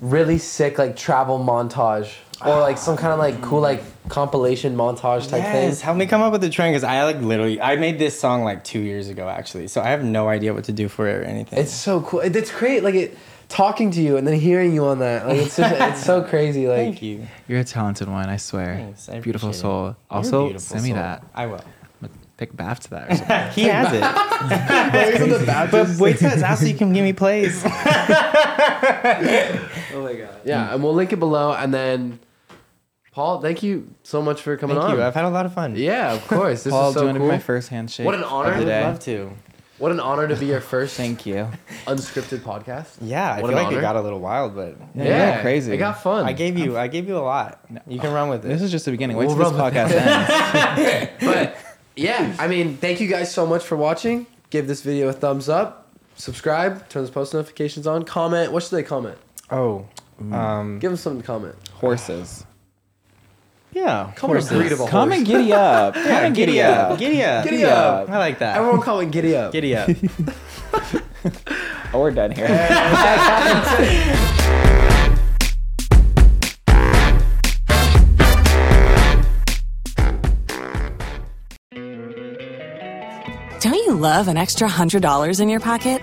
[SPEAKER 3] really sick like travel montage or like some kind of like cool like compilation montage type
[SPEAKER 2] Yes,
[SPEAKER 3] thing.
[SPEAKER 2] help me come up with a trend because I like literally I made this song like two years ago actually, so I have no idea what to do for it or anything.
[SPEAKER 3] It's so cool. It- It's great. Like it talking to you and then hearing you on that. Like it's just, it's so crazy. Like
[SPEAKER 2] Thank you.
[SPEAKER 1] You're a talented one, I swear.
[SPEAKER 2] Thanks, I
[SPEAKER 1] beautiful
[SPEAKER 2] appreciate it.
[SPEAKER 1] soul.
[SPEAKER 2] You're a
[SPEAKER 1] also,
[SPEAKER 2] beautiful
[SPEAKER 1] send me
[SPEAKER 2] soul.
[SPEAKER 1] that.
[SPEAKER 2] I will.
[SPEAKER 1] I'm gonna take a bath to that or something.
[SPEAKER 2] He has it, but wait till it's out so you can give me plays.
[SPEAKER 3] Yeah, and we'll link it below. And then, Paul, thank you so much for coming
[SPEAKER 2] Thank
[SPEAKER 3] on.
[SPEAKER 2] you. I've had a lot of fun.
[SPEAKER 3] yeah, of course. This
[SPEAKER 1] Paul,
[SPEAKER 3] is
[SPEAKER 1] do you
[SPEAKER 3] so
[SPEAKER 1] want to be
[SPEAKER 3] cool.
[SPEAKER 1] my first handshake?
[SPEAKER 3] What an honor.
[SPEAKER 1] of
[SPEAKER 2] I
[SPEAKER 1] the
[SPEAKER 2] would
[SPEAKER 1] day?
[SPEAKER 2] love to.
[SPEAKER 3] What an honor to be your first
[SPEAKER 1] Thank you.
[SPEAKER 3] unscripted podcast.
[SPEAKER 2] Yeah, I feel
[SPEAKER 3] What an
[SPEAKER 2] like
[SPEAKER 3] honor.
[SPEAKER 2] it got a little wild, but
[SPEAKER 1] Yeah, you went crazy.
[SPEAKER 3] It got fun.
[SPEAKER 2] I gave you I gave you a lot. You can run with it.
[SPEAKER 1] This is just the beginning. Wait
[SPEAKER 3] We'll
[SPEAKER 1] till this
[SPEAKER 3] rub
[SPEAKER 1] podcast ends.
[SPEAKER 3] but yeah, I mean, thank you guys so much for watching. Give this video a thumbs up. Subscribe. Turn those post notifications on. Comment. What should they comment? Mm.
[SPEAKER 2] oh, um,
[SPEAKER 3] Give them something to comment.
[SPEAKER 1] Horses.
[SPEAKER 2] yeah.
[SPEAKER 3] Come on, breedable
[SPEAKER 1] Come and giddy up. Come and giddy up.
[SPEAKER 2] Giddy up.
[SPEAKER 3] Giddy up.
[SPEAKER 2] I like that.
[SPEAKER 3] Everyone call it giddy up.
[SPEAKER 2] Giddy up.
[SPEAKER 1] Oh, we're done here.
[SPEAKER 6] Don't you love an extra $100 in your pocket?